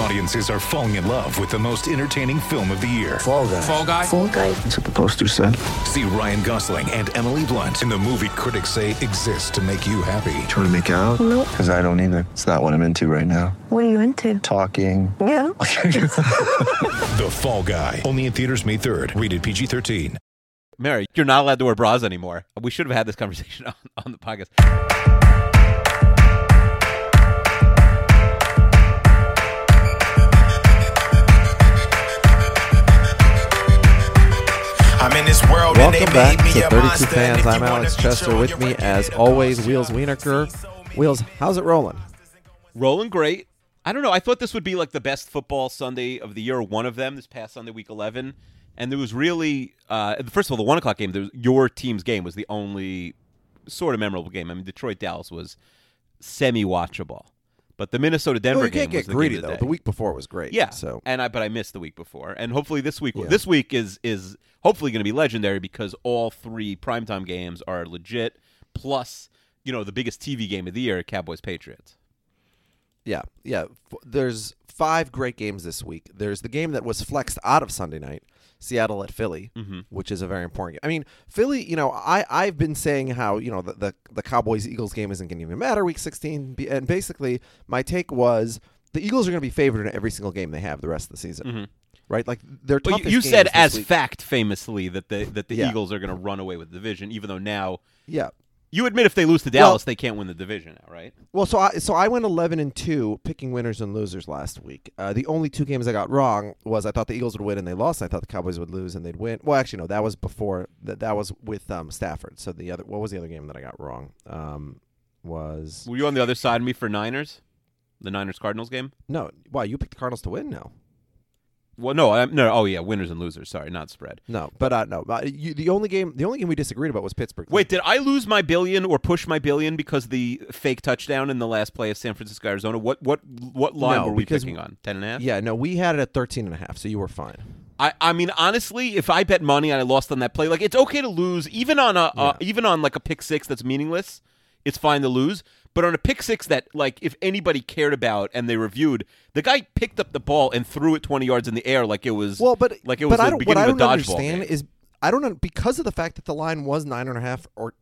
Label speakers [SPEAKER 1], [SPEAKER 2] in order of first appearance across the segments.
[SPEAKER 1] Audiences are falling in love with the most entertaining film of the year.
[SPEAKER 2] Fall guy.
[SPEAKER 3] Fall guy.
[SPEAKER 4] Fall guy.
[SPEAKER 2] That's what the poster said.
[SPEAKER 1] See Ryan Gosling and Emily Blunt in the movie critics say exists to make you happy.
[SPEAKER 2] Trying to make it out?
[SPEAKER 4] Nope.
[SPEAKER 2] Because I don't either. It's not what I'm into right now.
[SPEAKER 4] What are you into?
[SPEAKER 2] Talking.
[SPEAKER 4] Yeah.
[SPEAKER 1] The Fall Guy. Only in theaters May 3rd. Rated PG 13.
[SPEAKER 5] Mary, you're not allowed to wear bras anymore. We should have had this conversation on, on the podcast.
[SPEAKER 6] I'm in this world
[SPEAKER 7] Welcome
[SPEAKER 6] and they
[SPEAKER 7] back
[SPEAKER 6] made me
[SPEAKER 7] to
[SPEAKER 6] a
[SPEAKER 7] 32
[SPEAKER 6] monster. And
[SPEAKER 7] Fans.
[SPEAKER 6] if
[SPEAKER 7] I'm
[SPEAKER 6] you wanna
[SPEAKER 7] Alex
[SPEAKER 6] feature
[SPEAKER 7] Chester
[SPEAKER 6] on
[SPEAKER 7] with
[SPEAKER 6] your
[SPEAKER 7] me,
[SPEAKER 6] record,
[SPEAKER 7] as
[SPEAKER 6] you know
[SPEAKER 7] always,
[SPEAKER 6] that
[SPEAKER 7] Wheels
[SPEAKER 6] y'all
[SPEAKER 7] Wienerker.
[SPEAKER 6] see so many
[SPEAKER 7] Wheels, how's it rolling?
[SPEAKER 5] Rolling great. I don't know. I thought this would be like the best football Sunday of the year, or one of them, this past Sunday, week 11. And there was really, uh, first of all, the one o'clock game, there was, your team's game was the only sort of memorable game. I mean, Detroit Dallas was semi watchable. But the Minnesota Denver
[SPEAKER 7] Well, you
[SPEAKER 5] game
[SPEAKER 7] can't get
[SPEAKER 5] was the
[SPEAKER 7] greedy
[SPEAKER 5] game of
[SPEAKER 7] though.
[SPEAKER 5] day.
[SPEAKER 7] The week before was great.
[SPEAKER 5] Yeah.
[SPEAKER 7] So
[SPEAKER 5] and I but I missed the week before, and hopefully this week
[SPEAKER 7] Yeah.
[SPEAKER 5] this week is is hopefully going to be legendary because all three primetime games are legit. Plus, you know, the biggest TV game of the year, Cowboys Patriots.
[SPEAKER 7] yeah, yeah. F- There's five great games this week. There's the game that was flexed out of Sunday night, Seattle at Philly,
[SPEAKER 5] Mm-hmm.
[SPEAKER 7] which is a very important. game. I mean, Philly. You know, I I've been saying how you know the the, the Cowboys Eagles game isn't going to even matter week 16, be- and basically my take was the Eagles are going to be favored in every single game they have the rest of the season. Right, like their
[SPEAKER 5] But
[SPEAKER 7] toughest.
[SPEAKER 5] Mm-hmm. you, you
[SPEAKER 7] game
[SPEAKER 5] said
[SPEAKER 7] is this
[SPEAKER 5] as
[SPEAKER 7] week.
[SPEAKER 5] fact famously that the that the
[SPEAKER 7] Yeah.
[SPEAKER 5] Eagles are going to run away with the division, even though now
[SPEAKER 7] Yeah.
[SPEAKER 5] you admit if they lose to
[SPEAKER 7] Well-
[SPEAKER 5] Dallas, they can't win the division now, right?
[SPEAKER 7] Well, so I so I went eleven and two, picking winners and losers last week. Uh, the only two games I got wrong was I thought the Eagles would win and they lost. I thought the Cowboys would lose and they'd win. Well, actually, no, that was before that. That was with um, Stafford. So the other, what was the other game that I got wrong? Um, was
[SPEAKER 5] Were you on the other side of me for Niners, the Niners Cardinals game?
[SPEAKER 7] no. Why you picked the Cardinals to win? No,
[SPEAKER 5] Well, no, I'm, no. Oh yeah, winners and losers. Sorry, not spread.
[SPEAKER 7] no, but uh, no. But you, the only game, the only game we disagreed about was Pittsburgh.
[SPEAKER 5] Wait, did I lose my billion or push my billion because the fake touchdown in the last play of San Francisco Arizona? What what what line
[SPEAKER 7] No,
[SPEAKER 5] were we
[SPEAKER 7] because-
[SPEAKER 5] picking on? Ten and a half.
[SPEAKER 7] yeah, no, we had it at 13 and a half, so you were fine.
[SPEAKER 5] I, I mean honestly, if I bet money and I lost on that play, like it's okay to lose even on a uh, even on like a pick six that's meaningless. It's fine to lose, but on a pick six that like if anybody cared about and they reviewed, the guy picked up the ball and threw it twenty yards in the air like it was
[SPEAKER 7] Well, but
[SPEAKER 5] like it was
[SPEAKER 7] but
[SPEAKER 5] the
[SPEAKER 7] I don't,
[SPEAKER 5] beginning
[SPEAKER 7] what I
[SPEAKER 5] of
[SPEAKER 7] don't
[SPEAKER 5] a dodgeball
[SPEAKER 7] understand
[SPEAKER 5] game.
[SPEAKER 7] is I don't know because of the fact that the line was nine and a half or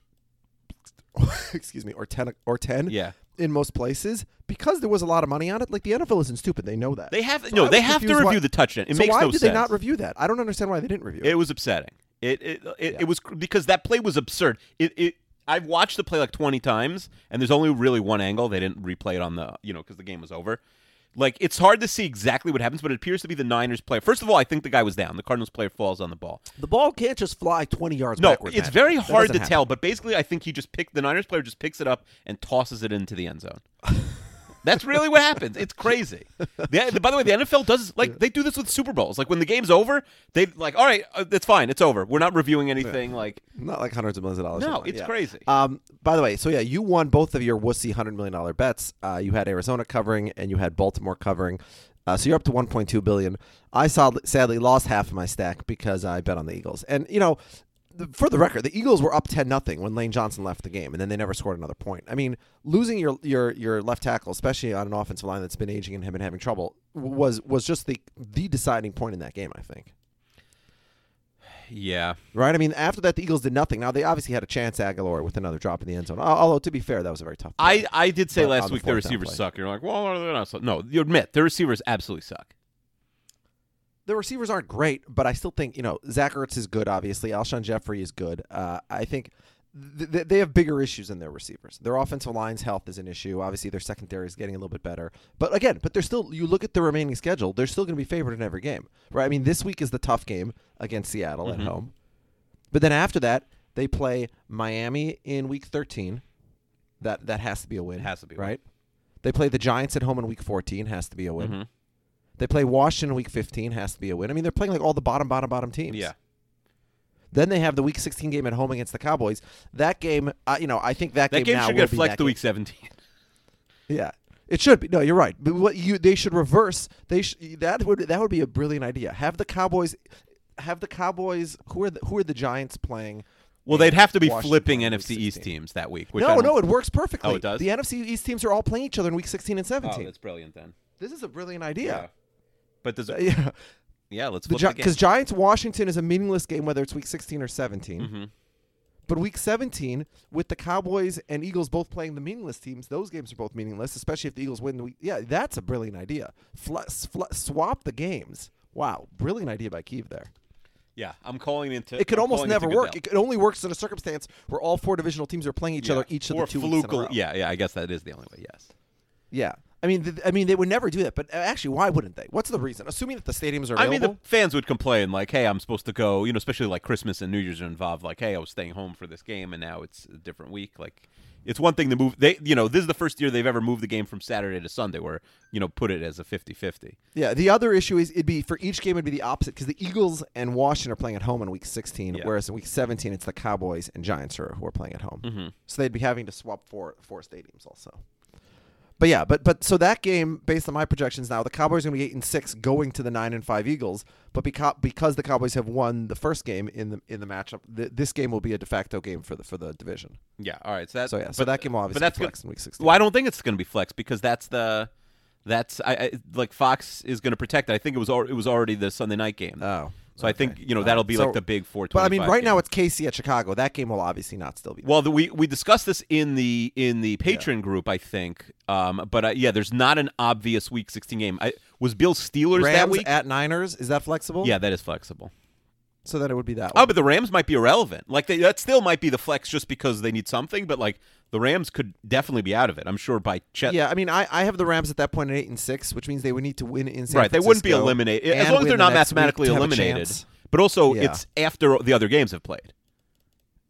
[SPEAKER 7] excuse me or ten or ten
[SPEAKER 5] Yeah.
[SPEAKER 7] in most places because there was a lot of money on it. Like the NFL isn't stupid; they know that
[SPEAKER 5] They have-
[SPEAKER 7] So
[SPEAKER 5] no,
[SPEAKER 7] I was
[SPEAKER 5] they have to
[SPEAKER 7] confused
[SPEAKER 5] review the touchdown. It
[SPEAKER 7] so
[SPEAKER 5] makes
[SPEAKER 7] why
[SPEAKER 5] no
[SPEAKER 7] did they not
[SPEAKER 5] sense.
[SPEAKER 7] review that? I don't understand why they didn't review it.
[SPEAKER 5] It was upsetting. It it it, it was cr- because that play was absurd. It it I've watched the play like 20 times and there's only really one angle. They didn't replay it on the, you know, cuz the game was over. Like it's hard to see exactly what happens, but it appears to be the Niners player. First of all, I think the guy was down. The Cardinals player falls on the ball.
[SPEAKER 7] the ball can't just fly twenty yards.
[SPEAKER 5] No,
[SPEAKER 7] backward,
[SPEAKER 5] it's
[SPEAKER 7] Matt.
[SPEAKER 5] very
[SPEAKER 7] That
[SPEAKER 5] hard
[SPEAKER 7] doesn't
[SPEAKER 5] to
[SPEAKER 7] happen.
[SPEAKER 5] tell, but basically I think he just picked the Niners player just picks it up and tosses it into the end zone. That's really what happens. It's crazy. The, by the way, the NFL does like they do this with Super Bowls. Like when the game's over, they like, all right, uh, it's fine, it's over. We're not reviewing anything. Like
[SPEAKER 7] Not like hundreds of millions of dollars.
[SPEAKER 5] No,
[SPEAKER 7] online,
[SPEAKER 5] it's
[SPEAKER 7] yeah.
[SPEAKER 5] crazy.
[SPEAKER 7] Um, by the way, so yeah, you won both of your wussy hundred million dollar bets. Uh, you had Arizona covering and you had Baltimore covering. Uh, so you're up to 1.2 billion. I saw, sadly lost half of my stack because I bet on the Eagles. And you know, the, for the record, the Eagles were up 10 nothing when Lane Johnson left the game, and then they never scored another point. I mean, losing your your your left tackle, especially on an offensive line that's been aging and have been having trouble, was was just the the deciding point in that game. I think.
[SPEAKER 5] Yeah.
[SPEAKER 7] Right? I mean, after that, the Eagles did nothing. Now, they obviously had a chance, Aguilar, with another drop in the end zone. Al- Although, to be fair, that was a very tough
[SPEAKER 5] I,
[SPEAKER 7] play.
[SPEAKER 5] I did say
[SPEAKER 7] But
[SPEAKER 5] last
[SPEAKER 7] on the
[SPEAKER 5] week the
[SPEAKER 7] fourth down
[SPEAKER 5] receivers
[SPEAKER 7] play.
[SPEAKER 5] suck. You're like, well, they're not. Suck. No, you admit the receivers absolutely suck.
[SPEAKER 7] the receivers aren't great, but I still think, you know, Zach Ertz is good, obviously. Alshon Jeffrey is good. Uh, I think th- th- they have bigger issues than their receivers. Their offensive line's health is an issue. Obviously, their secondary is getting a little bit better. But again, but they're still, you look at the remaining schedule,
[SPEAKER 5] Mm-hmm.
[SPEAKER 7] they're still going to be favored in every game, right? I mean, this week is the tough game against Seattle at home. But then after that, they play Miami in week 13. That that has to be a win.
[SPEAKER 5] Has to be a win.
[SPEAKER 7] right. They play the Giants at home in week 14. Has to be a win. They play Washington in week 15. Has to be a win. I mean, they're playing like all the bottom, bottom, bottom teams.
[SPEAKER 5] Yeah.
[SPEAKER 7] Then they have the week 16 game at home against the Cowboys. That game, uh, you know, I think that,
[SPEAKER 5] That
[SPEAKER 7] game,
[SPEAKER 5] game
[SPEAKER 7] now
[SPEAKER 5] should
[SPEAKER 7] will
[SPEAKER 5] get
[SPEAKER 7] be
[SPEAKER 5] flexed
[SPEAKER 7] that
[SPEAKER 5] to
[SPEAKER 7] game.
[SPEAKER 5] week 17.
[SPEAKER 7] Yeah, it should be. No, you're right. But what you they should reverse. They sh- that would that would be a brilliant idea. Have the Cowboys, have the Cowboys. Who are the, who are the Giants playing?
[SPEAKER 5] Well, they'd have to be
[SPEAKER 7] Washington
[SPEAKER 5] flipping
[SPEAKER 7] in week
[SPEAKER 5] NFC East
[SPEAKER 7] 16.
[SPEAKER 5] teams that week. Which I
[SPEAKER 7] No,
[SPEAKER 5] don't-
[SPEAKER 7] no, it works perfectly.
[SPEAKER 5] Oh, it does?
[SPEAKER 7] The NFC East teams are all playing each other in week 16
[SPEAKER 5] Oh,
[SPEAKER 7] and 17.
[SPEAKER 5] that's brilliant then.
[SPEAKER 7] this is a brilliant idea.
[SPEAKER 5] But does
[SPEAKER 7] Uh,
[SPEAKER 5] it,
[SPEAKER 7] Yeah,
[SPEAKER 5] yeah, let's flip the,
[SPEAKER 7] because
[SPEAKER 5] game.
[SPEAKER 7] Giants Washington is a meaningless game whether it's week 16 or 17.
[SPEAKER 5] Mm-hmm.
[SPEAKER 7] But week 17 with the Cowboys and Eagles both playing the meaningless teams, those games are both meaningless, especially if the Eagles win the week. Yeah, that's a brilliant idea. Fl- fl- swap the games. Wow, brilliant idea by Kiev there.
[SPEAKER 5] yeah, I'm calling into.
[SPEAKER 7] It could
[SPEAKER 5] I'm
[SPEAKER 7] almost
[SPEAKER 5] calling into
[SPEAKER 7] never
[SPEAKER 5] Goodell.
[SPEAKER 7] work. It, could- it only works in a circumstance where all four divisional teams are playing each
[SPEAKER 5] Yeah.
[SPEAKER 7] other each of
[SPEAKER 5] or
[SPEAKER 7] the two weeks in a
[SPEAKER 5] fluke.
[SPEAKER 7] row.
[SPEAKER 5] Yeah, yeah, I guess that is the only way. Yes.
[SPEAKER 7] Yeah. I mean, th- I mean, they would never do that. But uh, actually, why wouldn't they? What's the reason? Assuming that the stadiums are available.
[SPEAKER 5] I mean, the fans would complain like, "Hey, I'm supposed to go," you know, especially like Christmas and New Year's are involved. Like, "Hey, I was staying home for this game, and now it's a different week." Like, it's one thing to move. They, you know, this is the first year they've ever moved the game from Saturday to Sunday, where you know, put it as a 50-50.
[SPEAKER 7] yeah. The other issue is it'd be for each game it'd be the opposite because the Eagles and Washington are playing at home in Week 16,
[SPEAKER 5] Yeah.
[SPEAKER 7] whereas in Week 17 it's the Cowboys and Giants who are, who are playing at home.
[SPEAKER 5] Mm-hmm.
[SPEAKER 7] So they'd be having to swap four four stadiums also. But yeah, but but so that game, based on my projections now, the Cowboys are going to be eight and six, going to the nine and five Eagles. But because because the Cowboys have won the first game in the in the matchup, th- this game will be a de facto game for the for the division.
[SPEAKER 5] Yeah. All right. So that.
[SPEAKER 7] So, yeah, so that game will obviously
[SPEAKER 5] but that's
[SPEAKER 7] be
[SPEAKER 5] gonna-
[SPEAKER 7] flexed in week 16.
[SPEAKER 5] Well, I don't think it's going to be flexed because that's the. That's I, I like Fox is going to protect it. I think it was al- it was already the Sunday night game.
[SPEAKER 7] Oh,
[SPEAKER 5] so I think you know that'll be
[SPEAKER 7] So-
[SPEAKER 5] like the big four.
[SPEAKER 7] But I mean, right
[SPEAKER 5] game.
[SPEAKER 7] now it's KC at Chicago. That game will obviously not still be.
[SPEAKER 5] Well, the, we we discussed this in the in the patron group, I think. Um, but uh, yeah, there's not an obvious Week 16 game. I, was Bill Steelers that
[SPEAKER 7] Rams
[SPEAKER 5] week?
[SPEAKER 7] at Niners is that flexible?
[SPEAKER 5] yeah, that is flexible.
[SPEAKER 7] So then it would be that.
[SPEAKER 5] Oh,
[SPEAKER 7] one.
[SPEAKER 5] but the Rams might be irrelevant. Like they, that still might be the flex just because they need something. But like the Rams could definitely be out of it. I'm sure by Chet.
[SPEAKER 7] yeah, I mean, I, I have the Rams at that point at eight and six, which means they would need to win in San
[SPEAKER 5] right. They wouldn't be
[SPEAKER 7] Francisco
[SPEAKER 5] eliminated as
[SPEAKER 7] and
[SPEAKER 5] long as
[SPEAKER 7] win
[SPEAKER 5] they're
[SPEAKER 7] the
[SPEAKER 5] not
[SPEAKER 7] next week
[SPEAKER 5] mathematically
[SPEAKER 7] to have a
[SPEAKER 5] eliminated.
[SPEAKER 7] chance.
[SPEAKER 5] But also,
[SPEAKER 7] Yeah.
[SPEAKER 5] it's after the other games have played.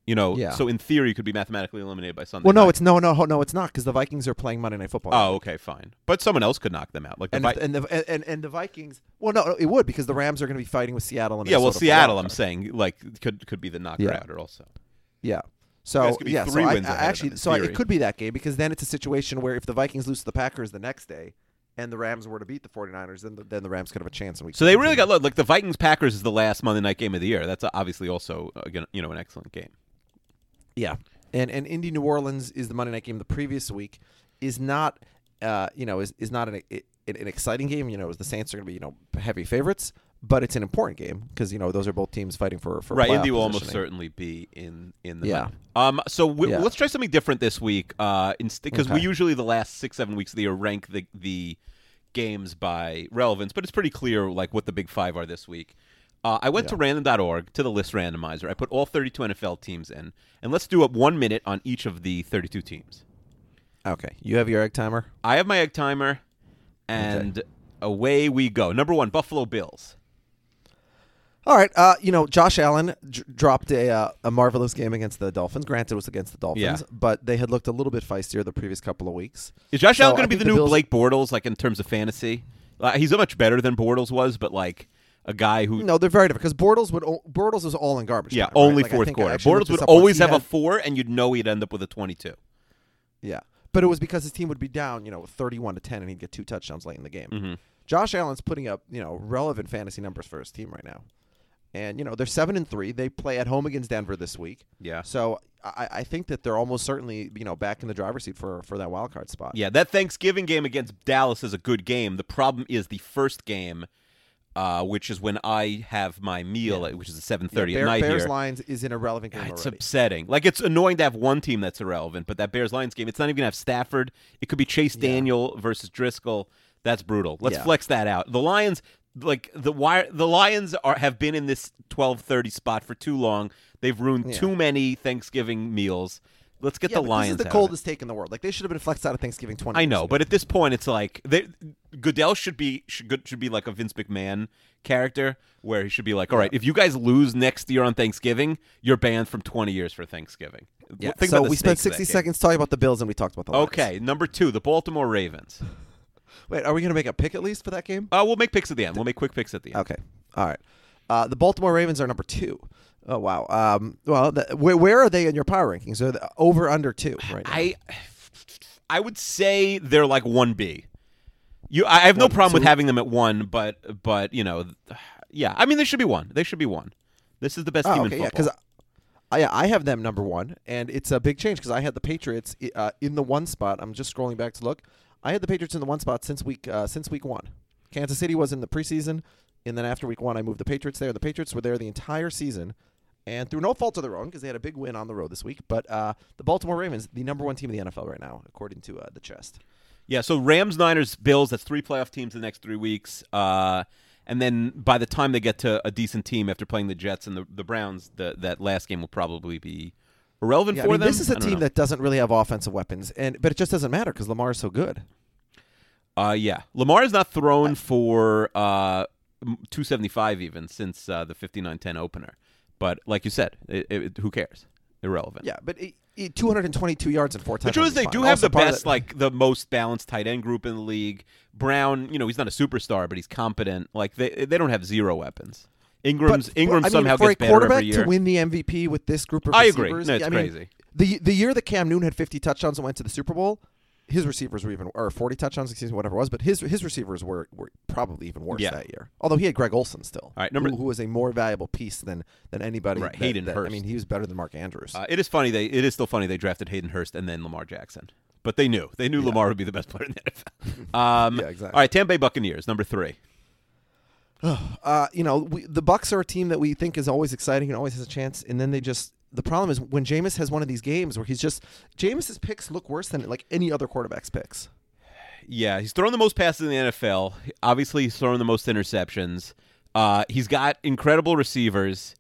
[SPEAKER 5] You know,
[SPEAKER 7] Yeah.
[SPEAKER 5] so in theory, you could be mathematically eliminated by Sunday.
[SPEAKER 7] Well, no,
[SPEAKER 5] night.
[SPEAKER 7] it's no, no, no, it's not because the Vikings are playing Monday Night Football.
[SPEAKER 5] oh, okay, fine. But someone else could knock them out. Like the
[SPEAKER 7] and
[SPEAKER 5] Vi-
[SPEAKER 7] if- and the and, and the Vikings. Well, no, it would because the Rams are going to be fighting with Seattle. And
[SPEAKER 5] yeah, well,
[SPEAKER 7] Minnesota for the
[SPEAKER 5] Seattle,
[SPEAKER 7] wild
[SPEAKER 5] I'm
[SPEAKER 7] card.
[SPEAKER 5] saying, like could could be the knockout
[SPEAKER 7] Yeah.
[SPEAKER 5] outer also.
[SPEAKER 7] Yeah.
[SPEAKER 5] guys
[SPEAKER 7] So
[SPEAKER 5] could be
[SPEAKER 7] yeah,
[SPEAKER 5] three
[SPEAKER 7] so I-
[SPEAKER 5] wins
[SPEAKER 7] I,
[SPEAKER 5] ahead of
[SPEAKER 7] actually,
[SPEAKER 5] them in
[SPEAKER 7] so I,
[SPEAKER 5] theory.
[SPEAKER 7] it could be that game because then it's a situation where if the Vikings lose to the Packers the next day, and the Rams were to beat the 49ers, then the, then the Rams could have a chance. In week
[SPEAKER 5] So they
[SPEAKER 7] 17.
[SPEAKER 5] really got low. Like the Vikings Packers is the last Monday night game of the year. That's obviously also uh, gonna- you know an excellent game.
[SPEAKER 7] yeah. And and Indy New Orleans is the Monday night game the previous week is not, uh, you know, is is not an an, an exciting game. You know, the Saints are going to be you know heavy favorites, but it's an important game because you know those are both teams fighting for for
[SPEAKER 5] right,
[SPEAKER 7] playoff
[SPEAKER 5] Indy will almost
[SPEAKER 7] positioning.
[SPEAKER 5] certainly be in in the
[SPEAKER 7] Yeah.
[SPEAKER 5] hunt. Um, so we,
[SPEAKER 7] Yeah.
[SPEAKER 5] let's try something different this week. Uh, because we
[SPEAKER 7] Okay.
[SPEAKER 5] usually the last six seven weeks of the year rank the the games by relevance, but it's pretty clear like what the big five are this week. Uh, I went to random.org to the list randomizer. I put all 32 NFL teams in, and let's do up one minute on each of the 32 teams.
[SPEAKER 7] Okay, you have your egg timer.
[SPEAKER 5] I have my egg timer, and away we go. Number one, Buffalo Bills.
[SPEAKER 7] All right, uh, you know Josh Allen d- dropped a uh, a marvelous game against the Dolphins. Granted, it was against the Dolphins,
[SPEAKER 5] Yeah.
[SPEAKER 7] but they had looked a little bit feistier the previous couple of weeks.
[SPEAKER 5] Is Josh
[SPEAKER 7] So
[SPEAKER 5] Allen
[SPEAKER 7] I
[SPEAKER 5] going to be
[SPEAKER 7] think
[SPEAKER 5] the, new
[SPEAKER 7] Bills-
[SPEAKER 5] Blake Bortles, like in terms of fantasy? Uh, he's much better than Bortles was, but like a guy who,
[SPEAKER 7] No, they're very different because Bortles would o- Bortles was all in garbage.
[SPEAKER 5] yeah,
[SPEAKER 7] time, right?
[SPEAKER 5] only
[SPEAKER 7] Like, I
[SPEAKER 5] fourth
[SPEAKER 7] think I
[SPEAKER 5] quarter.
[SPEAKER 7] actually looked
[SPEAKER 5] Bortles
[SPEAKER 7] this
[SPEAKER 5] would
[SPEAKER 7] up once.
[SPEAKER 5] always
[SPEAKER 7] He
[SPEAKER 5] have a
[SPEAKER 7] had-
[SPEAKER 5] four, and you'd know he'd end up with a twenty-two.
[SPEAKER 7] Yeah, but it was because his team would be down, you know, thirty-one to ten, and he'd get two touchdowns late in the game.
[SPEAKER 5] Mm-hmm.
[SPEAKER 7] Josh Allen's putting up, you know, relevant fantasy numbers for his team right now, and you know they're seven and three. They play at home against Denver this week.
[SPEAKER 5] Yeah.
[SPEAKER 7] so I, I think that they're almost certainly, you know, back in the driver's seat for for that wild card spot.
[SPEAKER 5] Yeah, that Thanksgiving game against Dallas is a good game. The problem is the first game, uh, which is when I have my meal, at- which is at seven
[SPEAKER 7] Yeah,
[SPEAKER 5] thirty at
[SPEAKER 7] Bear-
[SPEAKER 5] night
[SPEAKER 7] Bears
[SPEAKER 5] here.
[SPEAKER 7] Lions is an irrelevant game
[SPEAKER 5] It's
[SPEAKER 7] already.
[SPEAKER 5] upsetting. Like it's annoying to have one team that's irrelevant, but that Bears Lions game, it's not even gonna have Stafford. It could be Chase Daniel versus Driscoll. That's brutal. Let's
[SPEAKER 7] Yeah.
[SPEAKER 5] flex that out. The Lions, like the wire, the Lions are have been in this twelve thirty spot for too long. They've ruined too many Thanksgiving meals. Let's get
[SPEAKER 7] yeah,
[SPEAKER 5] the
[SPEAKER 7] but
[SPEAKER 5] Lions.
[SPEAKER 7] This is the
[SPEAKER 5] out of it.
[SPEAKER 7] coldest take in the world. Like they should have been flexed out of Thanksgiving twenty.
[SPEAKER 5] I
[SPEAKER 7] years
[SPEAKER 5] know,
[SPEAKER 7] ago.
[SPEAKER 5] but at this point, it's like they, Goodell should be should, good- should be like a Vince McMahon character, where he should be like, "All right, if you guys lose next year on Thanksgiving, you're banned from 20 years for Thanksgiving."
[SPEAKER 7] yeah.
[SPEAKER 5] Think
[SPEAKER 7] so
[SPEAKER 5] about the
[SPEAKER 7] we spent
[SPEAKER 5] stakes of that
[SPEAKER 7] sixty
[SPEAKER 5] game.
[SPEAKER 7] seconds talking about the Bills and we talked about the Lions.
[SPEAKER 5] Okay, number two, the Baltimore Ravens.
[SPEAKER 7] Wait, are we gonna make a pick at least for that game?
[SPEAKER 5] Uh, we'll make picks at the end. We'll make quick picks at the end.
[SPEAKER 7] Okay. All right. Uh, the Baltimore Ravens are number two. Oh wow. Um, well, the, where, where are they in your power rankings? Are they over under two right now?
[SPEAKER 5] I I would say they're like one B. You, I I have no problem with having them at one, but but you know, yeah. I mean, they should be one. They should be one. This is the best team
[SPEAKER 7] Oh,
[SPEAKER 5] in
[SPEAKER 7] okay, yeah,
[SPEAKER 5] football.
[SPEAKER 7] because I, I have them number one, and it's a big change because I had the Patriots i- uh, in the one spot. I'm just scrolling back to look. I had the Patriots in the one spot since week uh, since week one. Kansas City was in the preseason, and then after week one, I moved the Patriots there. The Patriots were there the entire season, and through no fault of their own because they had a big win on the road this week. But uh, the Baltimore Ravens, the number one team in the NFL right now, according to uh, the Chest.
[SPEAKER 5] Yeah, so Rams, Niners, Bills, that's three playoff teams the next three weeks. Uh, and then by the time they get to a decent team after playing the Jets and the, the Browns, the, that last game will probably be irrelevant
[SPEAKER 7] Yeah, I
[SPEAKER 5] for
[SPEAKER 7] mean,
[SPEAKER 5] them.
[SPEAKER 7] this is a
[SPEAKER 5] I don't
[SPEAKER 7] team
[SPEAKER 5] know.
[SPEAKER 7] that doesn't really have offensive weapons, and but it just doesn't matter because Lamar is so good.
[SPEAKER 5] Uh, yeah. Lamar has not thrown for uh, m- 275 even since uh, the 59 10 opener. But like you said, it, it, who cares? Irrelevant.
[SPEAKER 7] Yeah, but it, it, 222 yards and four
[SPEAKER 5] The
[SPEAKER 7] touchdowns.
[SPEAKER 5] truth is, they
[SPEAKER 7] fine.
[SPEAKER 5] do have
[SPEAKER 7] Also
[SPEAKER 5] the
[SPEAKER 7] part of
[SPEAKER 5] best,
[SPEAKER 7] that-
[SPEAKER 5] like the most balanced tight end group in the league. Brown, you know, he's not a superstar, but he's competent. Like they, they don't have zero weapons. Ingram's
[SPEAKER 7] but- but,
[SPEAKER 5] Ingram
[SPEAKER 7] I mean,
[SPEAKER 5] somehow
[SPEAKER 7] for
[SPEAKER 5] gets
[SPEAKER 7] a
[SPEAKER 5] better
[SPEAKER 7] quarterback
[SPEAKER 5] every year.
[SPEAKER 7] to win the MVP with this group of
[SPEAKER 5] I
[SPEAKER 7] receivers.
[SPEAKER 5] agree. No, it's
[SPEAKER 7] I mean,
[SPEAKER 5] crazy.
[SPEAKER 7] The the year that Cam Newton had 50 touchdowns and went to the Super Bowl, his receivers were even or 40 touchdowns, excuse me, whatever it was, but his his receivers were, were probably even worse
[SPEAKER 5] Yeah.
[SPEAKER 7] that year. Although he had Greg Olson still,
[SPEAKER 5] All right, number-
[SPEAKER 7] who, who was a more valuable piece than than anybody.
[SPEAKER 5] Right,
[SPEAKER 7] that-
[SPEAKER 5] Hayden
[SPEAKER 7] that- I
[SPEAKER 5] Hurst.
[SPEAKER 7] mean, he was better than Mark Andrews.
[SPEAKER 5] Uh, it is funny. They it is still funny they drafted Hayden Hurst and then Lamar Jackson, but they knew they knew Lamar would be the best player in the NFL. Um,
[SPEAKER 7] Yeah, exactly.
[SPEAKER 5] All right, Tampa Bay Buccaneers, number three.
[SPEAKER 7] uh, you know, we, the Bucks are a team that we think is always exciting and always has a chance, and then they just. The problem is when Jameis has one of these games where he's just Jameis's picks look worse than like any other quarterback's picks.
[SPEAKER 5] Yeah, he's thrown the most passes in the NFL. Obviously, he's thrown the most interceptions. Uh, he's got incredible receivers,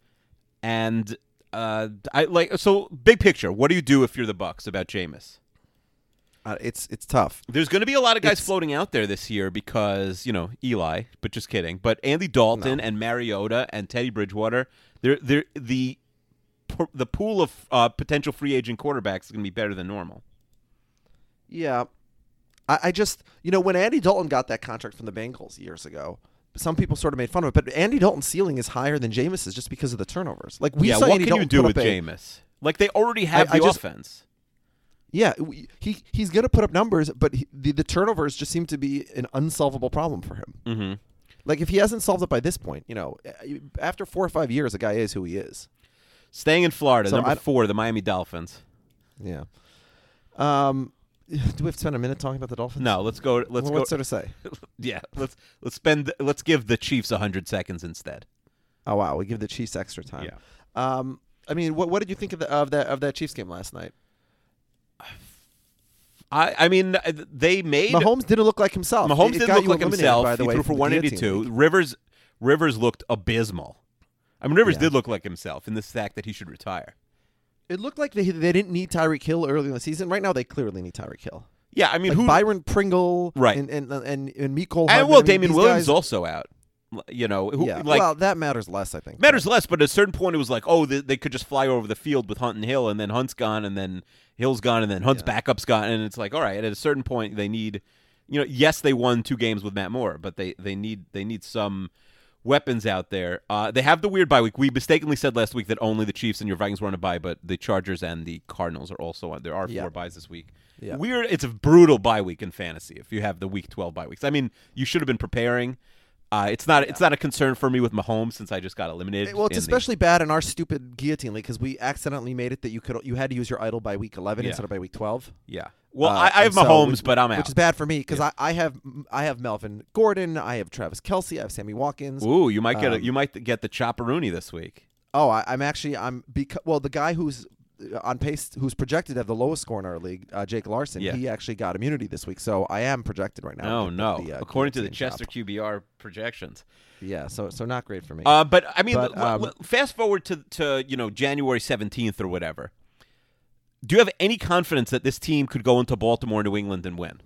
[SPEAKER 5] and uh, I like so big picture. What do you do if you're the Bucks about Jameis?
[SPEAKER 7] Uh, it's it's tough.
[SPEAKER 5] There's going to be a lot of guys
[SPEAKER 7] It's-
[SPEAKER 5] floating out there this year because you know Eli, but just kidding. But Andy Dalton and Mariota and Teddy Bridgewater, they're they're the po- the pool of uh, potential free agent quarterbacks is going to be better than normal.
[SPEAKER 7] Yeah. I, I just, you know, when Andy Dalton got that contract from the Bengals years ago, some people sort of made fun of it, but Andy Dalton's ceiling is higher than Jameis's just because of the turnovers. Like we
[SPEAKER 5] yeah,
[SPEAKER 7] saw
[SPEAKER 5] what
[SPEAKER 7] Andy
[SPEAKER 5] can you
[SPEAKER 7] Dalton
[SPEAKER 5] do
[SPEAKER 7] put
[SPEAKER 5] with
[SPEAKER 7] up a-
[SPEAKER 5] Jameis? Like they already have
[SPEAKER 7] I- I
[SPEAKER 5] the
[SPEAKER 7] just-
[SPEAKER 5] offense.
[SPEAKER 7] Yeah, we, he he's going to put up numbers, but he, the, the turnovers just seem to be an unsolvable problem for him. Mm-hmm. Like if he hasn't solved it by this point, you know, after four or five years, a guy is who he is.
[SPEAKER 5] Staying in Florida,
[SPEAKER 7] So
[SPEAKER 5] number
[SPEAKER 7] I-
[SPEAKER 5] four, the Miami Dolphins.
[SPEAKER 7] Yeah. Um, do we have to spend a minute talking about the Dolphins?
[SPEAKER 5] No, let's go. Let's
[SPEAKER 7] Well,
[SPEAKER 5] go.
[SPEAKER 7] What's there to say?
[SPEAKER 5] yeah, let's let's spend. Let's give the Chiefs hundred seconds instead.
[SPEAKER 7] Oh wow, we give the Chiefs extra time.
[SPEAKER 5] Yeah.
[SPEAKER 7] Um, I mean, what what did you think of the of that of that Chiefs game last night?
[SPEAKER 5] I I mean uh, they made
[SPEAKER 7] Mahomes didn't look like himself.
[SPEAKER 5] Mahomes
[SPEAKER 7] It- it
[SPEAKER 5] didn't
[SPEAKER 7] got
[SPEAKER 5] look
[SPEAKER 7] you
[SPEAKER 5] like
[SPEAKER 7] eliminated,
[SPEAKER 5] himself.
[SPEAKER 7] By the
[SPEAKER 5] he
[SPEAKER 7] way,
[SPEAKER 5] threw for
[SPEAKER 7] from the guillotine
[SPEAKER 5] 182.
[SPEAKER 7] league.
[SPEAKER 5] Rivers Rivers looked abysmal. I mean, Rivers
[SPEAKER 7] Yeah.
[SPEAKER 5] did look like himself in the fact that he should retire.
[SPEAKER 7] It looked like they they didn't need Tyreek Hill early in the season. Right now, they clearly need Tyreek Hill.
[SPEAKER 5] Yeah, I mean,
[SPEAKER 7] Like
[SPEAKER 5] who?
[SPEAKER 7] Byron Pringle,
[SPEAKER 5] Right.
[SPEAKER 7] and and and, and Miko.
[SPEAKER 5] and
[SPEAKER 7] Hardman,
[SPEAKER 5] well,
[SPEAKER 7] I mean,
[SPEAKER 5] Damien
[SPEAKER 7] these
[SPEAKER 5] Williams
[SPEAKER 7] guys-
[SPEAKER 5] also out. You know, who,
[SPEAKER 7] Yeah.
[SPEAKER 5] like
[SPEAKER 7] well, that matters less, I think.
[SPEAKER 5] matters less. But at a certain point, it was like, oh, they, they could just fly over the field with Hunt and Hill, and then Hunt's gone, and then Hill's gone, and then Hunt's backup's gone, and it's like, all right. At a certain point, they need, you know, yes, they won two games with Matt Moore, but they they need they need some weapons out there. Uh, they have the weird bye week. We mistakenly said last week that only the Chiefs and your Vikings were on a bye, but the Chargers and the Cardinals are also on. There are
[SPEAKER 7] Yeah.
[SPEAKER 5] four buys this week.
[SPEAKER 7] Yeah.
[SPEAKER 5] Weird. It's a brutal bye week in fantasy if you have the week twelve bye weeks. I mean, you should have been preparing. Uh, it's not. It's not a concern for me with Mahomes since I just got eliminated.
[SPEAKER 7] Well, it's
[SPEAKER 5] in the-
[SPEAKER 7] especially bad in our stupid guillotine league because we accidentally made it that you could you had to use your idol by week eleven
[SPEAKER 5] Yeah.
[SPEAKER 7] instead of by week twelve.
[SPEAKER 5] Yeah. Well,
[SPEAKER 7] Uh,
[SPEAKER 5] I, I have
[SPEAKER 7] and so-
[SPEAKER 5] Mahomes,
[SPEAKER 7] which-
[SPEAKER 5] but I'm out.
[SPEAKER 7] which is bad for me because I, I have I have Melvin Gordon, I have Travis Kelsey, I have Sammy Watkins.
[SPEAKER 5] Ooh, you might get
[SPEAKER 7] Um,
[SPEAKER 5] a, you might get the Chopperoonie this week.
[SPEAKER 7] Oh, I, I'm actually I'm because well the guy who's uh, on pace who's projected to have the lowest score in our league, uh, Jake Larson.
[SPEAKER 5] Yeah.
[SPEAKER 7] He actually got immunity this week, so I am projected right now.
[SPEAKER 5] Oh
[SPEAKER 7] with
[SPEAKER 5] no!
[SPEAKER 7] the, uh,
[SPEAKER 5] According to the
[SPEAKER 7] guillotine
[SPEAKER 5] Chester
[SPEAKER 7] job.
[SPEAKER 5] QBR projections.
[SPEAKER 7] yeah. So so not great for me.
[SPEAKER 5] Uh, but I mean,
[SPEAKER 7] But,
[SPEAKER 5] l- l-
[SPEAKER 7] um,
[SPEAKER 5] fast forward to to you know January seventeenth or whatever. Do you have any confidence that this team could go into Baltimore, New England, and win?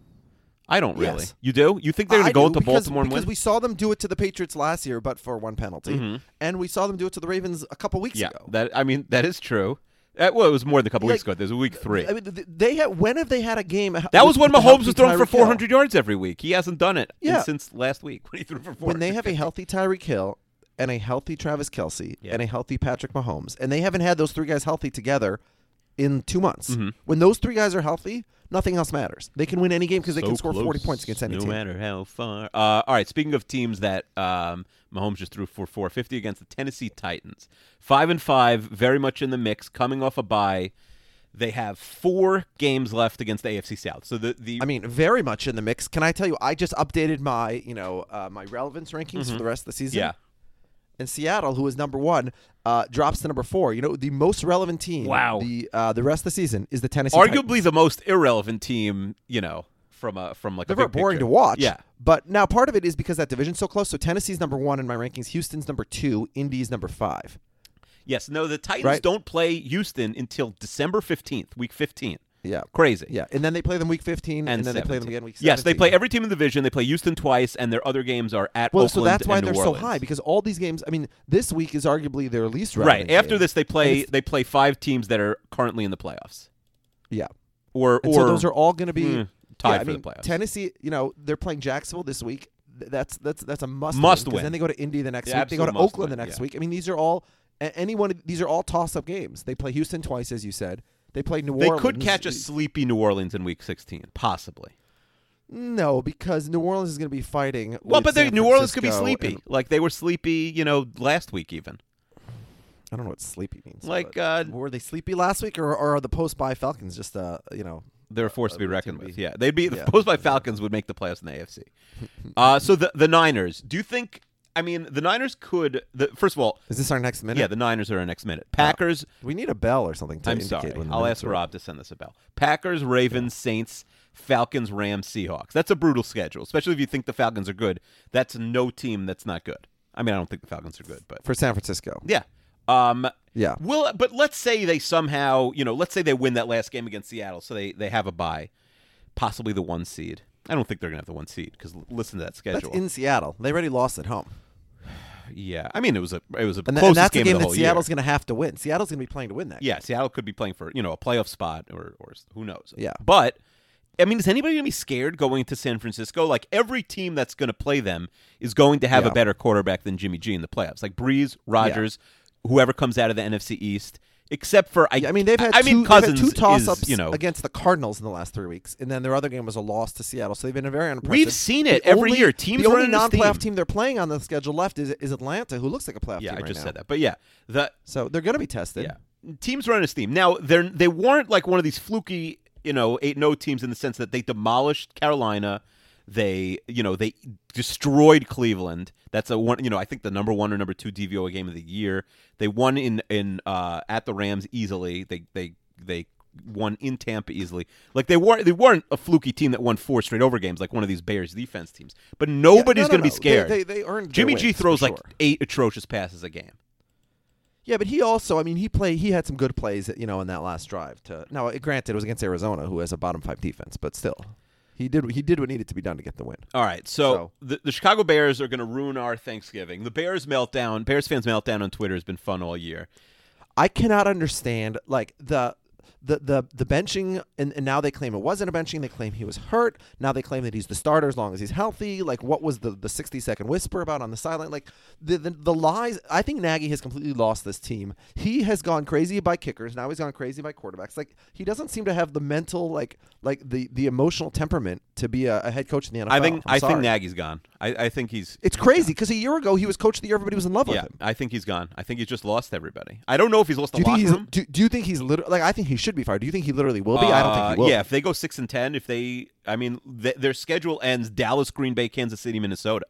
[SPEAKER 5] I don't really.
[SPEAKER 7] Yes.
[SPEAKER 5] You do? You think they're going
[SPEAKER 7] I
[SPEAKER 5] to go
[SPEAKER 7] do,
[SPEAKER 5] into
[SPEAKER 7] because,
[SPEAKER 5] Baltimore and
[SPEAKER 7] because
[SPEAKER 5] win?
[SPEAKER 7] we saw them do it to the Patriots last year, but for one penalty, and we saw them do it to the Ravens a couple weeks
[SPEAKER 5] Mm-hmm. yeah,
[SPEAKER 7] ago.
[SPEAKER 5] that I mean that is true. Uh, well, it was more than a couple weeks ago.
[SPEAKER 7] Like,
[SPEAKER 5] There's a week three.
[SPEAKER 7] I mean, th- they had, when have they had a game?
[SPEAKER 5] that was when
[SPEAKER 7] with a healthy
[SPEAKER 5] Mahomes was throwing for
[SPEAKER 7] Tyreek Hill?
[SPEAKER 5] 400 yards every week. He hasn't done it in-
[SPEAKER 7] Yeah.
[SPEAKER 5] since last week when he threw for 400.
[SPEAKER 7] When they have a healthy Tyreek Hill and a healthy Travis Kelsey
[SPEAKER 5] Yeah.
[SPEAKER 7] and a healthy Patrick Mahomes, and they haven't had those three guys healthy together in two months.
[SPEAKER 5] Mm-hmm.
[SPEAKER 7] When those three guys are healthy, nothing else matters. They can win any game because they can score 40 points against any
[SPEAKER 5] no
[SPEAKER 7] team.
[SPEAKER 5] matter how far. Uh, all right. Speaking of teams that um, Mahomes just threw for 450 against the Tennessee Titans, five and five, very much in the mix, coming off a bye. They have four games left against the AFC South. So the the
[SPEAKER 7] I mean, very much in the mix. Can I tell you? I just updated my, you know, uh, my relevance rankings for the rest of the season.
[SPEAKER 5] Mm-hmm. yeah.
[SPEAKER 7] And Seattle, who is number one, uh, drops to number four. You know, the most relevant team.
[SPEAKER 5] Wow.
[SPEAKER 7] The uh, the rest of the season is the Tennessee. Titans.
[SPEAKER 5] arguably the most irrelevant team, you know, from a from like
[SPEAKER 7] They're
[SPEAKER 5] a big
[SPEAKER 7] very boring
[SPEAKER 5] picture.
[SPEAKER 7] to watch.
[SPEAKER 5] Yeah,
[SPEAKER 7] But now part of it is because that division's so close. So Tennessee's number one in my rankings. Houston's number two. Indy's number five.
[SPEAKER 5] yes, no, the Titans
[SPEAKER 7] Right.
[SPEAKER 5] don't play Houston until December fifteenth, week fifteen.
[SPEAKER 7] Yeah.
[SPEAKER 5] Crazy.
[SPEAKER 7] Yeah. And then they play them week 15. And, then they play them
[SPEAKER 5] 17.
[SPEAKER 7] again week 17.
[SPEAKER 5] Yes, they play every team in the division. They play Houston twice, and their other games are at
[SPEAKER 7] Well, so
[SPEAKER 5] Oakland
[SPEAKER 7] that's why
[SPEAKER 5] and
[SPEAKER 7] they're
[SPEAKER 5] New
[SPEAKER 7] so
[SPEAKER 5] Orleans.
[SPEAKER 7] high because all these games. I mean, this week is arguably their least relevant.
[SPEAKER 5] right after
[SPEAKER 7] game.
[SPEAKER 5] this, they
[SPEAKER 7] And
[SPEAKER 5] play
[SPEAKER 7] it's-
[SPEAKER 5] they play five teams that are currently in the playoffs,
[SPEAKER 7] Yeah.
[SPEAKER 5] or
[SPEAKER 7] And
[SPEAKER 5] or
[SPEAKER 7] so those are all going to be
[SPEAKER 5] Hmm,
[SPEAKER 7] yeah,
[SPEAKER 5] tied
[SPEAKER 7] I
[SPEAKER 5] for
[SPEAKER 7] mean,
[SPEAKER 5] the playoffs.
[SPEAKER 7] Tennessee, you know, they're playing Jacksonville this week. Th- That's that's that's a must.
[SPEAKER 5] Must
[SPEAKER 7] 'cause
[SPEAKER 5] win.
[SPEAKER 7] Then they go to Indy the next
[SPEAKER 5] Yeah,
[SPEAKER 7] week. They go to
[SPEAKER 5] absolute must
[SPEAKER 7] Oakland
[SPEAKER 5] win,
[SPEAKER 7] the next
[SPEAKER 5] yeah.
[SPEAKER 7] week. I mean, these are all a- any one. of- These are all toss-up games. They play Houston twice, as you said. They play New
[SPEAKER 5] they
[SPEAKER 7] Orleans.
[SPEAKER 5] could catch a sleepy New Orleans in week sixteen, possibly.
[SPEAKER 7] No, because New Orleans is going to be fighting.
[SPEAKER 5] Well,
[SPEAKER 7] with
[SPEAKER 5] but they,
[SPEAKER 7] San
[SPEAKER 5] New Orleans could be
[SPEAKER 7] Francisco
[SPEAKER 5] sleepy,
[SPEAKER 7] and-
[SPEAKER 5] like they were sleepy, you know, last week even.
[SPEAKER 7] I don't know what sleepy means.
[SPEAKER 5] Like,
[SPEAKER 7] but
[SPEAKER 5] uh,
[SPEAKER 7] were they sleepy last week, or, or are the post-buy Falcons just uh, you know?
[SPEAKER 5] They're a force to be reckoned
[SPEAKER 7] team
[SPEAKER 5] with.
[SPEAKER 7] Uh, be-
[SPEAKER 5] Yeah, they'd be.
[SPEAKER 7] yeah.
[SPEAKER 5] The Post by Falcons would make the playoffs in the AFC. Uh, so the the Niners. Do you think? I mean, the Niners could. The, first of all,
[SPEAKER 7] Is this our next minute?
[SPEAKER 5] yeah, the Niners are our next minute. Packers.
[SPEAKER 7] we need a bell or something to
[SPEAKER 5] I'm
[SPEAKER 7] indicate
[SPEAKER 5] sorry.
[SPEAKER 7] when the
[SPEAKER 5] I'll
[SPEAKER 7] minutes
[SPEAKER 5] ask
[SPEAKER 7] are up.
[SPEAKER 5] Rob to send us a bell. Packers, Ravens, Saints, Falcons, Rams, Seahawks. That's a brutal schedule, especially if you think the Falcons are good. That's no team that's not good. I mean, I don't think the Falcons are good, but
[SPEAKER 7] for San Francisco.
[SPEAKER 5] yeah. Um,
[SPEAKER 7] Yeah.
[SPEAKER 5] Will but let's say they somehow, you know, let's say they win that last game against Seattle, so they they have a bye, possibly the one seed. I don't think they're gonna have the one seed because listen to that
[SPEAKER 7] That's
[SPEAKER 5] schedule.
[SPEAKER 7] in Seattle. They already lost at home.
[SPEAKER 5] yeah, I mean it was a it was a
[SPEAKER 7] And, th-
[SPEAKER 5] closest
[SPEAKER 7] and that's
[SPEAKER 5] game,
[SPEAKER 7] the game
[SPEAKER 5] of the
[SPEAKER 7] that
[SPEAKER 5] whole
[SPEAKER 7] Seattle's
[SPEAKER 5] year.
[SPEAKER 7] going to have to win. Seattle's going to be playing to win that.
[SPEAKER 5] yeah, Seattle could be playing for you know a playoff spot or or who knows.
[SPEAKER 7] Yeah.
[SPEAKER 5] but I mean, is anybody gonna be scared going to San Francisco? Like every team that's gonna play them is going to have a
[SPEAKER 7] Yeah.
[SPEAKER 5] better quarterback than Jimmy G in the playoffs. Like Breeze, Rogers, whoever comes out of the NFC East. Except for I,
[SPEAKER 7] game. Yeah, I mean, they've had,
[SPEAKER 5] I
[SPEAKER 7] two,
[SPEAKER 5] mean
[SPEAKER 7] they've had
[SPEAKER 5] Cousins
[SPEAKER 7] two
[SPEAKER 5] is,
[SPEAKER 7] toss-ups
[SPEAKER 5] you know
[SPEAKER 7] against the Cardinals in the last three weeks, and then their other game was a loss to Seattle. So they've been a very unimpressive.
[SPEAKER 5] We've seen it
[SPEAKER 7] The
[SPEAKER 5] every
[SPEAKER 7] only-
[SPEAKER 5] year. Teams
[SPEAKER 7] the only
[SPEAKER 5] running this
[SPEAKER 7] non-playoff
[SPEAKER 5] team.
[SPEAKER 7] team. they're playing on the schedule left is, is Atlanta, who looks like a playoff
[SPEAKER 5] Yeah,
[SPEAKER 7] team.
[SPEAKER 5] I
[SPEAKER 7] right
[SPEAKER 5] just
[SPEAKER 7] now.
[SPEAKER 5] said that. But yeah, the
[SPEAKER 7] So they're going to be tested.
[SPEAKER 5] yeah teams run a steam. Now they're they weren't like one of these fluky you know eight no teams in the sense that they demolished Carolina. They you know they destroyed Cleveland. That's a one you know I think the number one or number two DVOA game of the year. They won in in uh, at the Rams easily. They they they won in Tampa easily. Like they weren't they weren't a fluky team that won four straight over games like one of these Bears defense teams. But nobody's
[SPEAKER 7] no,
[SPEAKER 5] going to be
[SPEAKER 7] no, no. They-
[SPEAKER 5] scared.
[SPEAKER 7] they- they earned their
[SPEAKER 5] Jimmy G
[SPEAKER 7] wins, for
[SPEAKER 5] throws like
[SPEAKER 7] sure.
[SPEAKER 5] eight atrocious passes a game.
[SPEAKER 7] Yeah, but he also, I mean, he play he had some good plays, you know, in that last drive. To now, granted, it was against Arizona, who has a bottom five defense, but still, he did he did what needed to be done to get the win.
[SPEAKER 5] All right, so,
[SPEAKER 7] So-
[SPEAKER 5] The, the Chicago Bears are going to ruin our Thanksgiving. The Bears meltdown, Bears fans meltdown on Twitter has been fun all year.
[SPEAKER 7] I cannot understand like the the the, the benching and, and now they claim it wasn't a benching. They claim he was hurt. Now they claim that he's the starter as long as he's healthy. Like what was the the sixty second whisper about on the sideline? Like the, the the lies. I think Nagy has completely lost this team. He has gone crazy by kickers. Now he's gone crazy by quarterbacks. Like he doesn't seem to have the mental like like the the emotional temperament to be a, a head coach in the NFL.
[SPEAKER 5] I think
[SPEAKER 7] i
[SPEAKER 5] i think Nagy's gone. I, I think he's
[SPEAKER 7] It's crazy because a year ago he was coach of the year. Everybody was in love with
[SPEAKER 5] yeah.
[SPEAKER 7] him.
[SPEAKER 5] I think he's gone. I think he's just lost everybody. I don't know if he's lost
[SPEAKER 7] Do
[SPEAKER 5] the
[SPEAKER 7] you think
[SPEAKER 5] locker
[SPEAKER 7] he's
[SPEAKER 5] room.
[SPEAKER 7] do, do you think he's literally like I think he should be fired. Do you think he literally will be? I don't think he
[SPEAKER 5] Uh,
[SPEAKER 7] will.
[SPEAKER 5] Yeah,
[SPEAKER 7] be.
[SPEAKER 5] if they go six and ten, if they, I mean, th- their schedule ends Dallas, Green Bay, Kansas City, Minnesota.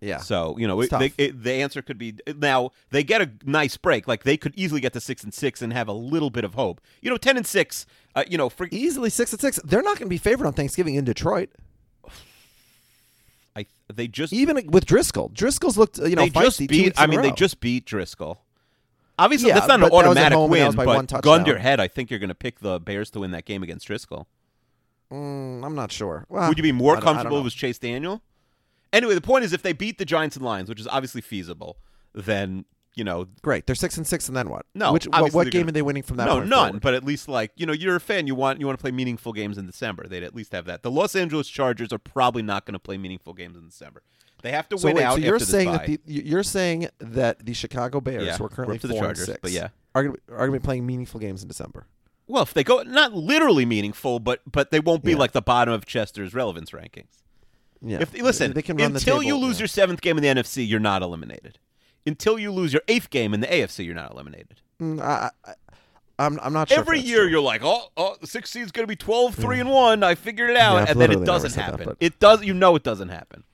[SPEAKER 7] yeah.
[SPEAKER 5] So you know,
[SPEAKER 7] It's
[SPEAKER 5] it, they,
[SPEAKER 7] tough.
[SPEAKER 5] it, the answer could be now they get a nice break. Like they could easily get to six and six and have a little bit of hope. You know, ten and six. Uh, you know, for,
[SPEAKER 7] easily six and six. They're not going to be favored on Thanksgiving in Detroit,
[SPEAKER 5] I they just
[SPEAKER 7] even with Driscoll. Driscoll's looked uh, you know
[SPEAKER 5] they
[SPEAKER 7] feisty
[SPEAKER 5] just
[SPEAKER 7] two
[SPEAKER 5] beat.
[SPEAKER 7] weeks
[SPEAKER 5] I
[SPEAKER 7] in a
[SPEAKER 5] mean, they
[SPEAKER 7] row.
[SPEAKER 5] just beat Driscoll. Obviously,
[SPEAKER 7] Yeah,
[SPEAKER 5] that's not an
[SPEAKER 7] but that was at
[SPEAKER 5] automatic
[SPEAKER 7] home and that
[SPEAKER 5] win,
[SPEAKER 7] was by
[SPEAKER 5] but
[SPEAKER 7] one
[SPEAKER 5] gun
[SPEAKER 7] touchdown.
[SPEAKER 5] to your head, I think you're going to pick the Bears to win that game against Driscoll.
[SPEAKER 7] Mm, I'm not sure. Well,
[SPEAKER 5] Would you be more
[SPEAKER 7] I don't- I don't
[SPEAKER 5] comfortable if
[SPEAKER 7] know.
[SPEAKER 5] it was Chase Daniel? Anyway, the point is, if they beat the Giants and Lions, which is obviously feasible, then you know,
[SPEAKER 7] Great. They're six and six, and then what?
[SPEAKER 5] no.
[SPEAKER 7] Which, what,
[SPEAKER 5] obviously
[SPEAKER 7] what
[SPEAKER 5] they're
[SPEAKER 7] game
[SPEAKER 5] gonna-
[SPEAKER 7] are they winning from that?
[SPEAKER 5] No,
[SPEAKER 7] point
[SPEAKER 5] none.
[SPEAKER 7] forward?
[SPEAKER 5] But at least like you know, you're a fan. You want you want to play meaningful games in December. They'd at least have that. The Los Angeles Chargers are probably not going to play meaningful games in December. They have to
[SPEAKER 7] so
[SPEAKER 5] win
[SPEAKER 7] wait,
[SPEAKER 5] out.
[SPEAKER 7] so you're
[SPEAKER 5] after this
[SPEAKER 7] saying
[SPEAKER 5] bye.
[SPEAKER 7] that the you- you're saying that the Chicago Bears,
[SPEAKER 5] Yeah,
[SPEAKER 7] who
[SPEAKER 5] we're
[SPEAKER 7] are currently
[SPEAKER 5] up to the
[SPEAKER 7] four
[SPEAKER 5] Chargers,
[SPEAKER 7] and six,
[SPEAKER 5] but yeah.
[SPEAKER 7] are going to are going to be playing meaningful games in December.
[SPEAKER 5] Well, if they go not literally meaningful, but but they won't be
[SPEAKER 7] Yeah.
[SPEAKER 5] like the bottom of Chester's relevance rankings.
[SPEAKER 7] Yeah.
[SPEAKER 5] If listen,
[SPEAKER 7] they can run
[SPEAKER 5] until
[SPEAKER 7] the
[SPEAKER 5] you
[SPEAKER 7] table,
[SPEAKER 5] lose
[SPEAKER 7] yeah.
[SPEAKER 5] your seventh game in the NFC, you're not eliminated. Until you lose your eighth game in the AFC, you're not eliminated.
[SPEAKER 7] Mm, I, I, I'm I'm not sure.
[SPEAKER 5] Every year, you're like, oh, oh, the sixth seed's going to be 12, 3 and one. I figured it out,
[SPEAKER 7] I've
[SPEAKER 5] and then it
[SPEAKER 7] literally never
[SPEAKER 5] doesn't
[SPEAKER 7] said that,
[SPEAKER 5] happen.
[SPEAKER 7] but-
[SPEAKER 5] It does. You know, it doesn't happen.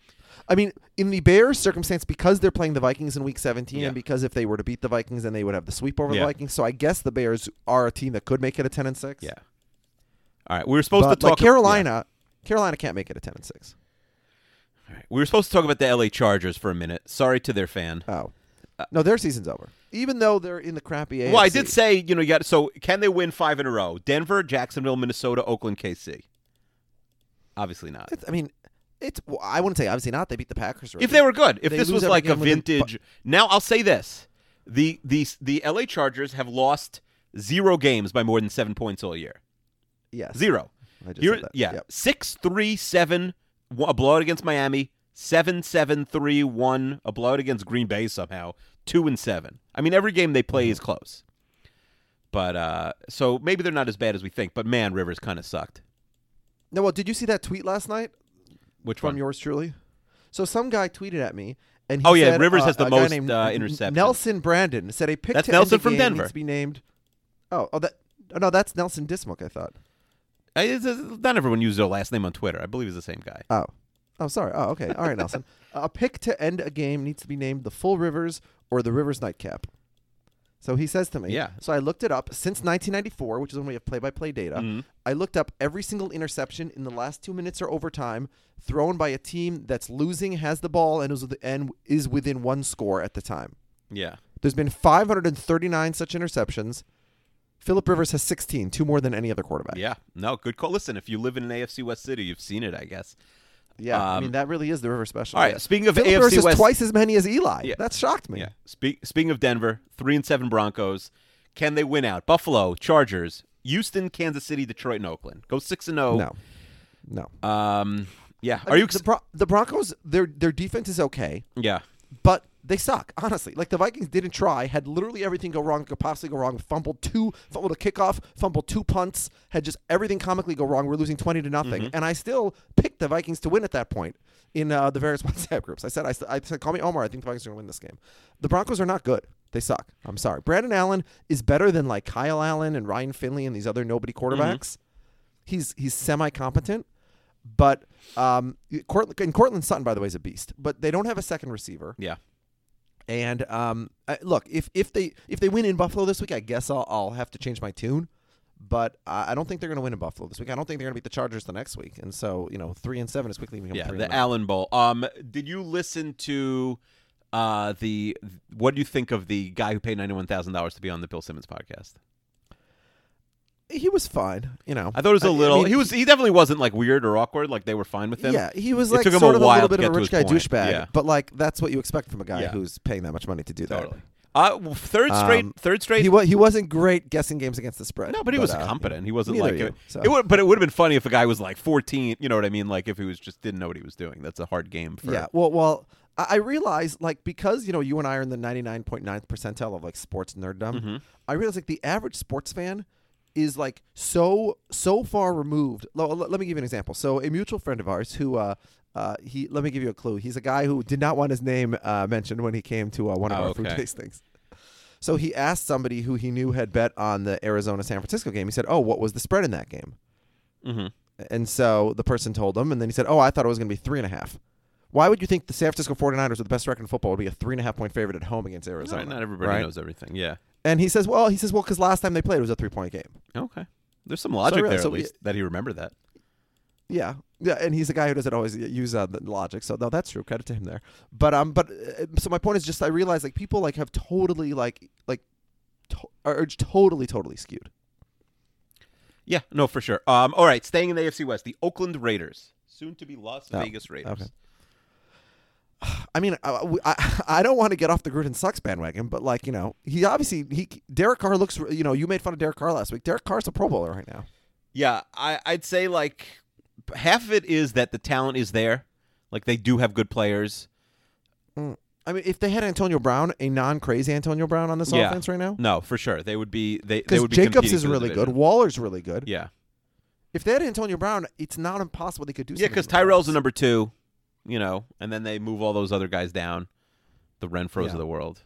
[SPEAKER 7] I mean, in the Bears' circumstance, because they're playing the Vikings in Week 17,
[SPEAKER 5] Yeah.
[SPEAKER 7] and because if they were to beat the Vikings, then they would have the sweep over
[SPEAKER 5] Yeah.
[SPEAKER 7] the Vikings. So I guess the Bears are a team that could make it a 10 and six.
[SPEAKER 5] Yeah. All right, we were supposed
[SPEAKER 7] but
[SPEAKER 5] to talk
[SPEAKER 7] like Carolina, Carolina can't make it a 10 and six.
[SPEAKER 5] yeah. We were supposed to talk about the LA Chargers for a minute. Sorry to their fan.
[SPEAKER 7] Oh, no, their season's over. Even though they're in the crappy AFC.
[SPEAKER 5] Uh, Well, I did say, you know, you got so can they win five in a row? Denver, Jacksonville, Minnesota, Oakland, KC. Obviously not.
[SPEAKER 7] It's- I mean, it's. well, I wouldn't say obviously not. They beat the Packers.
[SPEAKER 5] If they were good, if
[SPEAKER 7] They
[SPEAKER 5] this
[SPEAKER 7] lose
[SPEAKER 5] was
[SPEAKER 7] every
[SPEAKER 5] like a
[SPEAKER 7] game within-
[SPEAKER 5] vintage. now I'll say this: the the the LA Chargers have lost zero games by more than seven points all year.
[SPEAKER 7] yes,
[SPEAKER 5] Zero.
[SPEAKER 7] I just
[SPEAKER 5] You're-
[SPEAKER 7] said that.
[SPEAKER 5] Yeah,
[SPEAKER 7] Yep.
[SPEAKER 5] six three seven a blowout against Miami. Seven seven three one a blowout against Green Bay somehow. Two and seven. I mean, every game they play
[SPEAKER 7] Mm-hmm.
[SPEAKER 5] is close. But uh, so maybe they're not as bad as we think. But man, Rivers kind of sucked.
[SPEAKER 7] No, well, did you see that tweet last night
[SPEAKER 5] Which
[SPEAKER 7] from
[SPEAKER 5] one?
[SPEAKER 7] yours truly? So some guy tweited at me, and he
[SPEAKER 5] Oh, yeah,
[SPEAKER 7] said,
[SPEAKER 5] Rivers
[SPEAKER 7] uh,
[SPEAKER 5] has the
[SPEAKER 7] a guy
[SPEAKER 5] most,
[SPEAKER 7] named
[SPEAKER 5] uh,
[SPEAKER 7] N-
[SPEAKER 5] interceptions.
[SPEAKER 7] Nelson Brandon said a pick
[SPEAKER 5] That's
[SPEAKER 7] to end the
[SPEAKER 5] Nelson from
[SPEAKER 7] game
[SPEAKER 5] Denver.
[SPEAKER 7] needs to be named. Oh, oh, that oh, no, that's Nelson Dismuck. I thought.
[SPEAKER 5] I, it's- it's- not everyone uses their last name on Twitter. I believe it's the same guy.
[SPEAKER 7] Oh, oh, sorry. Oh, okay. All right, Nelson. a pick to end a game needs to be named the Full Rivers or the Rivers Nightcap. So he says to me.
[SPEAKER 5] Yeah.
[SPEAKER 7] So I looked it up since 1994, which is when we have play-by-play data. I looked up every single interception in the last two minutes or overtime thrown by a team that's losing, has the ball, and is with- and is within one score at the time.
[SPEAKER 5] Yeah.
[SPEAKER 7] There's been 539 such interceptions. Philip Rivers has 16, two more than any other quarterback.
[SPEAKER 5] Yeah. No, good call. Listen, if you live in an AFC West city, you've seen it, I guess.
[SPEAKER 7] Yeah, I
[SPEAKER 5] Um,
[SPEAKER 7] mean that really is the river special.
[SPEAKER 5] all right,
[SPEAKER 7] Yeah.
[SPEAKER 5] speaking of
[SPEAKER 7] Philip
[SPEAKER 5] AFC
[SPEAKER 7] Rivers has
[SPEAKER 5] West-
[SPEAKER 7] twice as many as Eli.
[SPEAKER 5] Yeah.
[SPEAKER 7] That shocked me.
[SPEAKER 5] Yeah. Spe- speaking of Denver, three and seven Broncos, can they win out? Buffalo, Chargers, Houston, Kansas City, Detroit, and Oakland. Go six and zero.
[SPEAKER 7] No, no.
[SPEAKER 5] Um. Yeah. Are
[SPEAKER 7] I mean,
[SPEAKER 5] you?
[SPEAKER 7] the,
[SPEAKER 5] Ex-
[SPEAKER 7] Bron- the Broncos? Their their defense is okay,
[SPEAKER 5] yeah.
[SPEAKER 7] but they suck. Honestly, like the Vikings didn't try. Had literally everything go wrong. that Could possibly go wrong. Fumbled two, fumbled a kickoff, fumbled two punts. Had just everything comically go wrong. We're losing twenty to nothing, and I still picked the Vikings to win at that point in uh, the various WhatsApp groups. I said, I, st- I said, call me Omar. I think the Vikings are going to win this game. The Broncos are not good. They suck. I'm sorry. Brandon Allen is better than like Kyle Allen and Ryan Finley and these other nobody quarterbacks. He's he's semi competent, but um, Court- and Cortland Sutton, by the way, is a beast. But they don't have a second receiver.
[SPEAKER 5] Yeah.
[SPEAKER 7] And um, I, look, if if they if they win in Buffalo this week, I guess I'll, I'll have to change my tune. But I I don't think they're going to win in Buffalo this week. I don't think they're going to beat the Chargers the next week. And so you know, three and seven is quickly becoming
[SPEAKER 5] Yeah.
[SPEAKER 7] three
[SPEAKER 5] The
[SPEAKER 7] and nine.
[SPEAKER 5] Allen Bowl. Um. Did you listen to? Uh, the what do you think of the guy who paid ninety one thousand dollars to be on the Bill Simmons podcast?
[SPEAKER 7] He was fine, you know.
[SPEAKER 5] I thought it was
[SPEAKER 7] a
[SPEAKER 5] a little. he was he definitely wasn't like weird or awkward. Like they were fine with him.
[SPEAKER 7] Yeah, he was
[SPEAKER 5] It
[SPEAKER 7] like
[SPEAKER 5] took him
[SPEAKER 7] sort
[SPEAKER 5] a
[SPEAKER 7] of a
[SPEAKER 5] while
[SPEAKER 7] little
[SPEAKER 5] to
[SPEAKER 7] bit
[SPEAKER 5] get
[SPEAKER 7] of a
[SPEAKER 5] to
[SPEAKER 7] rich guy
[SPEAKER 5] his point.
[SPEAKER 7] douchebag,
[SPEAKER 5] Yeah.
[SPEAKER 7] but like that's what you expect from a guy
[SPEAKER 5] Yeah.
[SPEAKER 7] who's paying that much money to do
[SPEAKER 5] totally. Uh, well, third
[SPEAKER 7] that.
[SPEAKER 5] straight,
[SPEAKER 7] Um,
[SPEAKER 5] third straight.
[SPEAKER 7] He wa- he wasn't great guessing games against the spread.
[SPEAKER 5] No, but he was
[SPEAKER 7] uh,
[SPEAKER 5] competent. He wasn't
[SPEAKER 7] neither
[SPEAKER 5] like
[SPEAKER 7] are you,
[SPEAKER 5] it,
[SPEAKER 7] so.
[SPEAKER 5] it would, but it would have been funny if a guy was like 14. You know what I mean? Like if he was just didn't know what he was doing. That's a hard game for.
[SPEAKER 7] Yeah. Well, well, I I realize like because you know you and I are in the 99.9th percentile of like sports nerddom.
[SPEAKER 5] Mm-hmm.
[SPEAKER 7] I realize like the average sports fan is like so so far removed. Lo- lo- let me give you an example. So a mutual friend of ours who uh uh he let me give you a clue. He's a guy who did not want his name uh, mentioned when he came to uh, one of
[SPEAKER 5] Oh,
[SPEAKER 7] our food
[SPEAKER 5] okay.
[SPEAKER 7] tastings. So he asked somebody who he knew had bet on the Arizona San Francisco game. He said, "Oh, what was the spread in that game?"
[SPEAKER 5] Mm-hmm.
[SPEAKER 7] And so the person told him, and then he said, Oh, I thought it was going to be three and a half. Why would you think the San Francisco 49ers with the best record in football would be a three and a half point favorite at home against Arizona?
[SPEAKER 5] Sorry, not everybody
[SPEAKER 7] right?
[SPEAKER 5] knows everything. Yeah.
[SPEAKER 7] And he says, Well, he says, Well, because last time they played, it was a three point game.
[SPEAKER 5] Okay. There's some logic
[SPEAKER 7] really-
[SPEAKER 5] there
[SPEAKER 7] so
[SPEAKER 5] at
[SPEAKER 7] we-
[SPEAKER 5] least that he remembered that.
[SPEAKER 7] Yeah, yeah, and he's a guy who doesn't always y- use uh, the logic. So no, that's true. Credit to him there. But um, but uh, so my point is just I realize like people like have totally like like are totally, totally skewed.
[SPEAKER 5] Yeah, no, for sure. Um, all right, staying in the AFC West, the Oakland Raiders, soon to be Las Vegas Raiders.
[SPEAKER 7] Oh, okay. I mean, I, we- I, I don't want to get off the Gruden sucks bandwagon, but like you know, he obviously he Derek Carr looks. You know, you made fun of Derek Carr last week. Derek Carr's a Pro Bowler right now.
[SPEAKER 5] Yeah, I, I'd say like half of it is that the talent is there. Like they do have good players.
[SPEAKER 7] I mean, if they had Antonio Brown, a non-crazy Antonio Brown on this
[SPEAKER 5] yeah.
[SPEAKER 7] offense right now,
[SPEAKER 5] No, for sure. They would be they they
[SPEAKER 7] because
[SPEAKER 5] would be
[SPEAKER 7] Jacobs
[SPEAKER 5] competing
[SPEAKER 7] is
[SPEAKER 5] for the
[SPEAKER 7] really
[SPEAKER 5] division.
[SPEAKER 7] good, Waller's really good.
[SPEAKER 5] Yeah.
[SPEAKER 7] If they had Antonio Brown, it's not impossible they could do.
[SPEAKER 5] Yeah,
[SPEAKER 7] something
[SPEAKER 5] because
[SPEAKER 7] with the
[SPEAKER 5] Tyrell's the
[SPEAKER 7] Browns.
[SPEAKER 5] number two, you know, and then they move all those other guys down, the Renfros
[SPEAKER 7] Yeah.
[SPEAKER 5] of the world.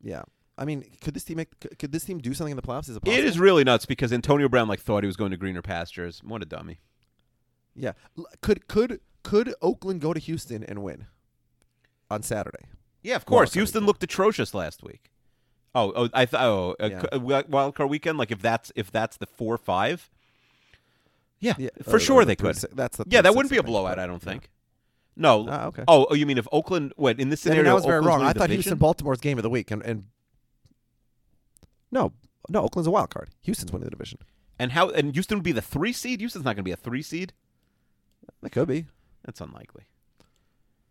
[SPEAKER 7] Yeah, I mean, could this team make? Could, could this team do something in the playoffs? Is it,
[SPEAKER 5] It is
[SPEAKER 7] possible?
[SPEAKER 5] really nuts because Antonio Brown like thought he was going to greener pastures. What a dummy!
[SPEAKER 7] Yeah. L- Could could could Oakland go to Houston and win on Saturday?
[SPEAKER 5] Yeah, of
[SPEAKER 7] Well,
[SPEAKER 5] course.
[SPEAKER 7] it's not
[SPEAKER 5] Houston
[SPEAKER 7] good.
[SPEAKER 5] looked atrocious last week. Oh, oh, I thought oh, a
[SPEAKER 7] Yeah.
[SPEAKER 5] c- a wi- wild card weekend. Like if that's if that's the four five. Yeah,
[SPEAKER 7] or-
[SPEAKER 5] for
[SPEAKER 7] or
[SPEAKER 5] sure
[SPEAKER 7] the
[SPEAKER 5] they
[SPEAKER 7] three
[SPEAKER 5] could.
[SPEAKER 7] si- Oh, that's the
[SPEAKER 5] yeah,
[SPEAKER 7] three
[SPEAKER 5] that
[SPEAKER 7] six,
[SPEAKER 5] wouldn't be
[SPEAKER 7] I
[SPEAKER 5] a
[SPEAKER 7] think,
[SPEAKER 5] blowout.
[SPEAKER 7] but,
[SPEAKER 5] I don't
[SPEAKER 7] yeah.
[SPEAKER 5] think. No.
[SPEAKER 7] Ah, okay.
[SPEAKER 5] Oh, oh, you mean if Oakland? Wait, in this
[SPEAKER 7] I mean,
[SPEAKER 5] scenario,
[SPEAKER 7] I was very
[SPEAKER 5] Oakland's
[SPEAKER 7] wrong.
[SPEAKER 5] winning
[SPEAKER 7] I
[SPEAKER 5] the
[SPEAKER 7] thought
[SPEAKER 5] division?
[SPEAKER 7] Houston Baltimore's game of the week, and, and no, no, Oakland's a wild card. Houston's winning the division.
[SPEAKER 5] and how and Houston would be the three seed. Houston's not going to be a three seed.
[SPEAKER 7] That could be.
[SPEAKER 5] That's unlikely.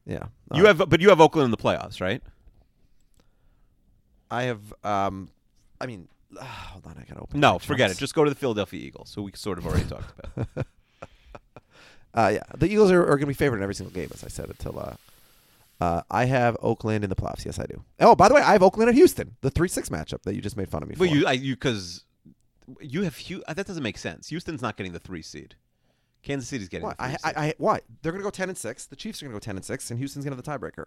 [SPEAKER 7] Yeah, Uh,
[SPEAKER 5] You have, but you have Oakland in the playoffs, right?
[SPEAKER 7] I have. Um, I mean, hold on. I gotta open.
[SPEAKER 5] No, forget it. Just go to the Philadelphia Eagles, who we sort of already talked about.
[SPEAKER 7] Uh, yeah, the Eagles are, are going to be favored in every single game, as I said until. Uh, uh, I have Oakland in the playoffs. Yes, I do. Oh, by the way, I have Oakland at Houston, the three six matchup that you just made fun of me
[SPEAKER 5] But
[SPEAKER 7] for.
[SPEAKER 5] you, I, you, because you have Hu- uh, that doesn't make sense. Houston's not getting the three seed. Kansas City's getting.
[SPEAKER 7] why?
[SPEAKER 5] The three
[SPEAKER 7] I, I,
[SPEAKER 5] seed.
[SPEAKER 7] I, why? They're going to go ten and six. The Chiefs are going to go ten and six, and Houston's going to have the tiebreaker.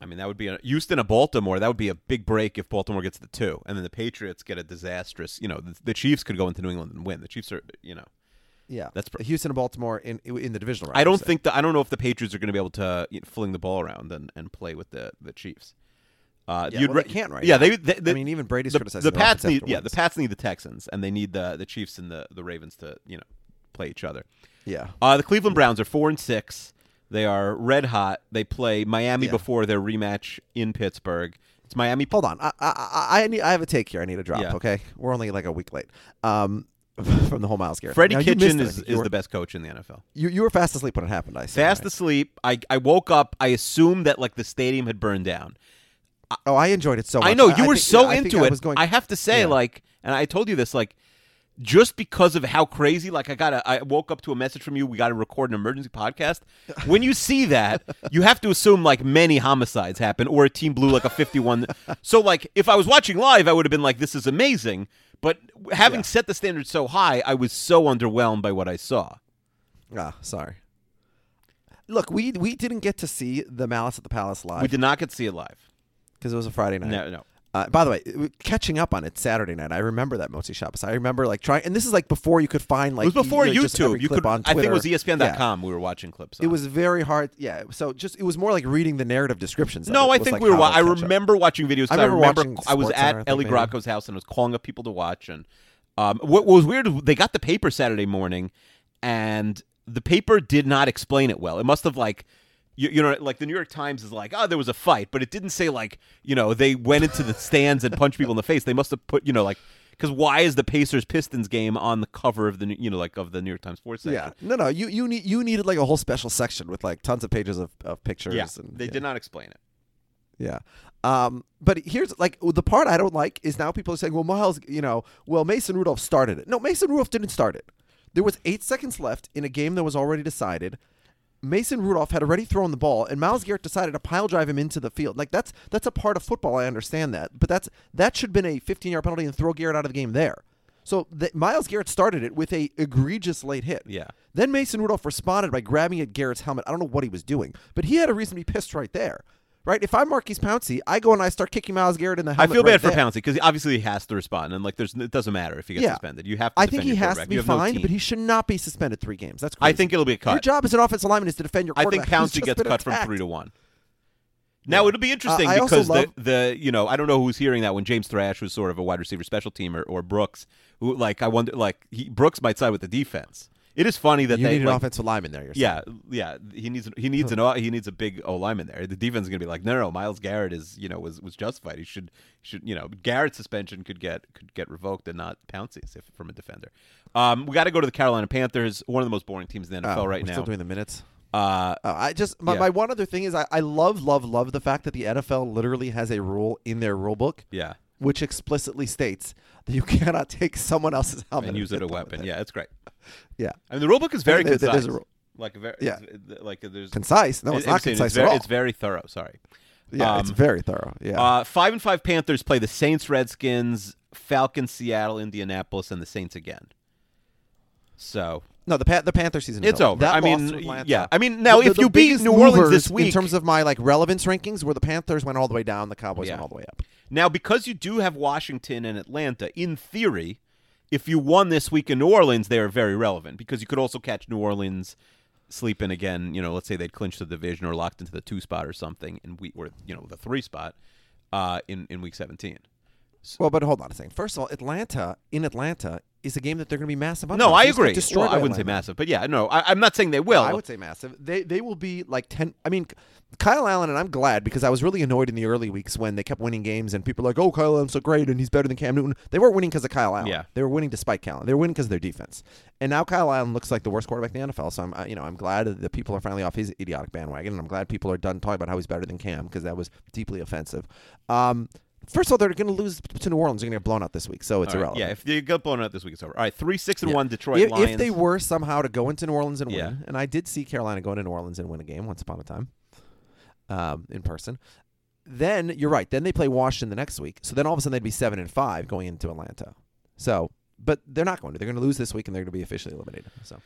[SPEAKER 5] I mean, that would be a, Houston a Baltimore. That would be a big break if Baltimore gets the two, and then the Patriots get a disastrous. You know, the, the Chiefs could go into New England and win. The Chiefs are, you know,
[SPEAKER 7] Yeah,
[SPEAKER 5] That's pr-
[SPEAKER 7] Houston and Baltimore in in the divisional round.
[SPEAKER 5] I
[SPEAKER 7] per
[SPEAKER 5] don't
[SPEAKER 7] se.
[SPEAKER 5] think that I don't know if the Patriots are going to be able to you know, fling the ball around and, and play with the the Chiefs. Uh,
[SPEAKER 7] Yeah,
[SPEAKER 5] you'd
[SPEAKER 7] well, they
[SPEAKER 5] re-
[SPEAKER 7] can't right
[SPEAKER 5] Yeah,
[SPEAKER 7] now.
[SPEAKER 5] they, they,
[SPEAKER 7] I mean, even Brady's
[SPEAKER 5] the,
[SPEAKER 7] criticizing
[SPEAKER 5] the
[SPEAKER 7] their offense
[SPEAKER 5] Pats need.
[SPEAKER 7] after
[SPEAKER 5] Yeah, the
[SPEAKER 7] wins.
[SPEAKER 5] Pats need the Texans, and they need the the Chiefs and the the Ravens to you know play each other.
[SPEAKER 7] Yeah,
[SPEAKER 5] Uh, the Cleveland Browns are four and six. They are red hot. They play Miami
[SPEAKER 7] Yeah.
[SPEAKER 5] before their rematch in Pittsburgh. It's Miami.
[SPEAKER 7] hold on. I, I I- I need I have a take here. I need a drop.
[SPEAKER 5] Yeah.
[SPEAKER 7] Okay, we're only like a week late. Um, from the whole Miles Garrett.
[SPEAKER 5] Freddie
[SPEAKER 7] Now, you missed
[SPEAKER 5] Kitchen
[SPEAKER 7] it, I
[SPEAKER 5] is,
[SPEAKER 7] think. You
[SPEAKER 5] is
[SPEAKER 7] were-
[SPEAKER 5] the best coach in the NFL.
[SPEAKER 7] You you were fast asleep when it happened. I see.
[SPEAKER 5] Fast
[SPEAKER 7] right?
[SPEAKER 5] asleep. I, I woke up. I assumed that like the stadium had burned down.
[SPEAKER 7] Oh, I enjoyed it so much.
[SPEAKER 5] I know you were
[SPEAKER 7] think-
[SPEAKER 5] so
[SPEAKER 7] I think
[SPEAKER 5] into
[SPEAKER 7] I
[SPEAKER 5] it.
[SPEAKER 7] was going-
[SPEAKER 5] I have to say,
[SPEAKER 7] Yeah.
[SPEAKER 5] like, and I told you this, like, just because of how crazy, like, I got, a, I woke up to a message from you. We got to record an emergency podcast. When you see that, you have to assume like many homicides happen, or a team blew like a fifty-one. so, like, if I was watching live, I would have been like, "This is amazing." But having set the standard so high, I was so underwhelmed by what I saw.
[SPEAKER 7] Ah, sorry. Look, we we didn't get to see the Malice at the Palace
[SPEAKER 5] We
[SPEAKER 7] live
[SPEAKER 5] did not get to see it live.
[SPEAKER 7] because it was a Friday night.
[SPEAKER 5] No, no.
[SPEAKER 7] Uh, by the way, it- catching up on it Saturday night, I remember that Motzi Shabbos. I remember like trying, and this is like before you could find like
[SPEAKER 5] it was before
[SPEAKER 7] you know, just every
[SPEAKER 5] YouTube. You
[SPEAKER 7] clip
[SPEAKER 5] could,
[SPEAKER 7] on
[SPEAKER 5] I think it
[SPEAKER 7] Twitter.
[SPEAKER 5] was E
[SPEAKER 7] Yeah.
[SPEAKER 5] ESPN.com. We were watching clips.
[SPEAKER 7] It
[SPEAKER 5] on.
[SPEAKER 7] was very hard. Yeah. So just it was more like reading the narrative descriptions. of
[SPEAKER 5] No,
[SPEAKER 7] it.
[SPEAKER 5] I
[SPEAKER 7] It was,
[SPEAKER 5] think
[SPEAKER 7] like,
[SPEAKER 5] we were.
[SPEAKER 7] how
[SPEAKER 5] Wa-
[SPEAKER 7] they'll
[SPEAKER 5] I
[SPEAKER 7] catch up.
[SPEAKER 5] remember watching videos. 'cause
[SPEAKER 7] I
[SPEAKER 5] I
[SPEAKER 7] remember
[SPEAKER 5] remember,
[SPEAKER 7] watching
[SPEAKER 5] I was
[SPEAKER 7] SportsCenter, I
[SPEAKER 5] at
[SPEAKER 7] think,
[SPEAKER 5] Ellie
[SPEAKER 7] maybe.
[SPEAKER 5] Grotko's house and I was calling up people to watch. And um, what was weird, was they got the paper Saturday morning, and the paper did not explain it well. It must have like. You, you know, like the New York Times is like, oh, there was a fight, but it didn't say like, you know, they went into the stands and punched people in the face. They must have put, you know, like, because why is the Pacers Pistons game on the cover of the, New- you know, like of the New York Times sports section?
[SPEAKER 7] Yeah. No, no. You you need you needed like a whole special section with like tons of pages of, of pictures.
[SPEAKER 5] yeah,
[SPEAKER 7] And,
[SPEAKER 5] they
[SPEAKER 7] yeah.
[SPEAKER 5] did not explain it.
[SPEAKER 7] Yeah. Um, but here's like the part I don't like is now people are saying, well, Miles, you know, well, Mason Rudolph started it. No, Mason Rudolph didn't start it. There was eight seconds left in a game that was already decided. Mason Rudolph had already thrown the ball, and Miles Garrett decided to pile drive him into the field. Like that's that's a part of football. I understand that, but that's that should have been a 15 yard penalty and throw Garrett out of the game there. So the, Miles Garrett started it with a egregious late hit.
[SPEAKER 5] Yeah.
[SPEAKER 7] Then Mason Rudolph responded by grabbing at Garrett's helmet. I don't know what he was doing, but he had a reason to be pissed right there. Right? If I'm Marquise Pouncey, I go and I start kicking Miles Garrett in the
[SPEAKER 5] I
[SPEAKER 7] helmet.
[SPEAKER 5] feel
[SPEAKER 7] right
[SPEAKER 5] bad for
[SPEAKER 7] there.
[SPEAKER 5] Pouncey because obviously he has to respond, and like, there's it doesn't matter if he gets
[SPEAKER 7] Yeah.
[SPEAKER 5] suspended. You have to.
[SPEAKER 7] I
[SPEAKER 5] defend
[SPEAKER 7] think he
[SPEAKER 5] your
[SPEAKER 7] has to
[SPEAKER 5] quarterback.
[SPEAKER 7] be
[SPEAKER 5] You have no
[SPEAKER 7] fined,
[SPEAKER 5] team.
[SPEAKER 7] but he should not be suspended three games. That's
[SPEAKER 5] I
[SPEAKER 7] crazy.
[SPEAKER 5] think it'll be a cut.
[SPEAKER 7] Your job as an offensive lineman is to defend your
[SPEAKER 5] I
[SPEAKER 7] quarterback.
[SPEAKER 5] think Pouncey
[SPEAKER 7] who's
[SPEAKER 5] gets
[SPEAKER 7] just been
[SPEAKER 5] cut from
[SPEAKER 7] attacked.
[SPEAKER 5] three to one. Now it'll be interesting
[SPEAKER 7] Uh, I also
[SPEAKER 5] because
[SPEAKER 7] love-
[SPEAKER 5] the the you know I don't know who's hearing that when James Thrash was sort of a wide receiver special teamer or Brooks who like I wonder like he, Brooks might side with the defense It is funny that
[SPEAKER 7] you
[SPEAKER 5] they
[SPEAKER 7] need an
[SPEAKER 5] like,
[SPEAKER 7] offensive lineman there. Yourself.
[SPEAKER 5] Yeah, yeah. He needs he needs an o- he needs a big O lineman there. The defense is gonna be like, no, no, Miles Garrett is you know was was justified. He should should you know Garrett's suspension could get could get revoked and not Pouncey's if from a defender. Um, we got to go to the Carolina Panthers, one of the most boring teams in the NFL
[SPEAKER 7] Oh,
[SPEAKER 5] right
[SPEAKER 7] we're
[SPEAKER 5] now.
[SPEAKER 7] Still doing the minutes.
[SPEAKER 5] uh,
[SPEAKER 7] Oh, I just my,
[SPEAKER 5] Yeah.
[SPEAKER 7] my one other thing is I, I love love love the fact that the NFL literally has a rule in their rule book,
[SPEAKER 5] yeah,
[SPEAKER 7] which explicitly states that you cannot take someone else's helmet
[SPEAKER 5] and use it a
[SPEAKER 7] hit them with
[SPEAKER 5] weapon. Yeah, it's great.
[SPEAKER 7] yeah,
[SPEAKER 5] I mean, the rule book is very
[SPEAKER 7] There- there-
[SPEAKER 5] concise.
[SPEAKER 7] there's a rule.
[SPEAKER 5] Like a very
[SPEAKER 7] Yeah.
[SPEAKER 5] it's- like there's
[SPEAKER 7] concise. No, it's
[SPEAKER 5] I'm
[SPEAKER 7] not
[SPEAKER 5] saying
[SPEAKER 7] concise
[SPEAKER 5] it's very,
[SPEAKER 7] at all.
[SPEAKER 5] It's very thorough. Sorry.
[SPEAKER 7] yeah, it's
[SPEAKER 5] um,
[SPEAKER 7] very thorough. Yeah,
[SPEAKER 5] Uh, five and five Panthers play the Saints, Redskins, Falcons, Seattle, Indianapolis, and the Saints again. So
[SPEAKER 7] no, the pa- the Panther season. is
[SPEAKER 5] it's over. I
[SPEAKER 7] That loss
[SPEAKER 5] mean,
[SPEAKER 7] to Atlanta-
[SPEAKER 5] yeah. I mean, now
[SPEAKER 7] the-
[SPEAKER 5] if
[SPEAKER 7] the
[SPEAKER 5] you beat
[SPEAKER 7] biggest
[SPEAKER 5] New Orleans
[SPEAKER 7] movers
[SPEAKER 5] this week,
[SPEAKER 7] in terms of my like relevance rankings, where the Panthers went all the way down, the Cowboys
[SPEAKER 5] Yeah.
[SPEAKER 7] went all the way up.
[SPEAKER 5] now because you do have Washington and Atlanta, in theory, if you won this week in New Orleans, they are very relevant because you could also catch New Orleans sleeping again. You know, let's say they'd clinched the division or locked into the two spot or something, in week or you know the three spot uh, in in week seventeen.
[SPEAKER 7] Well, but hold on a second. First of all, Atlanta in Atlanta is a game that they're going to be massive.
[SPEAKER 5] No,
[SPEAKER 7] underdogs.
[SPEAKER 5] I
[SPEAKER 7] They just got
[SPEAKER 5] agree.
[SPEAKER 7] destroyed
[SPEAKER 5] Well, I
[SPEAKER 7] by
[SPEAKER 5] wouldn't say
[SPEAKER 7] Atlanta.
[SPEAKER 5] massive, but yeah, no, I, I'm not saying they will.
[SPEAKER 7] I would say massive. They they will be like ten. I mean, Kyle Allen and I'm glad because I was really annoyed in the early weeks when they kept winning games and people were like, oh, Kyle Allen's so great and he's better than Cam Newton. They weren't winning because of Kyle Allen.
[SPEAKER 5] Yeah.
[SPEAKER 7] they were winning despite Kyle. Allen. They were winning because of their defense. And now Kyle Allen looks like the worst quarterback in the NFL. So I'm uh, you know I'm glad that people are finally off his idiotic bandwagon and I'm glad people are done talking about how he's better than Cam because that was deeply offensive. Um, First of all, they're going to lose to New Orleans. They're going to get blown out this week, so it's
[SPEAKER 5] All right,
[SPEAKER 7] irrelevant.
[SPEAKER 5] Yeah, if they get blown out this week, it's over. All right, three six and
[SPEAKER 7] Yeah.
[SPEAKER 5] one Detroit
[SPEAKER 7] if,
[SPEAKER 5] Lions.
[SPEAKER 7] If they were somehow to go into New Orleans and
[SPEAKER 5] Yeah.
[SPEAKER 7] win, and I did see Carolina go into New Orleans and win a game once upon a time, um, in person. Then you're right. Then they play Washington the next week. So then all of a sudden they'd be seven and five going into Atlanta. So, but they're not going to. They're going to lose this week, and they're going to be officially eliminated. So,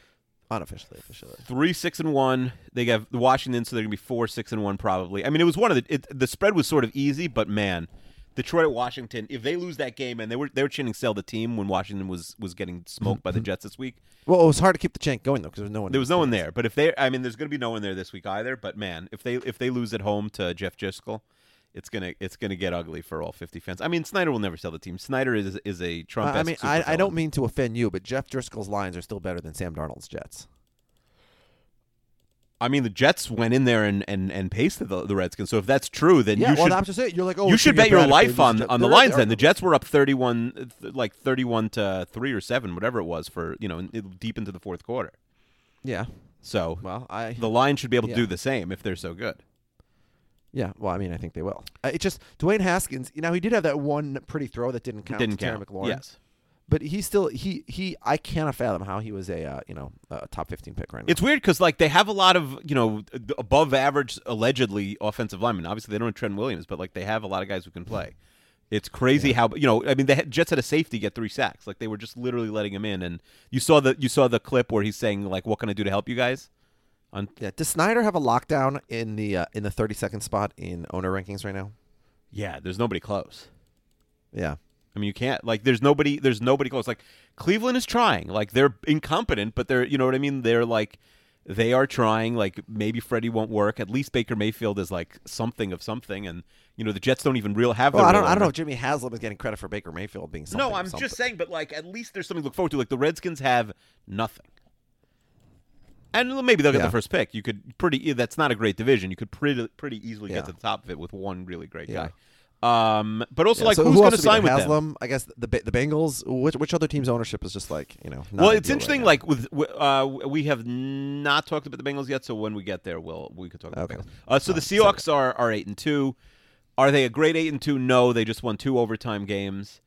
[SPEAKER 7] unofficially, officially.
[SPEAKER 5] three six and one, they have the Washington, so they're gonna be four six and one probably. I mean, it was one of the it, the spread was sort of easy, but man, Detroit at Washington. If they lose that game, and they were they were chanting sell the team when Washington was was getting smoked by the Jets this week.
[SPEAKER 7] Well, it was hard to keep the chant going though because there was no one.
[SPEAKER 5] There was no one there, but if they, I mean, there's gonna be no one there this week either. But man, if they if they lose at home to Jeff Driscoll. It's gonna it's gonna get ugly for all fifty fans. I mean, Snyder will never sell the team. Snyder is is a Trump.
[SPEAKER 7] I I mean, I, I don't mean to offend you, but Jeff Driscoll's Lions are still better than Sam Darnold's Jets.
[SPEAKER 5] I mean, the Jets went in there and and and pasted the, the Redskins. So if that's true, then
[SPEAKER 7] yeah,
[SPEAKER 5] you
[SPEAKER 7] well,
[SPEAKER 5] should
[SPEAKER 7] I'm just saying. You're like, oh,
[SPEAKER 5] you
[SPEAKER 7] it's
[SPEAKER 5] should
[SPEAKER 7] gonna
[SPEAKER 5] bet
[SPEAKER 7] get
[SPEAKER 5] your
[SPEAKER 7] bad if they lose
[SPEAKER 5] life on
[SPEAKER 7] to-
[SPEAKER 5] on the
[SPEAKER 7] They're-
[SPEAKER 5] lines.
[SPEAKER 7] they're-
[SPEAKER 5] Then the Jets were up thirty-one, th- like thirty-one to three or seven, whatever it was for you know in- in- deep into the fourth quarter.
[SPEAKER 7] Yeah.
[SPEAKER 5] So
[SPEAKER 7] Well, I
[SPEAKER 5] the Lions should be able to
[SPEAKER 7] yeah.
[SPEAKER 5] do the same if they're so good.
[SPEAKER 7] Yeah, well, I mean, I think they will. Uh, it just Dwayne Haskins. You know, he did have that one pretty throw that didn't count.
[SPEAKER 5] Didn't
[SPEAKER 7] to Terry
[SPEAKER 5] count.
[SPEAKER 7] McLaurin,
[SPEAKER 5] Yes,
[SPEAKER 7] but he still he he. I cannot fathom how he was a uh, you know a top fifteen pick right now.
[SPEAKER 5] it's weird because like they have a lot of you know th- above average allegedly offensive linemen. Obviously, they don't have Trent Williams, but like they have a lot of guys who can play. It's crazy how you know. I mean, the had, Jets had a safety get three sacks. Like they were just literally letting him in, and you saw the you saw the clip where he's saying like, "What can I do to help you guys?" On
[SPEAKER 7] yeah. Does Snyder have a lockdown in the uh, in the thirty second spot in owner rankings right now?
[SPEAKER 5] yeah, there's nobody close.
[SPEAKER 7] Yeah.
[SPEAKER 5] I mean, you can't like. There's nobody. There's nobody close. Like Cleveland is trying. Like they're incompetent, but they're. You know what I mean? They're like, they are trying. Like maybe Freddie won't work. At least Baker Mayfield is like something of something, and you know the Jets don't even real have.
[SPEAKER 7] Well,
[SPEAKER 5] their
[SPEAKER 7] I don't.
[SPEAKER 5] real
[SPEAKER 7] I don't know
[SPEAKER 5] owner.
[SPEAKER 7] if Jimmy Haslam is getting credit for Baker Mayfield being something.
[SPEAKER 5] Oh, no, I'm
[SPEAKER 7] something.
[SPEAKER 5] just saying. But like, at least there's something to look forward to. Like the Redskins have nothing, and maybe they'll get
[SPEAKER 7] Yeah.
[SPEAKER 5] the first pick. You could pretty. That's not a great division. You could pretty pretty easily get
[SPEAKER 7] Yeah.
[SPEAKER 5] to the top of it with one really great
[SPEAKER 7] Yeah.
[SPEAKER 5] guy. Um, but also
[SPEAKER 7] Yeah,
[SPEAKER 5] like
[SPEAKER 7] so
[SPEAKER 5] who's
[SPEAKER 7] who
[SPEAKER 5] going
[SPEAKER 7] else
[SPEAKER 5] to
[SPEAKER 7] would be
[SPEAKER 5] sign
[SPEAKER 7] there?
[SPEAKER 5] with them?
[SPEAKER 7] Haslam? I guess the Ba- the Bengals. Which which other team's ownership is just like you know. not
[SPEAKER 5] well, it's
[SPEAKER 7] ideal right
[SPEAKER 5] interesting.
[SPEAKER 7] now?
[SPEAKER 5] like with w- uh, we have not talked about the Bengals yet, so when we get there, we'll we could talk about the
[SPEAKER 7] Okay.
[SPEAKER 5] Bengals. Uh, so the Seahawks are are eight and two. Are they a great eight and two? No, they just won two overtime games.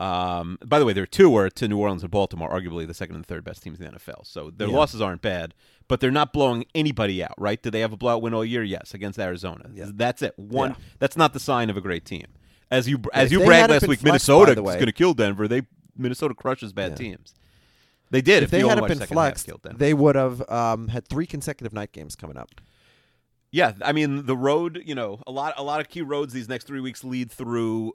[SPEAKER 5] Um, by the way, their two were to New Orleans and Baltimore, arguably the second and third best teams in the NFL. So their losses aren't bad, but they're not blowing anybody out, right? Did they have a blowout win all year? Yes, against Arizona. That's it. One. That's not the sign of a great team. As you as
[SPEAKER 7] if
[SPEAKER 5] you
[SPEAKER 7] they
[SPEAKER 5] bragged
[SPEAKER 7] hadn't
[SPEAKER 5] last
[SPEAKER 7] been
[SPEAKER 5] week,
[SPEAKER 7] flexed, by
[SPEAKER 5] Minnesota is
[SPEAKER 7] the way-
[SPEAKER 5] going to kill Denver. They Minnesota crushes bad teams. They did.
[SPEAKER 7] if they
[SPEAKER 5] you only
[SPEAKER 7] hadn't
[SPEAKER 5] watch
[SPEAKER 7] been
[SPEAKER 5] second half
[SPEAKER 7] flexed,
[SPEAKER 5] killed them.
[SPEAKER 7] they would have um, had three consecutive night games coming up.
[SPEAKER 5] yeah, I mean the road. You know, a lot, a lot of key roads these next three weeks lead through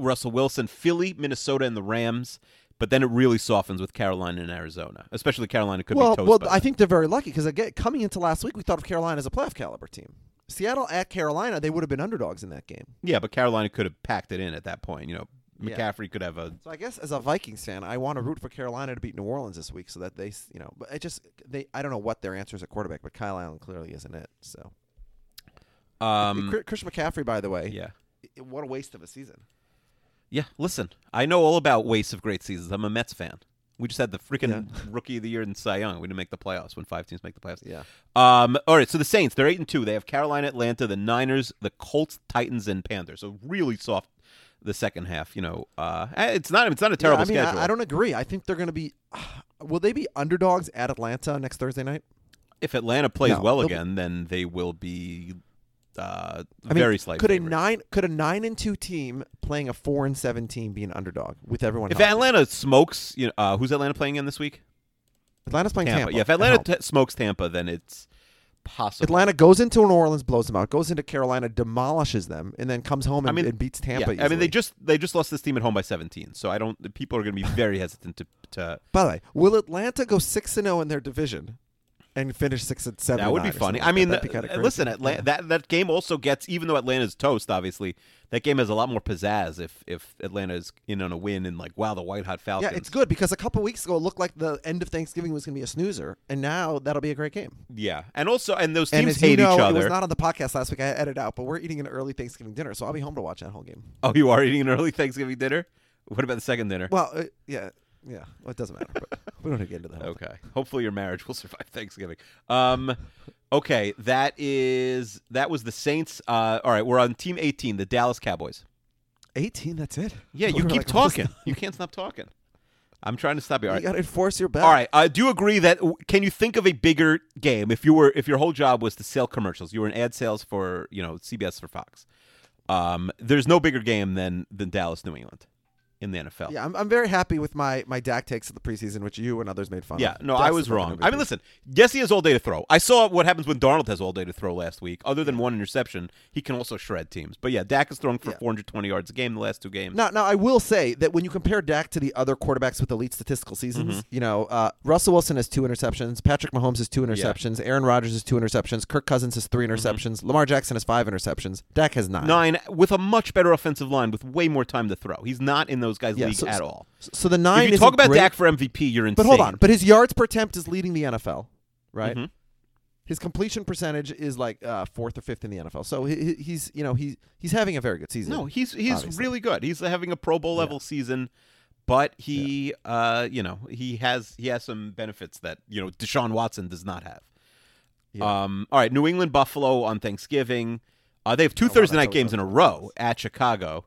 [SPEAKER 5] Russell Wilson, Philly, Minnesota, and the Rams. But then it really softens with Carolina and Arizona, especially Carolina could
[SPEAKER 7] well,
[SPEAKER 5] be toast.
[SPEAKER 7] well,
[SPEAKER 5] by
[SPEAKER 7] I
[SPEAKER 5] then.
[SPEAKER 7] think they're very lucky because again, coming into last week, we thought of Carolina as a playoff caliber team. Seattle at Carolina, they would have been underdogs in that game.
[SPEAKER 5] yeah, but Carolina could have packed it in at that point. You know, McCaffrey could have a.
[SPEAKER 7] So I guess as a Vikings fan, I want to root for Carolina to beat New Orleans this week so that they, s- you know, but it just they I don't know what their answer is at quarterback, but Kyle Allen clearly isn't it. So
[SPEAKER 5] Um,
[SPEAKER 7] Chris- Chris McCaffrey, by the way,
[SPEAKER 5] yeah.
[SPEAKER 7] i- what a waste of a season.
[SPEAKER 5] Yeah, listen, I know all about wastes of great seasons. I'm a Mets fan. We just had the freaking rookie of the year in Cy Young. We didn't make the playoffs when five teams make the playoffs.
[SPEAKER 7] Yeah.
[SPEAKER 5] Um, all right, so the Saints, they're eight and two. They have Carolina, Atlanta, the Niners, the Colts, Titans, and Panthers. So really soft the second half, you know. Uh, it's not it's not a terrible
[SPEAKER 7] I mean, I-
[SPEAKER 5] schedule.
[SPEAKER 7] I, don't agree. I think they're going to be. will they be underdogs at Atlanta next Thursday night?
[SPEAKER 5] if Atlanta plays
[SPEAKER 7] No,
[SPEAKER 5] well
[SPEAKER 7] they'll be-
[SPEAKER 5] again, then they will be uh,
[SPEAKER 7] I mean,
[SPEAKER 5] very slight.
[SPEAKER 7] Could a
[SPEAKER 5] favorites.
[SPEAKER 7] nine could a nine and two team playing a four and seven team be an underdog with everyone?
[SPEAKER 5] If
[SPEAKER 7] healthy?
[SPEAKER 5] Atlanta smokes, you know, uh, who's Atlanta playing in this week?
[SPEAKER 7] Atlanta's playing Tampa,
[SPEAKER 5] Yeah, if
[SPEAKER 7] at
[SPEAKER 5] Atlanta
[SPEAKER 7] home.
[SPEAKER 5] t- smokes Tampa, then it's possible.
[SPEAKER 7] Atlanta goes into New Orleans, blows them out. Goes into Carolina, demolishes them, and then comes home and, and beats Tampa.
[SPEAKER 5] yeah, I mean, they
[SPEAKER 7] easily.
[SPEAKER 5] just they just lost this team at home by 17, so I don't. the People are going to be very hesitant to. to
[SPEAKER 7] By the way, will Atlanta go six and zero in their division and finish six and seven?
[SPEAKER 5] that would be
[SPEAKER 7] or something
[SPEAKER 5] funny.
[SPEAKER 7] like
[SPEAKER 5] I
[SPEAKER 7] that?
[SPEAKER 5] mean,
[SPEAKER 7] That'd be kinda
[SPEAKER 5] uh,
[SPEAKER 7] crazy.
[SPEAKER 5] listen, Atlanta, that that game also gets even though Atlanta's toast, obviously, that game has a lot more pizzazz if if Atlanta is in on a win and like wow, the white hot
[SPEAKER 7] Yeah,
[SPEAKER 5] Falcons.
[SPEAKER 7] it's good because a couple weeks ago it looked like the end of Thanksgiving was going to be a snoozer, and now that'll be a great game.
[SPEAKER 5] Yeah, and also and those
[SPEAKER 7] and
[SPEAKER 5] teams
[SPEAKER 7] as
[SPEAKER 5] hate
[SPEAKER 7] you know,
[SPEAKER 5] each
[SPEAKER 7] it was
[SPEAKER 5] other.
[SPEAKER 7] not on the podcast last week. I edited out, but we're eating an early Thanksgiving dinner, so I'll be home to watch that whole game.
[SPEAKER 5] oh, you are eating an early Thanksgiving dinner. What about the second dinner?
[SPEAKER 7] Well, uh, yeah, yeah, well, it doesn't matter. But we don't have to get into that.
[SPEAKER 5] Okay. Hopefully your marriage will survive Thanksgiving. Um okay, that is that was the Saints. Uh all right, we're on team 18, the Dallas Cowboys.
[SPEAKER 7] Eighteen. That's it.
[SPEAKER 5] Yeah, you
[SPEAKER 7] We're
[SPEAKER 5] keep
[SPEAKER 7] like, what's
[SPEAKER 5] talking.
[SPEAKER 7] this?
[SPEAKER 5] You can't stop talking. I'm trying to stop you. All
[SPEAKER 7] You
[SPEAKER 5] right.
[SPEAKER 7] got to enforce your bet.
[SPEAKER 5] All right. Uh, do you agree that can you think of a bigger game if you were if your whole job was to sell commercials? You were in ad sales for, you know, CBS for Fox. Um there's no bigger game than than Dallas New England in the NFL.
[SPEAKER 7] Yeah, I'm, I'm very happy with my my DAC takes of the preseason, which you and others made fun
[SPEAKER 5] Yeah,
[SPEAKER 7] of.
[SPEAKER 5] no,
[SPEAKER 7] That's
[SPEAKER 5] I
[SPEAKER 7] the
[SPEAKER 5] was
[SPEAKER 7] fucking
[SPEAKER 5] wrong.
[SPEAKER 7] MVP.
[SPEAKER 5] I mean, listen, yes, he has all day to throw. I saw what happens when Darnold has all day to throw last week. Other than one interception, he can also shred teams. But yeah, Dak has thrown for 420 yards a game the last two games.
[SPEAKER 7] Now, now I will say that when you compare Dak to the other quarterbacks with elite statistical seasons,
[SPEAKER 5] Mm-hmm.
[SPEAKER 7] you know uh, Russell Wilson has two interceptions, Patrick Mahomes has two interceptions, Aaron Rodgers has two interceptions, Kirk Cousins has
[SPEAKER 5] Mm-hmm.
[SPEAKER 7] three interceptions, Lamar Jackson has five interceptions, Dak has nine.
[SPEAKER 5] Nine with a much better offensive line with way more time to throw. He's not in those guys'
[SPEAKER 7] Yeah,
[SPEAKER 5] league
[SPEAKER 7] so-
[SPEAKER 5] at
[SPEAKER 7] so-
[SPEAKER 5] all.
[SPEAKER 7] So the nine.
[SPEAKER 5] if you
[SPEAKER 7] isn't
[SPEAKER 5] talk about
[SPEAKER 7] great,
[SPEAKER 5] Dak for MVP, you're insane.
[SPEAKER 7] but hold on. But his yards per attempt is leading the NFL, right?
[SPEAKER 5] Mhm.
[SPEAKER 7] His completion percentage is like uh, fourth or fifth in the NFL. So he, he- he's you know he he's having a very good season.
[SPEAKER 5] no, he's he's
[SPEAKER 7] obviously.
[SPEAKER 5] really good. He's having a Pro Bowl level season, but he, uh, you know, he has he has some benefits that you know Deshaun Watson does not have. Um, all right, New England Buffalo on Thanksgiving. Uh, they have two Thursday
[SPEAKER 7] Oh, that's
[SPEAKER 5] night games in
[SPEAKER 7] always
[SPEAKER 5] a
[SPEAKER 7] up to
[SPEAKER 5] row at Chicago,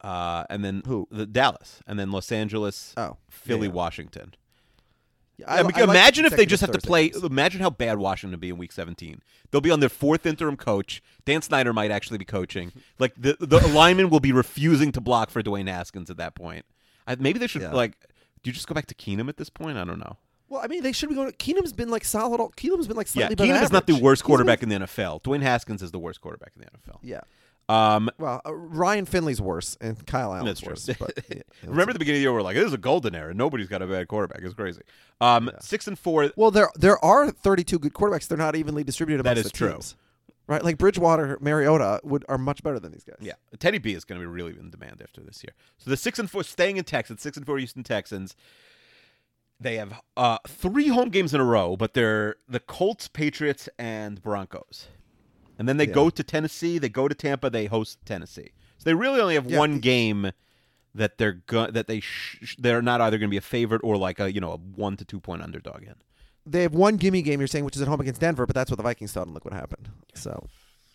[SPEAKER 5] uh, and then
[SPEAKER 7] Who?
[SPEAKER 5] the Dallas, and then Los Angeles,
[SPEAKER 7] Oh,
[SPEAKER 5] Philly,
[SPEAKER 7] yeah.
[SPEAKER 5] Washington.
[SPEAKER 7] I,
[SPEAKER 5] I mean,
[SPEAKER 7] I like
[SPEAKER 5] imagine if they just have
[SPEAKER 7] consecutive
[SPEAKER 5] to play.
[SPEAKER 7] Thursday games.
[SPEAKER 5] Imagine how bad Washington would be in Week 17. They'll be on their fourth interim coach. Dan Snyder might actually be coaching. Like the the linemen will be refusing to block for Dwayne Haskins at that point. I, maybe they should
[SPEAKER 7] Yeah.
[SPEAKER 5] like. Do you just go back to Keenum at this point? I don't know.
[SPEAKER 7] Well, I mean, they should be going. Keenum's been like solid. all- Keenum's been like
[SPEAKER 5] Yeah,
[SPEAKER 7] slightly.
[SPEAKER 5] Keenum
[SPEAKER 7] better
[SPEAKER 5] is not the
[SPEAKER 7] average.
[SPEAKER 5] worst
[SPEAKER 7] He's been-
[SPEAKER 5] quarterback in the NFL. Dwayne Haskins is the worst quarterback in the NFL.
[SPEAKER 7] yeah.
[SPEAKER 5] Um,
[SPEAKER 7] Well, uh, Ryan Finley's worse, and Kyle
[SPEAKER 5] that's
[SPEAKER 7] Allen's
[SPEAKER 5] true.
[SPEAKER 7] worse. But, yeah, yeah,
[SPEAKER 5] Remember
[SPEAKER 7] that's-
[SPEAKER 5] the beginning of the year, we are like, "This is a golden era. Nobody's got a bad quarterback. It's crazy." Um, Six and four.
[SPEAKER 7] well, there there are 32 good quarterbacks. They're not evenly distributed.
[SPEAKER 5] That
[SPEAKER 7] amongst
[SPEAKER 5] is
[SPEAKER 7] the
[SPEAKER 5] true.
[SPEAKER 7] teams. Right, like Bridgewater, Mariota would are much better than these guys.
[SPEAKER 5] Yeah, Teddy B is going to be really in demand after this year. So the six and four, staying in Texas, six and four Houston Texans. They have uh, three home games in a row, but they're the Colts, Patriots, and Broncos. And then they go to Tennessee. They go to Tampa. They host Tennessee. So they really only have
[SPEAKER 7] Yeah.
[SPEAKER 5] one game that they're go- that they sh- sh- they're not either going to be a favorite or like a you know a one to two point underdog in.
[SPEAKER 7] they have one gimme game. You're saying, which is at home against Denver, but that's what the Vikings thought, and look what happened. So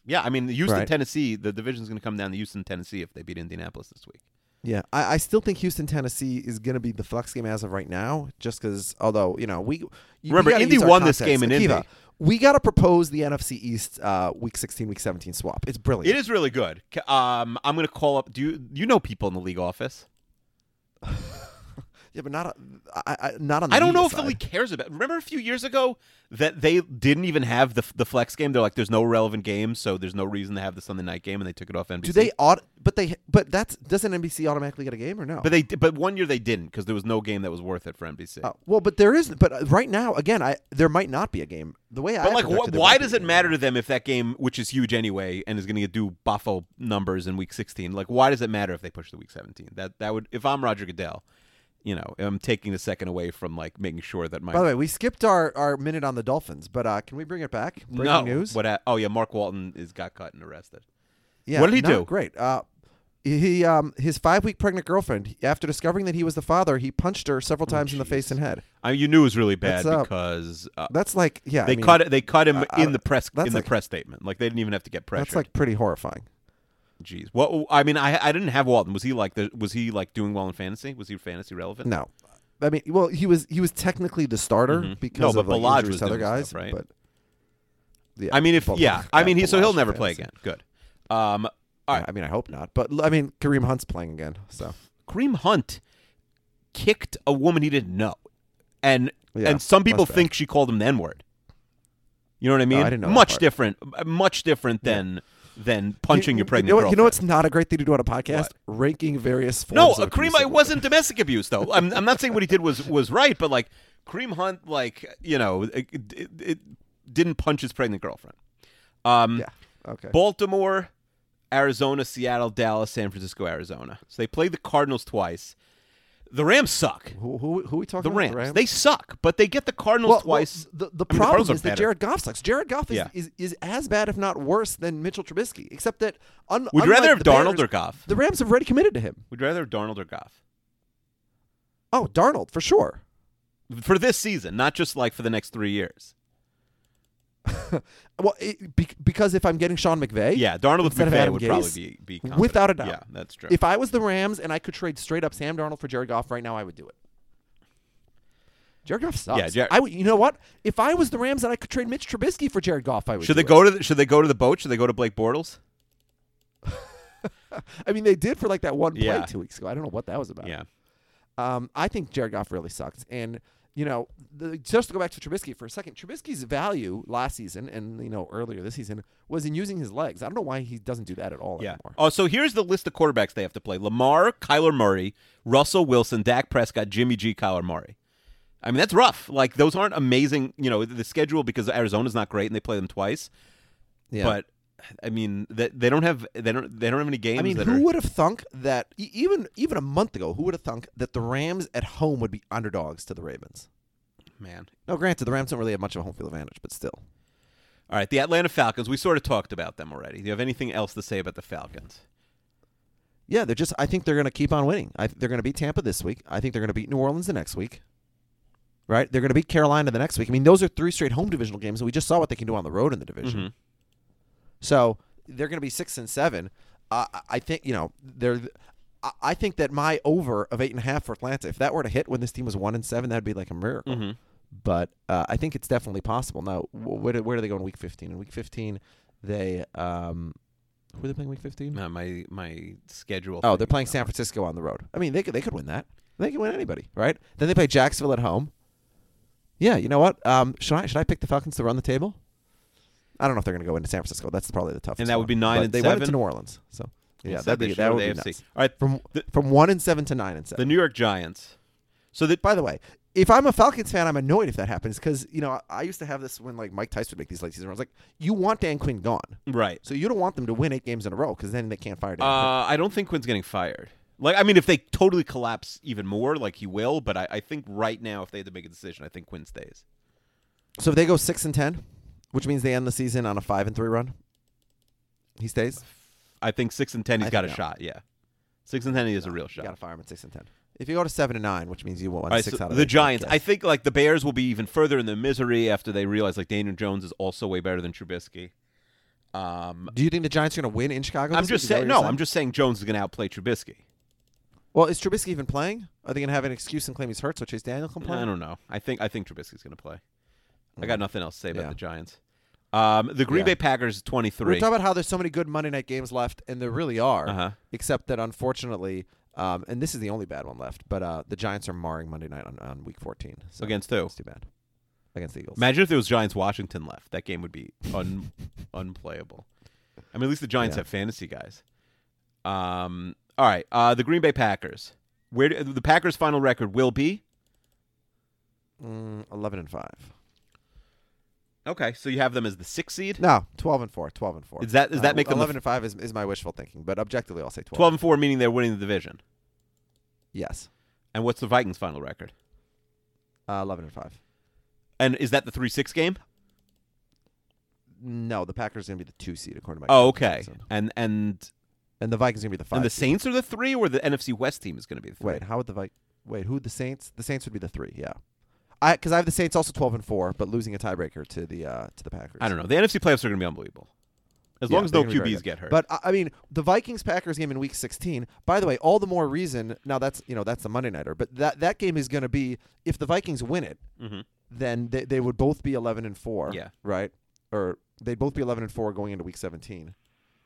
[SPEAKER 5] Yeah, I mean Houston,
[SPEAKER 7] Right.
[SPEAKER 5] Tennessee. The division's going to come down to Houston, Tennessee if they beat Indianapolis this week.
[SPEAKER 7] Yeah, I, I still think Houston, Tennessee is going to be the flex game as of right now, just because, although, you know, we. you- we
[SPEAKER 5] Remember,
[SPEAKER 7] gotta
[SPEAKER 5] Indy
[SPEAKER 7] use our
[SPEAKER 5] won this
[SPEAKER 7] context.
[SPEAKER 5] game in
[SPEAKER 7] Akiva,
[SPEAKER 5] Indy.
[SPEAKER 7] We got to propose the NFC East uh, week 16, week 17 swap. It's brilliant.
[SPEAKER 5] It is really good. C- Um, I'm going to call up. Do you you know people in the league office?
[SPEAKER 7] Yeah, but not a, I, I, not on. The
[SPEAKER 5] I don't
[SPEAKER 7] media
[SPEAKER 5] know if the
[SPEAKER 7] side.
[SPEAKER 5] league cares about. Remember a few years ago that they didn't even have the the flex game. They're like, there's no relevant games, so there's no reason to have the Sunday night game, and they took it off NBC.
[SPEAKER 7] Do they aut- But they. But that's doesn't NBC automatically get a game or no?
[SPEAKER 5] But they but one year they didn't because there was no game that was worth it for NBC.
[SPEAKER 7] Oh, well, but there is. But uh, right now, again, I there might not be a game. The way I.
[SPEAKER 5] But like,
[SPEAKER 7] have
[SPEAKER 5] wh-
[SPEAKER 7] conducted, there
[SPEAKER 5] why
[SPEAKER 7] might be
[SPEAKER 5] does
[SPEAKER 7] a
[SPEAKER 5] it
[SPEAKER 7] game.
[SPEAKER 5] matter to them if that game, which is huge anyway, and is going to do buffo numbers in week 16? Like, why does it matter if they push to week 17? That that would, if I'm Roger Goodell, you know, I'm taking a second away from like making sure that my
[SPEAKER 7] By the way, we skipped our, our minute on the Dolphins, but uh, can we bring it back? Breaking
[SPEAKER 5] no,
[SPEAKER 7] news.
[SPEAKER 5] What? ha- oh yeah, Mark Walton is got cut and arrested.
[SPEAKER 7] Yeah,
[SPEAKER 5] What did he
[SPEAKER 7] not
[SPEAKER 5] do?
[SPEAKER 7] Great. Uh, he um his five week pregnant girlfriend. After discovering that he was the father, he punched her
[SPEAKER 5] Oh,
[SPEAKER 7] several times in the face and head.
[SPEAKER 5] I mean, you knew it was really bad
[SPEAKER 7] That's, uh,
[SPEAKER 5] because uh,
[SPEAKER 7] That's like yeah.
[SPEAKER 5] they
[SPEAKER 7] I mean,
[SPEAKER 5] cut it. They cut him
[SPEAKER 7] I- I-
[SPEAKER 5] in the press in
[SPEAKER 7] that's
[SPEAKER 5] the
[SPEAKER 7] like-
[SPEAKER 5] press statement. Like they didn't even have to get pressure.
[SPEAKER 7] That's like pretty horrifying.
[SPEAKER 5] Jeez. What? I mean, I I didn't have Walton. Was he like the, was he like doing well in fantasy? Was he fantasy relevant?
[SPEAKER 7] No, I mean, well, he was he was technically the starter because
[SPEAKER 5] Mm-hmm. No,
[SPEAKER 7] of
[SPEAKER 5] but
[SPEAKER 7] like,
[SPEAKER 5] Ballage
[SPEAKER 7] injuries
[SPEAKER 5] was
[SPEAKER 7] to other
[SPEAKER 5] doing
[SPEAKER 7] guys,
[SPEAKER 5] stuff, right?
[SPEAKER 7] But yeah,
[SPEAKER 5] I mean, if
[SPEAKER 7] Ballage-
[SPEAKER 5] yeah, I mean, he so he'll
[SPEAKER 7] Ballage
[SPEAKER 5] never play
[SPEAKER 7] fantasy.
[SPEAKER 5] again. Good. Um, all right.
[SPEAKER 7] I mean, I hope not. But l- I mean, Kareem Hunt's playing again, so
[SPEAKER 5] Kareem Hunt kicked a woman he didn't know, and
[SPEAKER 7] Yeah,
[SPEAKER 5] and some people
[SPEAKER 7] must have.
[SPEAKER 5] think she called him the N word. You know what I mean?
[SPEAKER 7] I didn't know that
[SPEAKER 5] much
[SPEAKER 7] part.
[SPEAKER 5] different, much different than than punching
[SPEAKER 7] you,
[SPEAKER 5] your pregnant
[SPEAKER 7] You know, what-
[SPEAKER 5] girlfriend.
[SPEAKER 7] you know what's not a great thing to do on a podcast? Ranking various forms.
[SPEAKER 5] No,
[SPEAKER 7] of
[SPEAKER 5] Kareem
[SPEAKER 7] abuse
[SPEAKER 5] I
[SPEAKER 7] of-
[SPEAKER 5] wasn't domestic abuse though. I'm, I'm not saying what he did was was right, but like Kareem Hunt, like you know, it, it, it didn't punch his pregnant girlfriend. Um,
[SPEAKER 7] Yeah. Okay.
[SPEAKER 5] Baltimore, Arizona, Seattle, Dallas, San Francisco, Arizona. So they played the Cardinals twice. The Rams suck.
[SPEAKER 7] who, who, who are we talking
[SPEAKER 5] The
[SPEAKER 7] about?
[SPEAKER 5] Rams. They suck, but they get the Cardinals
[SPEAKER 7] well,
[SPEAKER 5] twice.
[SPEAKER 7] Well, the the
[SPEAKER 5] I mean,
[SPEAKER 7] problem
[SPEAKER 5] Cardinals are
[SPEAKER 7] is that
[SPEAKER 5] better.
[SPEAKER 7] Jared Goff sucks. Jared Goff is,
[SPEAKER 5] Yeah.
[SPEAKER 7] is, is as bad, if not worse, than Mitchell Trubisky. Except that un-
[SPEAKER 5] Would you rather have
[SPEAKER 7] unlike the
[SPEAKER 5] Darnold
[SPEAKER 7] Bears,
[SPEAKER 5] or Goff?
[SPEAKER 7] The Rams have already committed to him.
[SPEAKER 5] Would you rather have Darnold or Goff
[SPEAKER 7] Oh, Darnold for sure.
[SPEAKER 5] for this season, not just like for the next three years?
[SPEAKER 7] Well, it, be, because if I'm getting Sean McVay,
[SPEAKER 5] Yeah, Darnold with
[SPEAKER 7] instead of
[SPEAKER 5] McVay
[SPEAKER 7] Adam
[SPEAKER 5] would
[SPEAKER 7] Gase,
[SPEAKER 5] probably be- be competent.
[SPEAKER 7] without a doubt.
[SPEAKER 5] Yeah, that's true.
[SPEAKER 7] If I was the Rams and I could trade straight up Sam Darnold for Jared Goff right now, I would do it. Jared Goff sucks.
[SPEAKER 5] Yeah, Jar-
[SPEAKER 7] I would. You know what? If I was the Rams and I could trade Mitch Trubisky for Jared Goff, I would.
[SPEAKER 5] Should
[SPEAKER 7] do
[SPEAKER 5] they
[SPEAKER 7] it.
[SPEAKER 5] go to the, should they go to the boat? Should they go to Blake Bortles?
[SPEAKER 7] I mean, they did for like that one play
[SPEAKER 5] Yeah.
[SPEAKER 7] two weeks ago. I don't know what that was about.
[SPEAKER 5] Yeah.
[SPEAKER 7] Um, I think Jared Goff really sucks. And, you know, the, just to go back to Trubisky for a second, Trubisky's value last season and, you know, earlier this season was in using his legs. I don't know why he doesn't do that at all
[SPEAKER 5] Yeah.
[SPEAKER 7] anymore.
[SPEAKER 5] Oh, so here's the list of quarterbacks they have to play: Lamar, Kyler Murray, Russell Wilson, Dak Prescott, Jimmy G, Kyler Murray. I mean, that's rough. Like those aren't amazing. You know, the schedule because Arizona's not great and they play them twice.
[SPEAKER 7] Yeah.
[SPEAKER 5] But I mean, that they don't have they don't they don't have any games.
[SPEAKER 7] I mean,
[SPEAKER 5] that
[SPEAKER 7] who
[SPEAKER 5] are,
[SPEAKER 7] would have thunk that e- even even a month ago, who would have thunk that the Rams at home would be underdogs to the Ravens?
[SPEAKER 5] man?
[SPEAKER 7] No, granted, the Rams don't really have much of a home field advantage, but still.
[SPEAKER 5] All right, the Atlanta Falcons. We sort of talked about them already. Do you have anything else to say about the Falcons?
[SPEAKER 7] Yeah, they're just I think they're going to keep on winning. I, they're going to beat Tampa this week. I think they're going to beat New Orleans the next week. Right? They're going to beat Carolina the next week. I mean, those are three straight home divisional games, and we just saw what they can do on the road in the division. So they're going to be six and seven. Uh, I- I think you know they're. I- I think that my over of eight and a half for Atlanta, if that were to hit when this team was one and seven, that'd be like a miracle. But uh, I think it's definitely possible. Now, wh- where do, where do they go in week fifteen? In week fifteen, they um, who are they playing week fifteen?
[SPEAKER 5] No, Uh, my my schedule.
[SPEAKER 7] Oh,
[SPEAKER 5] thing
[SPEAKER 7] they're playing
[SPEAKER 5] is
[SPEAKER 7] San Francisco on the road. I mean, they could they could win that. They could win anybody, right? Then they play Jacksonville at home. Yeah, you know what? Um, should I should I pick the Falcons to run the table? I don't know if they're going to go into San Francisco. That's probably the toughest.
[SPEAKER 5] And that would be
[SPEAKER 7] one.
[SPEAKER 5] nine
[SPEAKER 7] But
[SPEAKER 5] and
[SPEAKER 7] they went
[SPEAKER 5] seven?
[SPEAKER 7] into New Orleans, so
[SPEAKER 5] not-
[SPEAKER 7] yeah,
[SPEAKER 5] it's
[SPEAKER 7] that'd
[SPEAKER 5] not
[SPEAKER 7] be
[SPEAKER 5] the
[SPEAKER 7] that would
[SPEAKER 5] AFC.
[SPEAKER 7] be nuts.
[SPEAKER 5] All right,
[SPEAKER 7] From
[SPEAKER 5] the,
[SPEAKER 7] from one and seven to nine and seven.
[SPEAKER 5] the New York Giants. So that
[SPEAKER 7] By the way, if I'm a Falcons fan, I'm annoyed if that happens because you know I, I used to have this when like Mike Tyson would make these late season runs. Like you want Dan Quinn gone,
[SPEAKER 5] right.
[SPEAKER 7] so you don't want them to win eight games in a row because then they can't fire Dan. Quinn.
[SPEAKER 5] Uh, I don't think Quinn's getting fired. Like, I mean, if they totally collapse even more, like he will, but I, I think right now, if they had to make a decision, I think Quinn stays.
[SPEAKER 7] So if they go six and ten, which means they end the season on a five and three run, he stays.
[SPEAKER 5] I think six and ten, he's
[SPEAKER 7] I
[SPEAKER 5] got a
[SPEAKER 7] think no.
[SPEAKER 5] shot. Yeah, six and ten, he has a real
[SPEAKER 7] You
[SPEAKER 5] shot.
[SPEAKER 7] got to fire him at six and ten. If you go to seven and nine, which means you won
[SPEAKER 5] All right,
[SPEAKER 7] six
[SPEAKER 5] so
[SPEAKER 7] out of
[SPEAKER 5] the
[SPEAKER 7] eight,
[SPEAKER 5] Giants.
[SPEAKER 7] guess.
[SPEAKER 5] I think like the Bears will be even further in their misery after they realize like Daniel Jones is also way better than Trubisky. Um,
[SPEAKER 7] Do you think the Giants are going to win in Chicago?
[SPEAKER 5] I'm
[SPEAKER 7] this week?
[SPEAKER 5] just
[SPEAKER 7] Is that
[SPEAKER 5] saying.
[SPEAKER 7] what you're
[SPEAKER 5] No, I'm just saying Jones is going to outplay Trubisky.
[SPEAKER 7] Well, is Trubisky even playing? Are they going to have an excuse and claim he's hurt so Chase Daniel can play? Mm.
[SPEAKER 5] I don't know. I think I think Trubisky's going to play. I got nothing else to say about
[SPEAKER 7] Yeah.
[SPEAKER 5] the Giants. Um, the Green
[SPEAKER 7] Yeah.
[SPEAKER 5] Bay Packers, twenty
[SPEAKER 7] We're
[SPEAKER 5] three.
[SPEAKER 7] talking about how there's so many good Monday night games left, and there really are.
[SPEAKER 5] Uh-huh.
[SPEAKER 7] Except that unfortunately, Um, and this is the only bad one left. But uh, the Giants are marring Monday night on, on week 14. So
[SPEAKER 5] Against who?
[SPEAKER 7] It's too bad. Against the Eagles.
[SPEAKER 5] Imagine if there was Giants Washington left. That game would be un- unplayable. I mean, at least the Giants
[SPEAKER 7] Yeah.
[SPEAKER 5] have fantasy guys. Um, all right, uh, the Green Bay Packers. Where do, the Packers' final record will be?
[SPEAKER 7] Mm, 11 and 5.
[SPEAKER 5] Okay, so you have them as the sixth seed.
[SPEAKER 7] No, 12 and 4. 12 and 4.
[SPEAKER 5] Is that- does that
[SPEAKER 7] Uh,
[SPEAKER 5] make them the
[SPEAKER 7] 11
[SPEAKER 5] f-
[SPEAKER 7] and 5 is, is my wishful thinking, but objectively, I'll say 12.
[SPEAKER 5] Twelve and four, meaning they're winning the division.
[SPEAKER 7] Yes.
[SPEAKER 5] And what's the Vikings' final record?
[SPEAKER 7] Uh, 11 and 5.
[SPEAKER 5] And is that the three six game?
[SPEAKER 7] No, the Packers are going to be the two seed, according to my
[SPEAKER 5] Oh, okay.
[SPEAKER 7] calculations.
[SPEAKER 5] And and
[SPEAKER 7] And the Vikings are going to be the five.
[SPEAKER 5] and the
[SPEAKER 7] seed.
[SPEAKER 5] Saints are the three, or the NFC West team is going to be the three.
[SPEAKER 7] Wait, how would the Vikings? Wait, who would the Saints? The Saints would be the three. Yeah, I because I have the Saints also twelve and four, but losing a tiebreaker to the uh, to the Packers.
[SPEAKER 5] I don't know. The NFC playoffs are going to be unbelievable, as
[SPEAKER 7] Yeah,
[SPEAKER 5] long as
[SPEAKER 7] they're
[SPEAKER 5] no
[SPEAKER 7] gonna be very
[SPEAKER 5] QBs
[SPEAKER 7] good.
[SPEAKER 5] get hurt.
[SPEAKER 7] But I I mean, the Vikings Packers game in Week 16. By the way, all the more reason. Now that's you know that's the Monday nighter, but that that game is going to be if the Vikings win it, then they, they would both be 11 and four.
[SPEAKER 5] Mm-hmm. Yeah.
[SPEAKER 7] right. Or they'd both be 11 and four going into Week 17.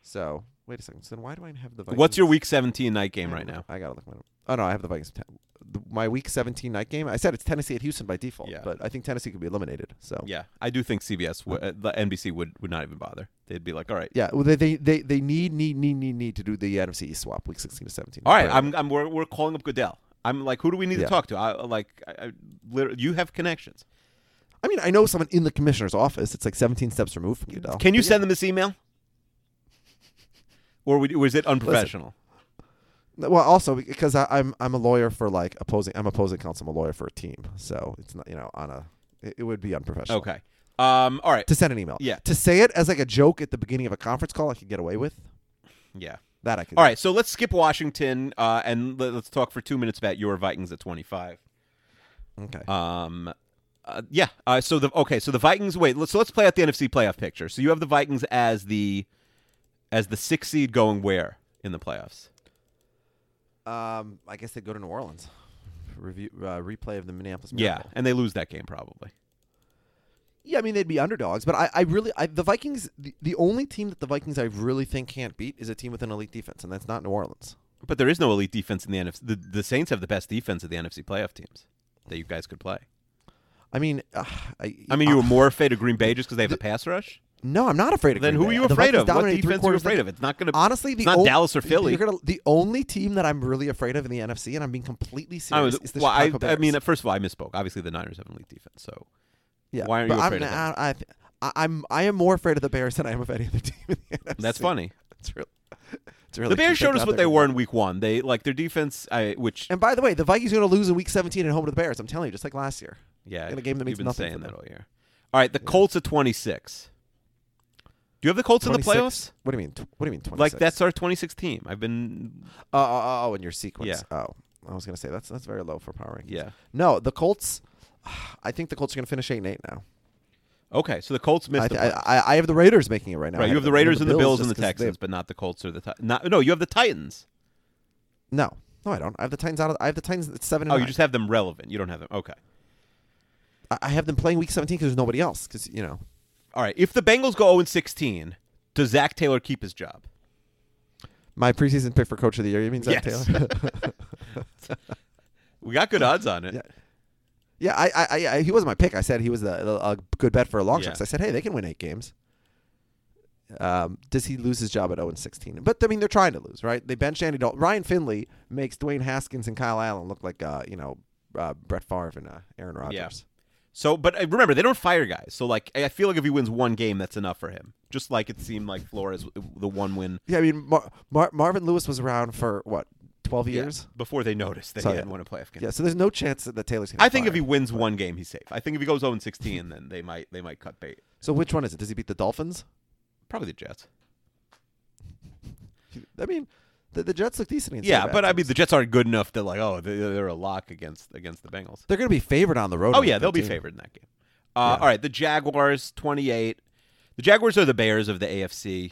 [SPEAKER 7] So wait a second. So then why do I have the Vikings?
[SPEAKER 5] what's your Week 17 night game right now?
[SPEAKER 7] I gotta look. My, oh no, I have the Vikings. Ten, the- my Week 17 night game. I said it's Tennessee at Houston by default.
[SPEAKER 5] Yeah.
[SPEAKER 7] but I think Tennessee could be eliminated. So
[SPEAKER 5] Yeah, I do think CBS, would, uh, the NBC would would not even bother. They'd be like, all right,
[SPEAKER 7] yeah. Well, they, they they they need need need need need to do the NFC East swap Week 16 to 17.
[SPEAKER 5] all right,
[SPEAKER 7] But-
[SPEAKER 5] I'm, I'm we're, we're calling up Goodell. I'm like, who do we need
[SPEAKER 7] Yeah.
[SPEAKER 5] to talk to? I like, I, I, literally, you have connections.
[SPEAKER 7] I mean, I know someone in the commissioner's office. It's like 17 steps removed from Goodell.
[SPEAKER 5] Can you send them this email? Or would- was it unprofessional?
[SPEAKER 7] Well, also because I, I'm I'm a lawyer for like opposing. I'm opposing counsel. I'm a lawyer for a team, so it's not you know on a. It, it would be unprofessional.
[SPEAKER 5] Okay. Um. All right.
[SPEAKER 7] To send an email.
[SPEAKER 5] Yeah.
[SPEAKER 7] To say it as like a joke at the beginning of a conference call, I could get away with
[SPEAKER 5] Yeah.
[SPEAKER 7] that. I could.
[SPEAKER 5] All right. So let's skip Washington uh, and let, let's talk for two minutes about your Vikings at 25.
[SPEAKER 7] Okay.
[SPEAKER 5] Um, uh, yeah. Uh, so the okay. So the Vikings. Wait. Let's, so let's play out the NFC playoff picture. So you have the Vikings as the as the six seed going where in the playoffs?
[SPEAKER 7] Um, I guess they'd go to New Orleans. Review uh, replay of the Minneapolis.
[SPEAKER 5] Yeah,
[SPEAKER 7] Miracle.
[SPEAKER 5] and they lose that game probably.
[SPEAKER 7] yeah. I mean, they'd be underdogs, but I, I really, I, the Vikings. The, the only team that the Vikings I really think can't beat is a team with an elite defense, and that's not New Orleans.
[SPEAKER 5] But there is no elite defense in the NFC. The, the Saints have the best defense of the NFC playoff teams that you guys could play.
[SPEAKER 7] I mean, uh, I,
[SPEAKER 5] I mean, you were
[SPEAKER 7] uh,
[SPEAKER 5] more afraid of Green Bay just because they have the pass rush.
[SPEAKER 7] no, I'm not afraid of.
[SPEAKER 5] Then
[SPEAKER 7] Green
[SPEAKER 5] who are
[SPEAKER 7] Bay.
[SPEAKER 5] you
[SPEAKER 7] The
[SPEAKER 5] afraid
[SPEAKER 7] Vikings
[SPEAKER 5] of? What
[SPEAKER 7] dominated three
[SPEAKER 5] defense are you
[SPEAKER 7] quarters of
[SPEAKER 5] afraid
[SPEAKER 7] the-
[SPEAKER 5] of? It's not going to
[SPEAKER 7] Honestly, the
[SPEAKER 5] not
[SPEAKER 7] on-
[SPEAKER 5] Dallas or Philly.
[SPEAKER 7] You're gonna, the only team that I'm really afraid of in the NFC, and I'm being completely
[SPEAKER 5] I,
[SPEAKER 7] serious,
[SPEAKER 5] was,
[SPEAKER 7] is the
[SPEAKER 5] well, I,
[SPEAKER 7] Chicago
[SPEAKER 5] I
[SPEAKER 7] Bears.
[SPEAKER 5] mean, first of all, I misspoke. Obviously, the Niners have an elite defense, so
[SPEAKER 7] yeah,
[SPEAKER 5] why aren't
[SPEAKER 7] but
[SPEAKER 5] you afraid
[SPEAKER 7] I'm,
[SPEAKER 5] of them?
[SPEAKER 7] I, I, I- I'm I am more afraid of the Bears than I am of any other team in the NFC.
[SPEAKER 5] that's funny.
[SPEAKER 7] It's really, it's really
[SPEAKER 5] The Bears
[SPEAKER 7] creeping
[SPEAKER 5] showed us
[SPEAKER 7] out
[SPEAKER 5] what
[SPEAKER 7] there.
[SPEAKER 5] they were in Week One. They like their defense, I, which
[SPEAKER 7] And by the way, the Vikings are going to lose in Week 17 at home to the Bears. I'm telling you, just like last year.
[SPEAKER 5] Yeah,
[SPEAKER 7] in a game that means
[SPEAKER 5] you've been
[SPEAKER 7] nothing
[SPEAKER 5] saying
[SPEAKER 7] for
[SPEAKER 5] that
[SPEAKER 7] them.
[SPEAKER 5] all year. All right, the Colts at twenty six. Do you have the Colts in the
[SPEAKER 7] 26?
[SPEAKER 5] playoffs?
[SPEAKER 7] What do you mean? Tw- What do you mean? 26?
[SPEAKER 5] Like that's our twenty six team. I've been
[SPEAKER 7] Oh, oh, oh, in your sequence.
[SPEAKER 5] Yeah.
[SPEAKER 7] Oh, I was going to say that's that's very low for power rankings.
[SPEAKER 5] Yeah.
[SPEAKER 7] No, the Colts. I think the Colts are going to finish eight and eight now.
[SPEAKER 5] okay. So the Colts missed
[SPEAKER 7] I,
[SPEAKER 5] the
[SPEAKER 7] th-
[SPEAKER 5] playoffs.
[SPEAKER 7] I, I, I have the Raiders making it right now.
[SPEAKER 5] right,
[SPEAKER 7] I
[SPEAKER 5] you have the Raiders and the Bills and the
[SPEAKER 7] just 'cause they-
[SPEAKER 5] Texans, but not the Colts or the Ti- not. No, you have the Titans.
[SPEAKER 7] No, no, I don't. I have the Titans out. Of, I have the Titans at seven. And
[SPEAKER 5] Oh, you
[SPEAKER 7] nine.
[SPEAKER 5] just have them relevant. You don't have them. Okay.
[SPEAKER 7] I- I have them playing Week 17 because there's nobody else. Because you know,
[SPEAKER 5] All right. If the Bengals go zero and sixteen, does Zach Taylor keep his job?
[SPEAKER 7] my preseason pick for Coach of the Year. You mean Zach
[SPEAKER 5] Yes.
[SPEAKER 7] Taylor?
[SPEAKER 5] We got good odds on it.
[SPEAKER 7] Yeah. yeah, I, I, I- I, he wasn't my pick. I said he was a, a good bet for a long
[SPEAKER 5] Yeah.
[SPEAKER 7] shot. 'cause I said, hey, they can win eight games. Um, does he lose his job at 0 and 16? But I mean, they're trying to lose, right? They bench Andy Dalton. Ryan Finley makes Dwayne Haskins and Kyle Allen look like, uh, you know, uh, Brett Favre and uh, Aaron Rodgers.
[SPEAKER 5] Yeah. So, but uh, remember, they don't fire guys. So, like, I I feel like if he wins one game, that's enough for him. Just like it seemed like Flores, the one win
[SPEAKER 7] Yeah, I mean, Mar- Mar- Marvin Lewis was around for what, 12 years?
[SPEAKER 5] before they noticed that
[SPEAKER 7] So,
[SPEAKER 5] he
[SPEAKER 7] yeah.
[SPEAKER 5] hadn't won a playoff game.
[SPEAKER 7] Yeah, so there's no chance that Taylor's going to
[SPEAKER 5] I think if he wins one game, he's safe. I think if he goes 0 16, then they might they might cut bait.
[SPEAKER 7] So which one is it? Does he beat the Dolphins?
[SPEAKER 5] Probably the Jets.
[SPEAKER 7] I mean, the, the Jets look decent against
[SPEAKER 5] Yeah,
[SPEAKER 7] their bad
[SPEAKER 5] but I
[SPEAKER 7] teams.
[SPEAKER 5] mean the Jets aren't good enough to like oh they- they're a lock against against the Bengals.
[SPEAKER 7] they're going to be favored on the road.
[SPEAKER 5] Oh
[SPEAKER 7] in
[SPEAKER 5] yeah,
[SPEAKER 7] Week
[SPEAKER 5] they'll be
[SPEAKER 7] 13.
[SPEAKER 5] favored in that game. Uh, All right, the Jaguars 28. The Jaguars are the Bears of the AFC.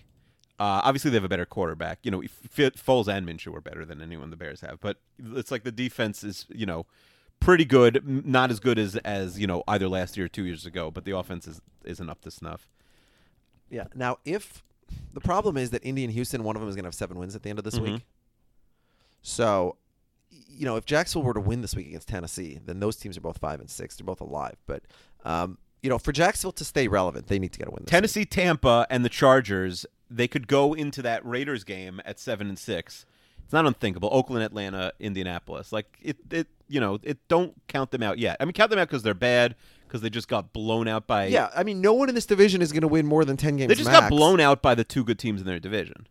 [SPEAKER 5] Uh, obviously, they have a better quarterback. You know, F- F- Foles and Minshew are better than anyone the Bears have. But it's like the defense is, you know, pretty good. M- Not as good as as you know either last year or two years ago. But the offense is isn't up to snuff.
[SPEAKER 7] Yeah. Now, if
[SPEAKER 5] Mm-hmm.
[SPEAKER 7] the problem is that Indy and Houston, one of them is going to have seven wins at the end of this week. So you know, if Jacksonville were to win this week against Tennessee, then those teams are both five and six. They're both alive. But um, you know, for Jacksonville to stay relevant, they need to get a win. This
[SPEAKER 5] Tennessee, Tampa, and the Chargers, they could go into that Raiders game at seven and six. It's not unthinkable. Oakland, Atlanta, Indianapolis. Like it, it you know, it don't count them out yet. I mean, count them out because they're bad because they just got blown out by.
[SPEAKER 7] week. Yeah, I mean, no one in this division is going to win more than ten games.
[SPEAKER 5] they just got
[SPEAKER 7] max.
[SPEAKER 5] blown out by the two good teams in their division.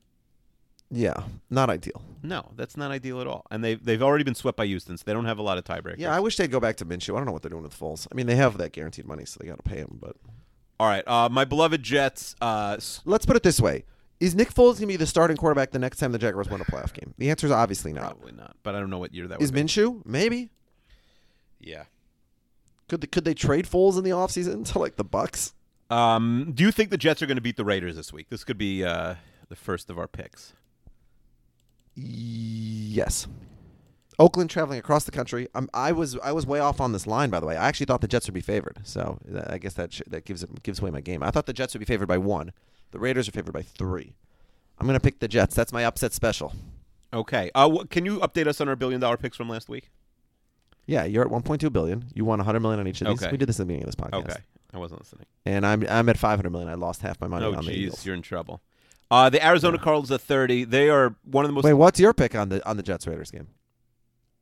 [SPEAKER 7] Yeah, not ideal.
[SPEAKER 5] No, that's not ideal at all. And they they've already been swept by Houston, so they don't have a lot of tiebreakers.
[SPEAKER 7] Yeah, I wish they'd go back to Minshew. I don't know what they're doing with Foles. I mean, they have that guaranteed money, so they got to pay him. But
[SPEAKER 5] All right, uh, my beloved Jets. Uh, s-
[SPEAKER 7] let's put it this way: Is Nick Foles going to be the starting quarterback the next time the Jaguars win a playoff game? The answer is obviously not.
[SPEAKER 5] probably not, but I don't know what year that
[SPEAKER 7] Is
[SPEAKER 5] would be.
[SPEAKER 7] Minshew? Maybe.
[SPEAKER 5] Yeah.
[SPEAKER 7] Could they, could they trade Foles in the offseason to like the Bucks?
[SPEAKER 5] Um, do you think the Jets are going to beat the Raiders this week? This could be uh, the first of our picks.
[SPEAKER 7] Yes. Oakland traveling across the country. Um, I was I was way off on this line, by the way. I actually thought the Jets would be favored, so that- I guess that sh- that gives it, gives away my game. I thought the Jets would be favored by one. The Raiders are favored by three. I'm gonna pick the Jets. That's my upset special.
[SPEAKER 5] Okay. Uh, wh- can you update us on our billion dollar picks from last week?
[SPEAKER 7] Yeah, you're at 1.2 billion. You won 100 million on each of these.
[SPEAKER 5] Okay.
[SPEAKER 7] We did this in the beginning of this podcast.
[SPEAKER 5] Okay. I wasn't listening.
[SPEAKER 7] And I'm I'm at 500 million. I lost half my money
[SPEAKER 5] Oh,
[SPEAKER 7] on the
[SPEAKER 5] jeez.
[SPEAKER 7] Eagles.
[SPEAKER 5] You're in trouble. Uh, the Arizona Cardinals at 30. They are one of the most.
[SPEAKER 7] Wait, what's your pick on the on the Jets Raiders game?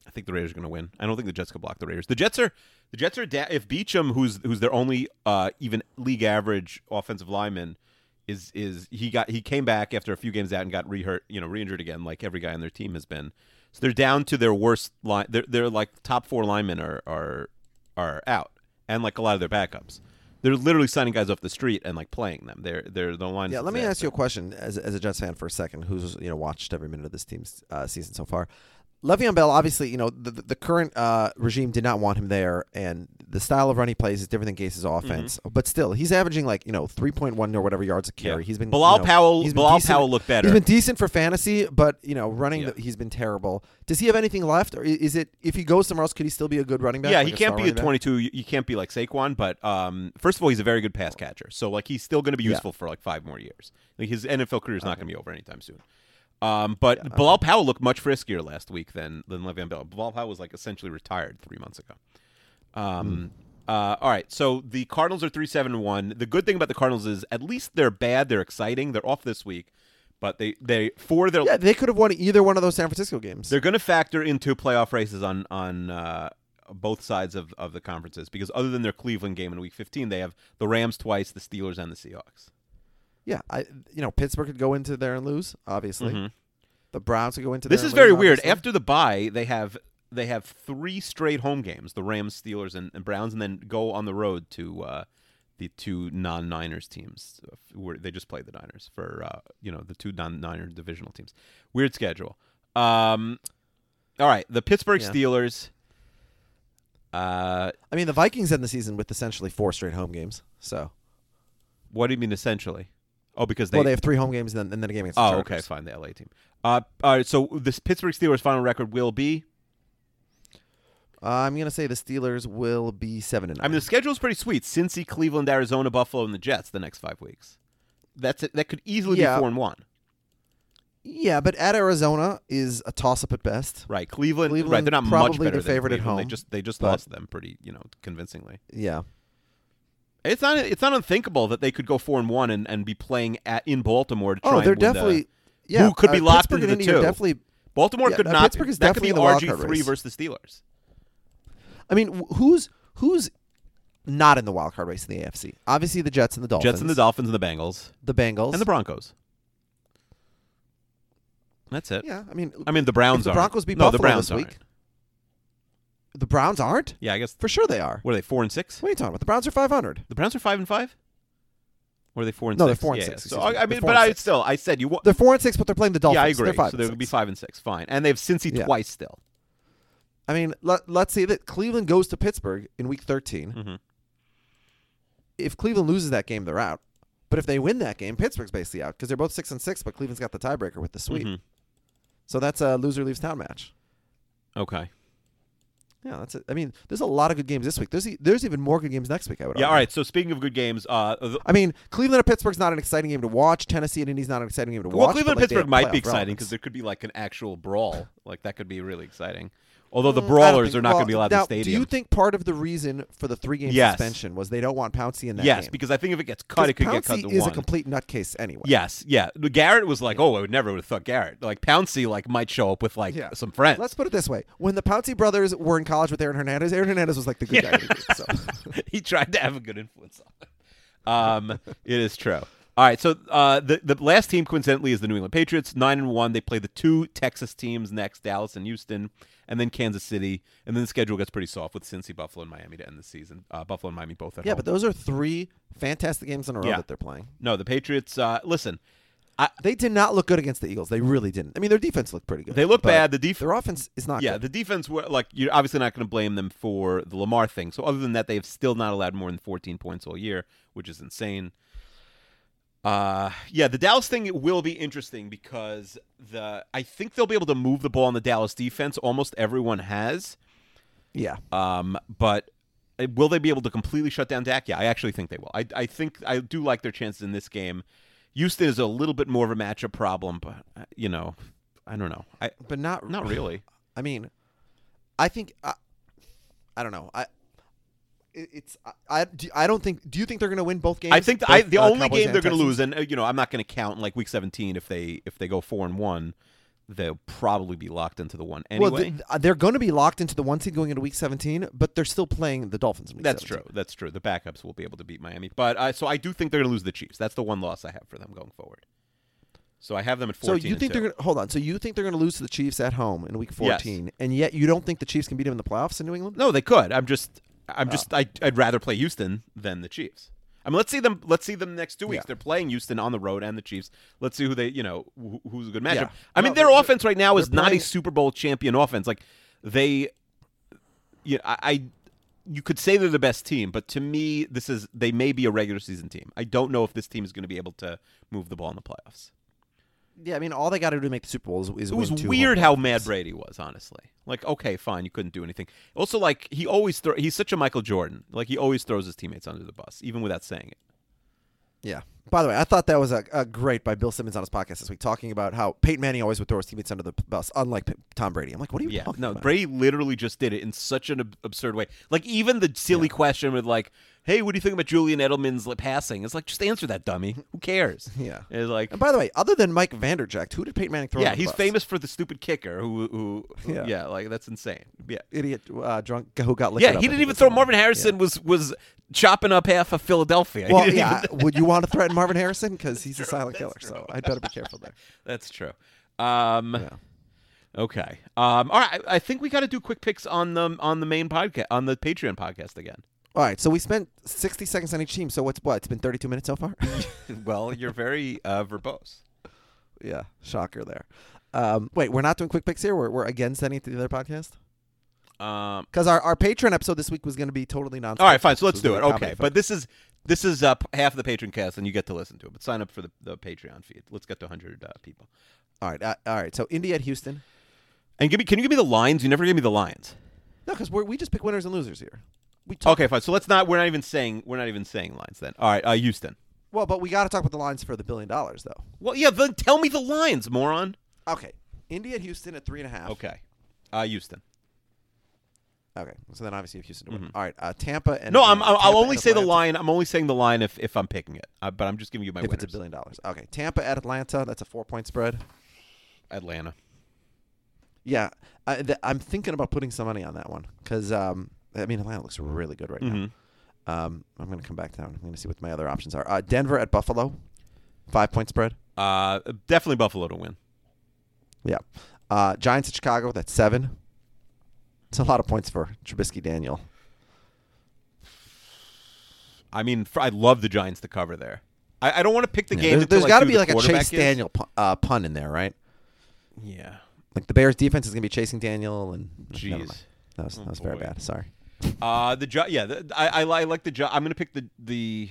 [SPEAKER 5] I think the Raiders are going to win. I don't think the Jets could block the Raiders. The Jets are the Jets are da- if Beecham, who's who's their only uh, even league average offensive lineman, is is he got he came back after a few games out and got rehurt, you know, re-injured again, like every guy on their team has been. So they're down to their worst line. They're, they're like top four linemen are are are out, and like a lot of their backups. They're literally signing guys off the street and like playing them. They're they're the line. is
[SPEAKER 7] Yeah, let me
[SPEAKER 5] disaster.
[SPEAKER 7] ask you a question as, as a Jets fan for a second, who's you know watched every minute of this team's uh, season so far. Le'Veon Bell, obviously, you know the, the the current uh, regime did not want him there, and the style of run he plays is different than Gase's
[SPEAKER 5] Mm-hmm.
[SPEAKER 7] offense. But still, he's averaging like you know three point one or whatever yards a carry.
[SPEAKER 5] Yeah.
[SPEAKER 7] He's been
[SPEAKER 5] Bilal
[SPEAKER 7] you know,
[SPEAKER 5] Powell-
[SPEAKER 7] he's
[SPEAKER 5] Bilal Powell looked better.
[SPEAKER 7] He's been decent for fantasy, but you know running,
[SPEAKER 5] Yeah.
[SPEAKER 7] the, he's been terrible. Does he have anything left, or i- is it if he goes somewhere else, could he still be a good running back?
[SPEAKER 5] Yeah,
[SPEAKER 7] like
[SPEAKER 5] he
[SPEAKER 7] a
[SPEAKER 5] can't
[SPEAKER 7] star
[SPEAKER 5] be a
[SPEAKER 7] running back?
[SPEAKER 5] 22. You you can't be like Saquon, but um, first of all, he's a very good pass catcher. So like he's still going to be useful for like five more years. Like his NFL career is not going to be over anytime soon. Um, but Bilal Powell looked much friskier last week than than Le'Veon Bell. Bilal Powell was like essentially retired three months ago. Um,
[SPEAKER 7] Hmm.
[SPEAKER 5] uh, all right, so the Cardinals are three seven and one. The good thing about the Cardinals is at least they're bad. They're exciting. They're off this week, but they they for their
[SPEAKER 7] Yeah, they could have won either one of those San Francisco games.
[SPEAKER 5] they're going to factor into playoff races on on uh, both sides of, of the conferences because other than their Cleveland game in Week 15, they have the Rams twice, the Steelers, and the Seahawks.
[SPEAKER 7] Yeah, I you know Pittsburgh could go into there and lose, obviously. The Browns could go into
[SPEAKER 5] Mm-hmm. This
[SPEAKER 7] there
[SPEAKER 5] is
[SPEAKER 7] and lose,
[SPEAKER 5] very weird.
[SPEAKER 7] obviously.
[SPEAKER 5] After the bye, they have they have three straight home games: the Rams, Steelers, and, and Browns, and then go on the road to uh, the two non-Niners teams. uh, Where they just played the Niners for uh, you know the two non-Niner divisional teams. Weird schedule. Um, all right, the Pittsburgh
[SPEAKER 7] Yeah.
[SPEAKER 5] Steelers. Uh,
[SPEAKER 7] I mean the Vikings end the season with essentially four straight home games. So
[SPEAKER 5] What do you mean essentially? Oh, because they.
[SPEAKER 7] well, they have three home games and then, and then a game against. The
[SPEAKER 5] oh,
[SPEAKER 7] Chargers.
[SPEAKER 5] okay, fine. The LA team. Uh, all right. So this Pittsburgh Steelers final record will be.
[SPEAKER 7] Uh, I'm gonna say the Steelers will be seven and nine.
[SPEAKER 5] I mean, the schedule's pretty sweet. Cincy, Cleveland, Arizona, Buffalo, and the Jets the next five weeks. That's it. That could easily
[SPEAKER 7] Yeah.
[SPEAKER 5] be four and one.
[SPEAKER 7] yeah, but at Arizona is a toss up at best.
[SPEAKER 5] Right. Cleveland. right.
[SPEAKER 7] Cleveland
[SPEAKER 5] They're not much
[SPEAKER 7] probably
[SPEAKER 5] better
[SPEAKER 7] the
[SPEAKER 5] than
[SPEAKER 7] favorite at
[SPEAKER 5] Cleveland. They
[SPEAKER 7] home,
[SPEAKER 5] just they just
[SPEAKER 7] but-
[SPEAKER 5] lost them pretty you know convincingly.
[SPEAKER 7] Yeah,
[SPEAKER 5] It's not it's not unthinkable that they could go four and one and, and be playing at in Baltimore to try
[SPEAKER 7] Oh,
[SPEAKER 5] and
[SPEAKER 7] they're
[SPEAKER 5] win the-
[SPEAKER 7] definitely- yeah,
[SPEAKER 5] uh, who could be
[SPEAKER 7] uh,
[SPEAKER 5] locked
[SPEAKER 7] Pittsburgh
[SPEAKER 5] into
[SPEAKER 7] and
[SPEAKER 5] the
[SPEAKER 7] Indy are
[SPEAKER 5] two.
[SPEAKER 7] definitely-
[SPEAKER 5] Baltimore
[SPEAKER 7] yeah,
[SPEAKER 5] could
[SPEAKER 7] uh,
[SPEAKER 5] not.
[SPEAKER 7] Pittsburgh is
[SPEAKER 5] that could be
[SPEAKER 7] definitely in the
[SPEAKER 5] RG
[SPEAKER 7] wildcard
[SPEAKER 5] three
[SPEAKER 7] race.
[SPEAKER 5] versus the Steelers.
[SPEAKER 7] I mean wh- who's who's not in the wild card race in the AFC? Obviously the Jets and the Dolphins.
[SPEAKER 5] Jets and the Dolphins and the Bengals.
[SPEAKER 7] the Bengals
[SPEAKER 5] and the Broncos. That's it.
[SPEAKER 7] Yeah, I mean
[SPEAKER 5] I mean the Browns
[SPEAKER 7] if the
[SPEAKER 5] aren't.
[SPEAKER 7] Broncos beat
[SPEAKER 5] no,
[SPEAKER 7] Buffalo
[SPEAKER 5] the Browns
[SPEAKER 7] this week.
[SPEAKER 5] aren't.
[SPEAKER 7] The Browns aren't.
[SPEAKER 5] Yeah, I guess.
[SPEAKER 7] For sure they are.
[SPEAKER 5] What are they? Four and six.
[SPEAKER 7] What are you talking about? The Browns are 500.
[SPEAKER 5] The Browns are five and five. Or are they four and
[SPEAKER 7] No, they're
[SPEAKER 5] six?
[SPEAKER 7] four and
[SPEAKER 5] yeah,
[SPEAKER 7] six,
[SPEAKER 5] yeah. So
[SPEAKER 7] excuse me.
[SPEAKER 5] I, I
[SPEAKER 7] They're
[SPEAKER 5] mean,
[SPEAKER 7] four
[SPEAKER 5] but
[SPEAKER 7] and
[SPEAKER 5] I
[SPEAKER 7] six.
[SPEAKER 5] still I said you. Wa-
[SPEAKER 7] They're four and six, but they're playing the Dolphins.
[SPEAKER 5] yeah, I agree.
[SPEAKER 7] They're five
[SPEAKER 5] so
[SPEAKER 7] and
[SPEAKER 5] they would be
[SPEAKER 7] six.
[SPEAKER 5] five and six. Fine, and they have Cincy
[SPEAKER 7] Yeah.
[SPEAKER 5] twice still.
[SPEAKER 7] I mean, let, let's say that Cleveland goes to Pittsburgh in Week 13.
[SPEAKER 5] Mm-hmm.
[SPEAKER 7] If Cleveland loses that game, they're out. But if they win that game, Pittsburgh's basically out because they're both six and six. But Cleveland's got the tiebreaker with the sweep,
[SPEAKER 5] Mm-hmm.
[SPEAKER 7] so that's a loser leaves town match.
[SPEAKER 5] Okay.
[SPEAKER 7] Yeah, that's it. I mean, there's a lot of good games this week. There's e- there's even more good games next week. I would.
[SPEAKER 5] Yeah.
[SPEAKER 7] argue.
[SPEAKER 5] All right. So speaking of good games, uh, the,
[SPEAKER 7] I mean, Cleveland at Pittsburgh's not an exciting game to watch. Tennessee and Indy's not an exciting game to
[SPEAKER 5] well,
[SPEAKER 7] watch. but,
[SPEAKER 5] Cleveland
[SPEAKER 7] like, they
[SPEAKER 5] Pittsburgh
[SPEAKER 7] have
[SPEAKER 5] might be
[SPEAKER 7] playoff
[SPEAKER 5] exciting
[SPEAKER 7] relevance.
[SPEAKER 5] because there could be like an actual brawl Like that could be really exciting. Although
[SPEAKER 7] Mm,
[SPEAKER 5] the brawlers are not going to be allowed
[SPEAKER 7] now,
[SPEAKER 5] in the stadium.
[SPEAKER 7] Do you think part of the reason for the three game
[SPEAKER 5] Yes.
[SPEAKER 7] suspension was they don't want Pouncey in that
[SPEAKER 5] yes,
[SPEAKER 7] game?
[SPEAKER 5] because I think if it gets cut, it could get cut
[SPEAKER 7] Pouncey
[SPEAKER 5] to
[SPEAKER 7] is
[SPEAKER 5] one.
[SPEAKER 7] a complete nutcase anyway.
[SPEAKER 5] yes, yeah. Garrett was like, "Oh, I would never would have thought Garrett." Like Pouncey, like might show up with like some friends.
[SPEAKER 7] Let's put it this way: when the Pouncey brothers were in college with Aaron Hernandez, Aaron Hernandez was like the good guy. in the group, so.
[SPEAKER 5] he tried to have a good influence on it. Um, it is true. All right, so uh, the the last team coincidentally is the New England Patriots, nine and one. They play the two Texas teams next, Dallas and Houston, and then Kansas City, and then the schedule gets pretty soft with Cincy, Buffalo, and Miami to end the season. Uh, Buffalo and Miami both at
[SPEAKER 7] Yeah,
[SPEAKER 5] home.
[SPEAKER 7] but those are three fantastic games in a row
[SPEAKER 5] Yeah.
[SPEAKER 7] that they're playing.
[SPEAKER 5] no, the Patriots. Uh, listen,
[SPEAKER 7] They did not look good against the Eagles. They really didn't. I mean, their defense looked pretty good.
[SPEAKER 5] They look
[SPEAKER 7] but
[SPEAKER 5] bad. The def-
[SPEAKER 7] their offense is not.
[SPEAKER 5] yeah,
[SPEAKER 7] good.
[SPEAKER 5] the defense were like you're obviously not going to blame them for the Lamar thing. So other than that, they've still not allowed more than 14 points all year, which is insane. Uh, yeah, the Dallas thing will be interesting because the I think they'll be able to move the ball on the Dallas defense. Almost everyone has,
[SPEAKER 7] yeah.
[SPEAKER 5] um, but uh, will they be able to completely shut down Dak? Yeah, I actually think they will. I I think I do like their chances in this game. Houston is a little bit more of a matchup problem, but uh, you know, I don't know. I
[SPEAKER 7] but not
[SPEAKER 5] not really.
[SPEAKER 7] I mean, I think I, I don't know. I it, it's I I, do, I don't think. Do you think they're going to win both games?
[SPEAKER 5] I think the,
[SPEAKER 7] Both,
[SPEAKER 5] I, the
[SPEAKER 7] uh,
[SPEAKER 5] only
[SPEAKER 7] Cowboys
[SPEAKER 5] game
[SPEAKER 7] and
[SPEAKER 5] they're going to
[SPEAKER 7] Texans?
[SPEAKER 5] lose, and uh, you know, I'm not going to count like week 17 if they if they go four and one, they'll probably be locked into the one anyway.
[SPEAKER 7] Well, th- th- they're going to be locked into the one seed going into Week 17, but they're still playing the Dolphins. In week
[SPEAKER 5] that's
[SPEAKER 7] 17.
[SPEAKER 5] true. That's true. The backups will be able to beat Miami, but uh, so I do think they're going to lose the Chiefs. That's the one loss I have for them going forward. So I have them at 14.
[SPEAKER 7] So you
[SPEAKER 5] and
[SPEAKER 7] think
[SPEAKER 5] two.
[SPEAKER 7] they're going to hold on? So you think they're going to lose to the Chiefs at home in Week
[SPEAKER 5] Yes.
[SPEAKER 7] 14, and yet you don't think the Chiefs can beat them in the playoffs in New England?
[SPEAKER 5] No, they could. I'm just I'm just
[SPEAKER 7] Oh.
[SPEAKER 5] I, I'd rather play Houston than the Chiefs. I mean, let's see them. Let's see them next two weeks.
[SPEAKER 7] Yeah.
[SPEAKER 5] They're playing Houston on the road and the Chiefs. Let's see who they, you know, who, who's a good matchup.
[SPEAKER 7] Yeah.
[SPEAKER 5] I mean,
[SPEAKER 7] No,
[SPEAKER 5] their
[SPEAKER 7] they're-
[SPEAKER 5] offense right now is
[SPEAKER 7] they're
[SPEAKER 5] not a
[SPEAKER 7] playing-
[SPEAKER 5] Super Bowl champion offense. Like they, you know, I, I, you could say they're the best team, but to me, this is they may be a regular season team. I don't know if this team is going to be able to move the ball in the playoffs.
[SPEAKER 7] Yeah, I mean, all they got to do to make the Super Bowl is, is
[SPEAKER 5] It was
[SPEAKER 7] win two
[SPEAKER 5] weird
[SPEAKER 7] home
[SPEAKER 5] how
[SPEAKER 7] games.
[SPEAKER 5] mad Brady was, honestly. Like, okay, fine, you couldn't do anything. Also, like he always throw. He's such a Michael Jordan. Like he always throws his teammates under the bus, even without saying it.
[SPEAKER 7] Yeah. By the way, I thought that was a, a great by Bill Simmons on his podcast this week, talking about how Peyton Manning always would throw his teammates under the bus, unlike P- Tom Brady. I'm like, what are you
[SPEAKER 5] Yeah,
[SPEAKER 7] talking
[SPEAKER 5] no,
[SPEAKER 7] about?
[SPEAKER 5] Brady literally just did it in such an ab- absurd way. Like even the silly question with like, "Hey, what do you think about Julian Edelman's like, passing?" It's like just answer that, dummy. Who cares?
[SPEAKER 7] Yeah.
[SPEAKER 5] it's like.
[SPEAKER 7] And by the way, other than Mike Vanderjagt, who did Peyton Manning throw?
[SPEAKER 5] Yeah,
[SPEAKER 7] under the
[SPEAKER 5] he's
[SPEAKER 7] bus?
[SPEAKER 5] famous for the stupid kicker who, who, who- yeah.
[SPEAKER 7] Yeah.
[SPEAKER 5] like that's insane. Yeah,
[SPEAKER 7] idiot uh, drunk who got liquored
[SPEAKER 5] yeah,
[SPEAKER 7] up,
[SPEAKER 5] he
[SPEAKER 7] I
[SPEAKER 5] didn't
[SPEAKER 7] think
[SPEAKER 5] even
[SPEAKER 7] was
[SPEAKER 5] throw.
[SPEAKER 7] the
[SPEAKER 5] Marvin
[SPEAKER 7] name.
[SPEAKER 5] Harrison was was chopping up half of Philadelphia. He
[SPEAKER 7] Yeah. Well,
[SPEAKER 5] didn't
[SPEAKER 7] yeah.
[SPEAKER 5] even-
[SPEAKER 7] would you want to threaten Marvin Harrison because he's a silent killer? So I'd better be careful there.
[SPEAKER 5] That's true. Um, Okay. Um, all right. I I think we got to do quick picks on the on the main podcast on the Patreon podcast again.
[SPEAKER 7] All right, so we spent 60 seconds on each team. So what's what? It's been 32 minutes so far.
[SPEAKER 5] Well, you're very uh, verbose.
[SPEAKER 7] yeah, shocker there. Um, wait, we're not doing quick picks here. We're, we're again sending it to the other podcast.
[SPEAKER 5] Um,
[SPEAKER 7] Because our, our Patreon episode this week was going to be totally non.
[SPEAKER 5] all right, fine. So let's do it. Okay, but this is this is uh, p- half the Patreon cast, and you get to listen to it. But sign up for the, the Patreon feed. Let's get to 100 uh, people.
[SPEAKER 7] all right, uh, all right. So Indy at Houston.
[SPEAKER 5] And give me, can you give me the lines? You never gave me the lines.
[SPEAKER 7] No, because we just pick winners and losers here. We talk,
[SPEAKER 5] Okay, fine. So let's not. We're not even saying. We're not even saying lines then. All right, uh, Houston.
[SPEAKER 7] Well, but we got to talk about the lines for the billion dollars though.
[SPEAKER 5] Well, yeah. Then tell me the lines, moron.
[SPEAKER 7] Okay, Indy at Houston at three and a half.
[SPEAKER 5] Okay, uh, Houston.
[SPEAKER 7] Okay. So then obviously you have Houston to win. All right, uh, Tampa and
[SPEAKER 5] Mm-hmm. No, I'm,
[SPEAKER 7] Atlanta.
[SPEAKER 5] I'll, I'll
[SPEAKER 7] Tampa
[SPEAKER 5] only
[SPEAKER 7] at
[SPEAKER 5] say the
[SPEAKER 7] Atlanta
[SPEAKER 5] line. I'm only saying the line if, if I'm picking it. Uh, but I'm just giving you my
[SPEAKER 7] if
[SPEAKER 5] winners.
[SPEAKER 7] it's a billion dollars. Okay, Tampa at Atlanta. That's a four point spread.
[SPEAKER 5] Atlanta.
[SPEAKER 7] Yeah, I, th- I'm thinking about putting some money on that one because um, I mean Atlanta looks really good right
[SPEAKER 5] Mm-hmm.
[SPEAKER 7] now. Um, I'm going to come back down. I'm going to see what my other options are. Uh, Denver at Buffalo, five point spread.
[SPEAKER 5] Uh, definitely Buffalo to win.
[SPEAKER 7] Yeah, uh, Giants at Chicago. That's seven. It's a lot of points for Trubisky Daniel.
[SPEAKER 5] I mean, for, I love the Giants to cover there. I, I don't want to pick the game.
[SPEAKER 7] There's,
[SPEAKER 5] until
[SPEAKER 7] there's
[SPEAKER 5] I
[SPEAKER 7] got to
[SPEAKER 5] see
[SPEAKER 7] be
[SPEAKER 5] who
[SPEAKER 7] like
[SPEAKER 5] the
[SPEAKER 7] a
[SPEAKER 5] quarterback
[SPEAKER 7] Chase
[SPEAKER 5] is.
[SPEAKER 7] Daniel pu- uh, pun in there, right?
[SPEAKER 5] Yeah.
[SPEAKER 7] Like the Bears defense is going to be chasing Daniel and never
[SPEAKER 5] Jeez. Oh,
[SPEAKER 7] mind. that was, that was very
[SPEAKER 5] boy.
[SPEAKER 7] bad. Sorry.
[SPEAKER 5] Uh, the Gi- yeah. The, I, I li- I like the. Gi- I'm gonna pick the the.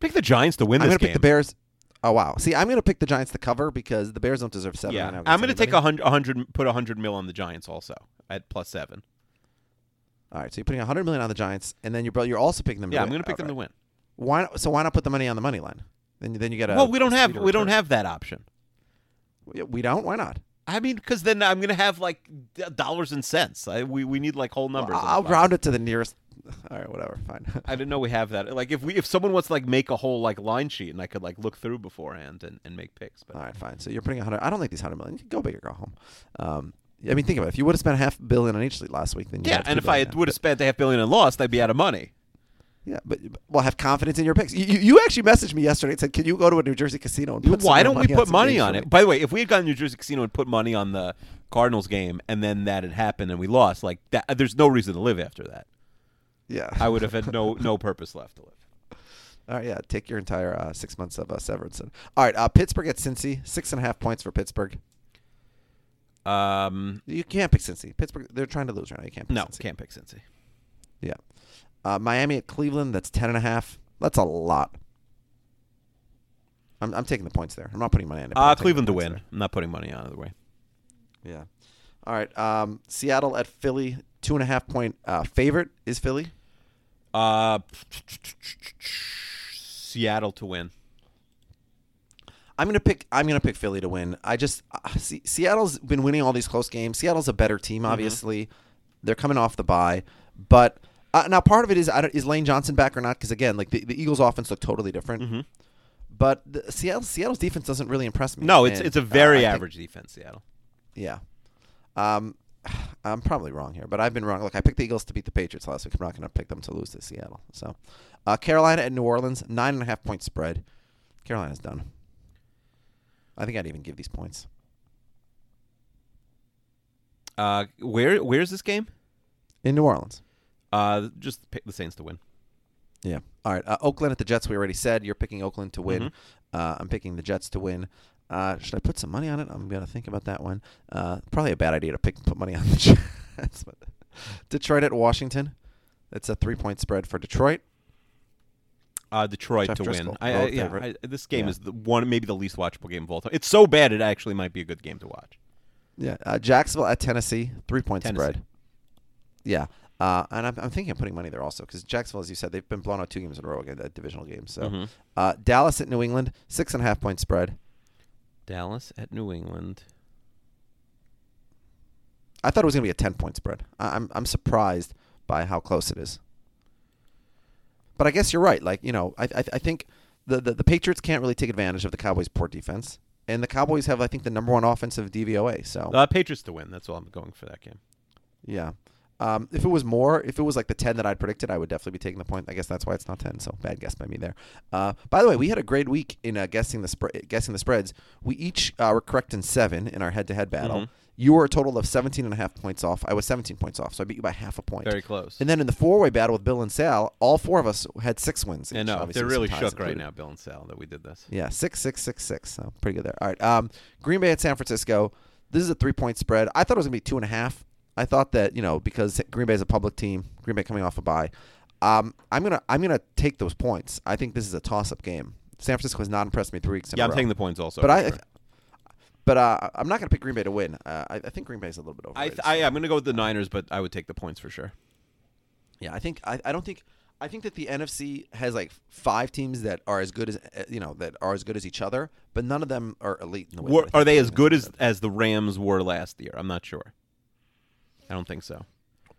[SPEAKER 5] Pick the Giants to win
[SPEAKER 7] I'm
[SPEAKER 5] this
[SPEAKER 7] going to pick the
[SPEAKER 5] game.
[SPEAKER 7] Bears. Oh wow! See, I'm going to pick the Giants to cover because the Bears don't deserve seven.
[SPEAKER 5] Yeah,
[SPEAKER 7] right now
[SPEAKER 5] I'm
[SPEAKER 7] going to
[SPEAKER 5] take a hundred, a hundred, put a hundred mil on the Giants also at plus seven.
[SPEAKER 7] All right, so you're putting 100 million on the Giants, and then you're bro- you're also picking them.
[SPEAKER 5] Yeah,
[SPEAKER 7] to
[SPEAKER 5] I'm
[SPEAKER 7] win.
[SPEAKER 5] gonna pick them to
[SPEAKER 7] Alright.
[SPEAKER 5] win.
[SPEAKER 7] Why? Not, so why not put the money on the money line? Then then you get a.
[SPEAKER 5] Well, we don't
[SPEAKER 7] a
[SPEAKER 5] have
[SPEAKER 7] sweeter
[SPEAKER 5] we don't
[SPEAKER 7] return.
[SPEAKER 5] have that option.
[SPEAKER 7] We- We don't. Why not?
[SPEAKER 5] I mean, because then I'm gonna have like d- dollars and cents. I, we we need like whole numbers. on the
[SPEAKER 7] I'll
[SPEAKER 5] box.
[SPEAKER 7] round it to the nearest. All right, whatever. Fine.
[SPEAKER 5] I didn't know we have that. Like if we if someone wants to like make a whole like line sheet and I could like look through beforehand and, and make picks. But
[SPEAKER 7] All right, fine. So you're putting 100. I don't like these 100 million. Go big or go home. Um, I mean, think of it. If you would have spent half a billion on each last week, then you
[SPEAKER 5] yeah,
[SPEAKER 7] have
[SPEAKER 5] and
[SPEAKER 7] two
[SPEAKER 5] if I
[SPEAKER 7] billion now.
[SPEAKER 5] would have spent a half billion and lost, I'd be out of money.
[SPEAKER 7] yeah, but, but well, have confidence in your picks. You, you, you actually messaged me yesterday and said, "Can you go to a New Jersey casino and put some
[SPEAKER 5] Why
[SPEAKER 7] real
[SPEAKER 5] don't we
[SPEAKER 7] money
[SPEAKER 5] put
[SPEAKER 7] some
[SPEAKER 5] money
[SPEAKER 7] games
[SPEAKER 5] on
[SPEAKER 7] for
[SPEAKER 5] it?
[SPEAKER 7] me?"
[SPEAKER 5] By the way, if we had gone to New Jersey Casino and put money on the Cardinals game and then that had happened and we lost, like that, there's no reason to live after that.
[SPEAKER 7] Yeah,
[SPEAKER 5] I would have had no no purpose left to live.
[SPEAKER 7] All right, yeah, take your entire uh, six months of uh, severance. then. All right, uh, Pittsburgh at Cincy, six and a half points for Pittsburgh.
[SPEAKER 5] Um,
[SPEAKER 7] You can't pick Cincy. Pittsburgh, they're trying to lose right now. You can't. Pick
[SPEAKER 5] no,
[SPEAKER 7] Cincy.
[SPEAKER 5] can't pick Cincy.
[SPEAKER 7] Yeah, uh, Miami at Cleveland. That's ten and a half. That's a lot. I'm, I'm taking the points there. I'm not putting money on it. but I'm
[SPEAKER 5] Uh,
[SPEAKER 7] taking the
[SPEAKER 5] Cleveland to
[SPEAKER 7] points
[SPEAKER 5] win. I'm not putting money on either way.
[SPEAKER 7] there. Yeah. All right. Um, Seattle at Philly, two and a half point uh, favorite is Philly.
[SPEAKER 5] Uh, Seattle to win.
[SPEAKER 7] I'm gonna pick. I'm gonna pick Philly to win. I just uh, see, Seattle's been winning all these close games. Seattle's a better team,
[SPEAKER 5] Mm-hmm.
[SPEAKER 7] obviously. They're coming off the bye, but uh, now part of it is I don't, is Lane Johnson back or not? Because again, like the, the Eagles' offense looked totally different.
[SPEAKER 5] Mm-hmm.
[SPEAKER 7] But the, Seattle Seattle's defense doesn't really impress me.
[SPEAKER 5] No, it's
[SPEAKER 7] And,
[SPEAKER 5] it's a
[SPEAKER 7] uh, I
[SPEAKER 5] very
[SPEAKER 7] think-
[SPEAKER 5] average defense, Seattle.
[SPEAKER 7] yeah. Um, I'm probably wrong here, but I've been wrong. Look, I picked the Eagles to beat the Patriots last week. I'm not going to pick them to lose to Seattle. So, uh, Carolina at New Orleans, nine and a half point spread. Carolina's done. I think I'd even give these points.
[SPEAKER 5] Uh, where where's this game?
[SPEAKER 7] In New Orleans.
[SPEAKER 5] Uh, just pick the Saints to win.
[SPEAKER 7] Yeah. All right. Uh, Oakland at the Jets. We already said you're picking Oakland to win. Uh, I'm picking the Jets to win. Uh, should I put some money on it? I'm gonna think about that one. Uh, probably a bad idea to pick put money on the Jets. But Detroit at Washington. That's a three point spread for Detroit.
[SPEAKER 5] Uh, Detroit
[SPEAKER 7] Jeff
[SPEAKER 5] to
[SPEAKER 7] Driscoll,
[SPEAKER 5] win. I, I,
[SPEAKER 7] road
[SPEAKER 5] yeah, I,
[SPEAKER 7] favorite.
[SPEAKER 5] this game
[SPEAKER 7] Yeah.
[SPEAKER 5] is the one, maybe the least watchable game of all time. It's so bad it actually might be a good game to watch.
[SPEAKER 7] Yeah, uh, Jacksonville at Tennessee, three point
[SPEAKER 5] Tennessee.
[SPEAKER 7] spread. Yeah, uh, and I'm, I'm thinking of putting money there also because Jacksonville, as you said, they've been blown out two games in a row again, that divisional game. So uh, Dallas at New England, six and a half point spread.
[SPEAKER 5] Dallas at New England.
[SPEAKER 7] I thought it was going to be a ten point spread. I, I'm I'm surprised by how close it is. But I guess you're right. Like you know, I I, I think the, the the Patriots can't really take advantage of the Cowboys' poor defense, and the Cowboys have I think the number one offensive DVOA. So
[SPEAKER 5] Uh, Patriots to win. That's all I'm going for that game.
[SPEAKER 7] Yeah. Um, if it was more, if it was like the 10 that I'd predicted, I would definitely be taking the point. I guess that's why it's not 10. So bad guess by me there. Uh, by the way, we had a great week in uh, guessing the spread, guessing the spreads. We each uh, were correct in seven in our head to head battle.
[SPEAKER 5] Mm-hmm.
[SPEAKER 7] You were a total of 17 and a half points off. I was 17 points off. So I beat you by half a point.
[SPEAKER 5] Very close.
[SPEAKER 7] And then in the four way battle with Bill and Sal, all four of us had six wins.
[SPEAKER 5] I
[SPEAKER 7] each,
[SPEAKER 5] know
[SPEAKER 7] obviously,
[SPEAKER 5] they're
[SPEAKER 7] with
[SPEAKER 5] really
[SPEAKER 7] some
[SPEAKER 5] shook
[SPEAKER 7] ties
[SPEAKER 5] right
[SPEAKER 7] included.
[SPEAKER 5] now, Bill and Sal, that we did this.
[SPEAKER 7] Yeah, six six six six. So pretty good there. All right. Um, Green Bay at San Francisco. This is a three point spread. I thought it was gonna be two and a half. I thought that you know because Green Bay is a public team. Green Bay coming off a bye. Um, I'm gonna I'm gonna take those points. I think this is a toss up game. San Francisco has not impressed me three weeks. In
[SPEAKER 5] Yeah,
[SPEAKER 7] a
[SPEAKER 5] I'm
[SPEAKER 7] row.
[SPEAKER 5] taking the points also.
[SPEAKER 7] But
[SPEAKER 5] for
[SPEAKER 7] I.
[SPEAKER 5] sure.
[SPEAKER 7] But uh, I'm not gonna pick Green Bay to win. Uh, I, I think Green Bay is a little bit
[SPEAKER 5] I,
[SPEAKER 7] overrated.
[SPEAKER 5] th- I I'm going to go with the Niners, but I would take the points for sure.
[SPEAKER 7] Yeah, I think I, I don't think I think that the NFC has like five teams that are as good as uh, you know that are as good as each other, but none of them are elite. In the way
[SPEAKER 5] Were,
[SPEAKER 7] that I
[SPEAKER 5] are
[SPEAKER 7] think
[SPEAKER 5] they
[SPEAKER 7] the
[SPEAKER 5] as
[SPEAKER 7] NFC
[SPEAKER 5] good
[SPEAKER 7] is.
[SPEAKER 5] as as the Rams were last year? I'm not sure. I don't think so.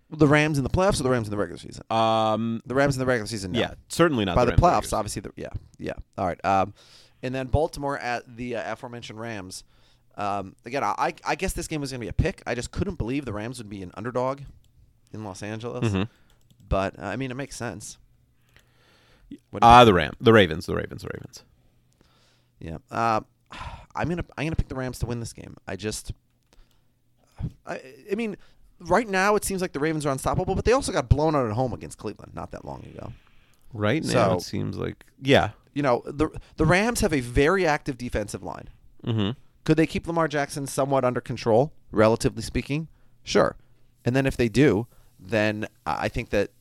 [SPEAKER 7] the Rams in the playoffs or the Rams in the regular season? Uh,
[SPEAKER 5] Um,
[SPEAKER 7] the Rams in the regular season. no.
[SPEAKER 5] yeah, certainly not
[SPEAKER 7] by
[SPEAKER 5] the,
[SPEAKER 7] the,
[SPEAKER 5] Rams
[SPEAKER 7] playoffs,
[SPEAKER 5] Raiders.
[SPEAKER 7] obviously. The, yeah, yeah. All right. Um, and then Baltimore at the uh, aforementioned Rams. Um, again, I, I- I guess this game was going to be a pick. I just couldn't believe the Rams would be an underdog in Los Angeles.
[SPEAKER 5] Mm-hmm.
[SPEAKER 7] But uh, I mean, it makes sense. What do you
[SPEAKER 5] Ah, the Ram, the Ravens, the Ravens, the Ravens.
[SPEAKER 7] Yeah. Uh, I'm gonna I'm gonna pick the Rams to win this game. I just, I I mean, right now it seems like the Ravens are unstoppable, but they also got blown out at home against Cleveland not that long ago.
[SPEAKER 5] Right now,
[SPEAKER 7] So-
[SPEAKER 5] it seems like yeah,
[SPEAKER 7] You know, the the Rams have a very active defensive line.
[SPEAKER 5] mm-hmm.
[SPEAKER 7] Could they keep Lamar Jackson somewhat under control, relatively speaking? Sure. And then if they do, then I I think that,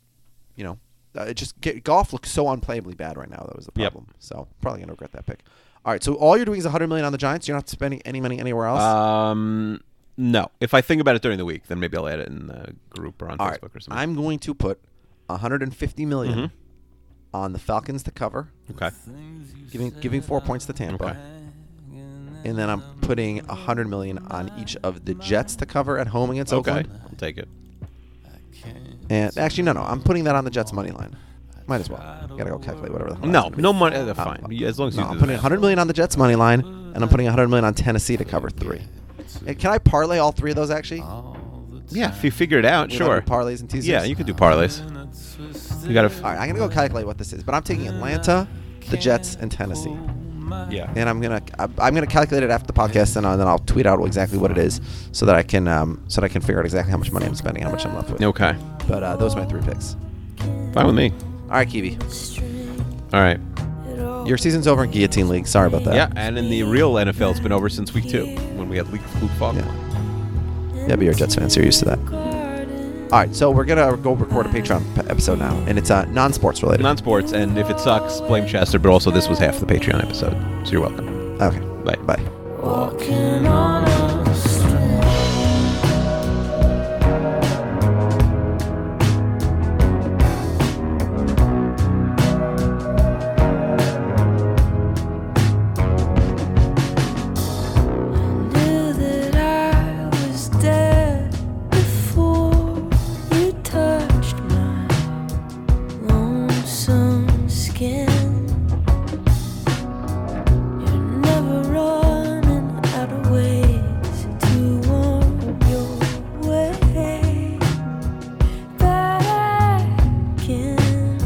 [SPEAKER 7] you know, uh, it just get, golf looks so unplayably bad right now. That was the
[SPEAKER 5] Yep.
[SPEAKER 7] problem. So probably gonna regret that pick. All right. So all you're doing is 100 million on the Giants. You're not spending any money anywhere else.
[SPEAKER 5] Um, no. If I think about it during the week, then maybe I'll add it in the group or on
[SPEAKER 7] All
[SPEAKER 5] Facebook
[SPEAKER 7] right,
[SPEAKER 5] or something. Mm-hmm.
[SPEAKER 7] I'm going to put 150 million on the Falcons to cover,
[SPEAKER 5] okay.
[SPEAKER 7] giving giving four points to Tampa. and then I'm putting a hundred million on each of the Jets to cover at home against
[SPEAKER 5] Okay,
[SPEAKER 7] Oakland.
[SPEAKER 5] I'll take it.
[SPEAKER 7] And actually, no, no, I'm putting that on the Jets money line. Might as well. Gotta go calculate whatever the hell.
[SPEAKER 5] No,
[SPEAKER 7] that's gonna
[SPEAKER 5] no money. Uh,
[SPEAKER 7] be.
[SPEAKER 5] fine.
[SPEAKER 7] Uh,
[SPEAKER 5] You- as long as
[SPEAKER 7] no,
[SPEAKER 5] you do
[SPEAKER 7] I'm
[SPEAKER 5] the
[SPEAKER 7] putting
[SPEAKER 5] math.
[SPEAKER 7] 100 million on the Jets money line, and I'm putting 100 million on Tennessee to cover three. And can I parlay all three of those actually?
[SPEAKER 5] Yeah, if you figure it out,
[SPEAKER 7] You know,
[SPEAKER 5] Oh. sure.
[SPEAKER 7] like parlays and teasers.
[SPEAKER 5] Yeah, you could do parlays. You gotta. F-
[SPEAKER 7] All right, I'm gonna go calculate what this is, but I'm taking Atlanta, the Jets, and Tennessee,
[SPEAKER 5] yeah.
[SPEAKER 7] and I'm gonna I'm I'm gonna calculate it after the podcast, and I'll- then I'll tweet out exactly what it is, so that I can um, so that I can figure out exactly how much money I'm spending, how much I'm left with.
[SPEAKER 5] Okay.
[SPEAKER 7] But uh, those are my three picks.
[SPEAKER 5] Fine with me.
[SPEAKER 7] All right, Kiwi,
[SPEAKER 5] All right.
[SPEAKER 7] your season's over in Guillotine League. Sorry about that.
[SPEAKER 5] Yeah, and in the real NFL, it's been over since week two when we had Luke Luke Falk.
[SPEAKER 7] Yeah. Yeah, but you're a Jets fan, so you're used to that. All right, so we're gonna go record a Patreon p- episode now, and it's uh, non-sports related.
[SPEAKER 5] Non-sports, and if it sucks, blame Chester. But also, this was half the Patreon episode, so you're welcome.
[SPEAKER 7] okay,
[SPEAKER 5] Bye.
[SPEAKER 7] bye.
[SPEAKER 3] Knew that I was dead before you touched my lonesome skin. You're never running out of ways to warm your way back again.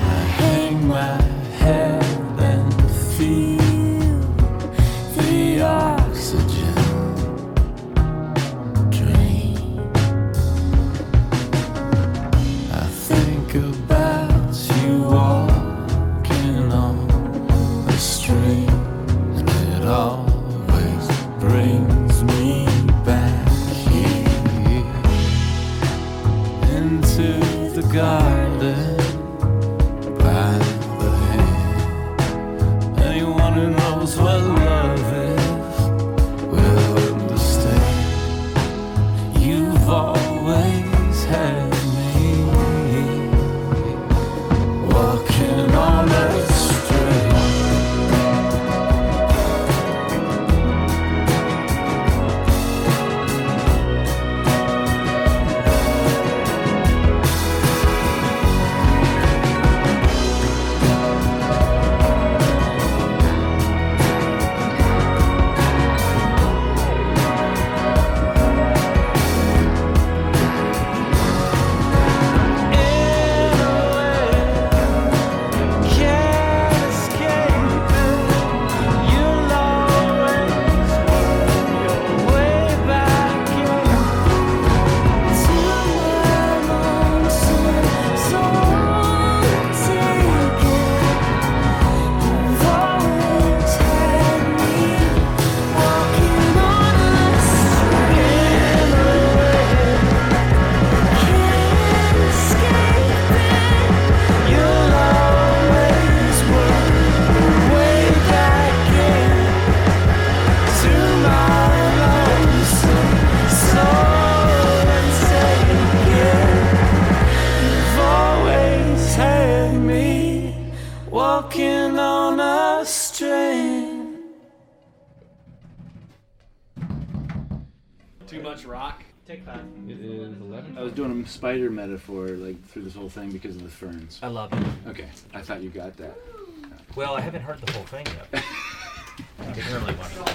[SPEAKER 3] I hang my head and feel the oxygen drain. I think about you walking on the street, and it always brings me back here into the garden by the hand. Anyone who knows what love is will understand. You've always had me walking on a string. Walking on a string.
[SPEAKER 4] Too much rock. Take five.
[SPEAKER 6] I was doing a spider metaphor like through this whole thing because of the ferns.
[SPEAKER 4] I love it.
[SPEAKER 6] Okay, I thought you got that.
[SPEAKER 4] Well, I haven't heard the whole thing yet. I didn't really want to.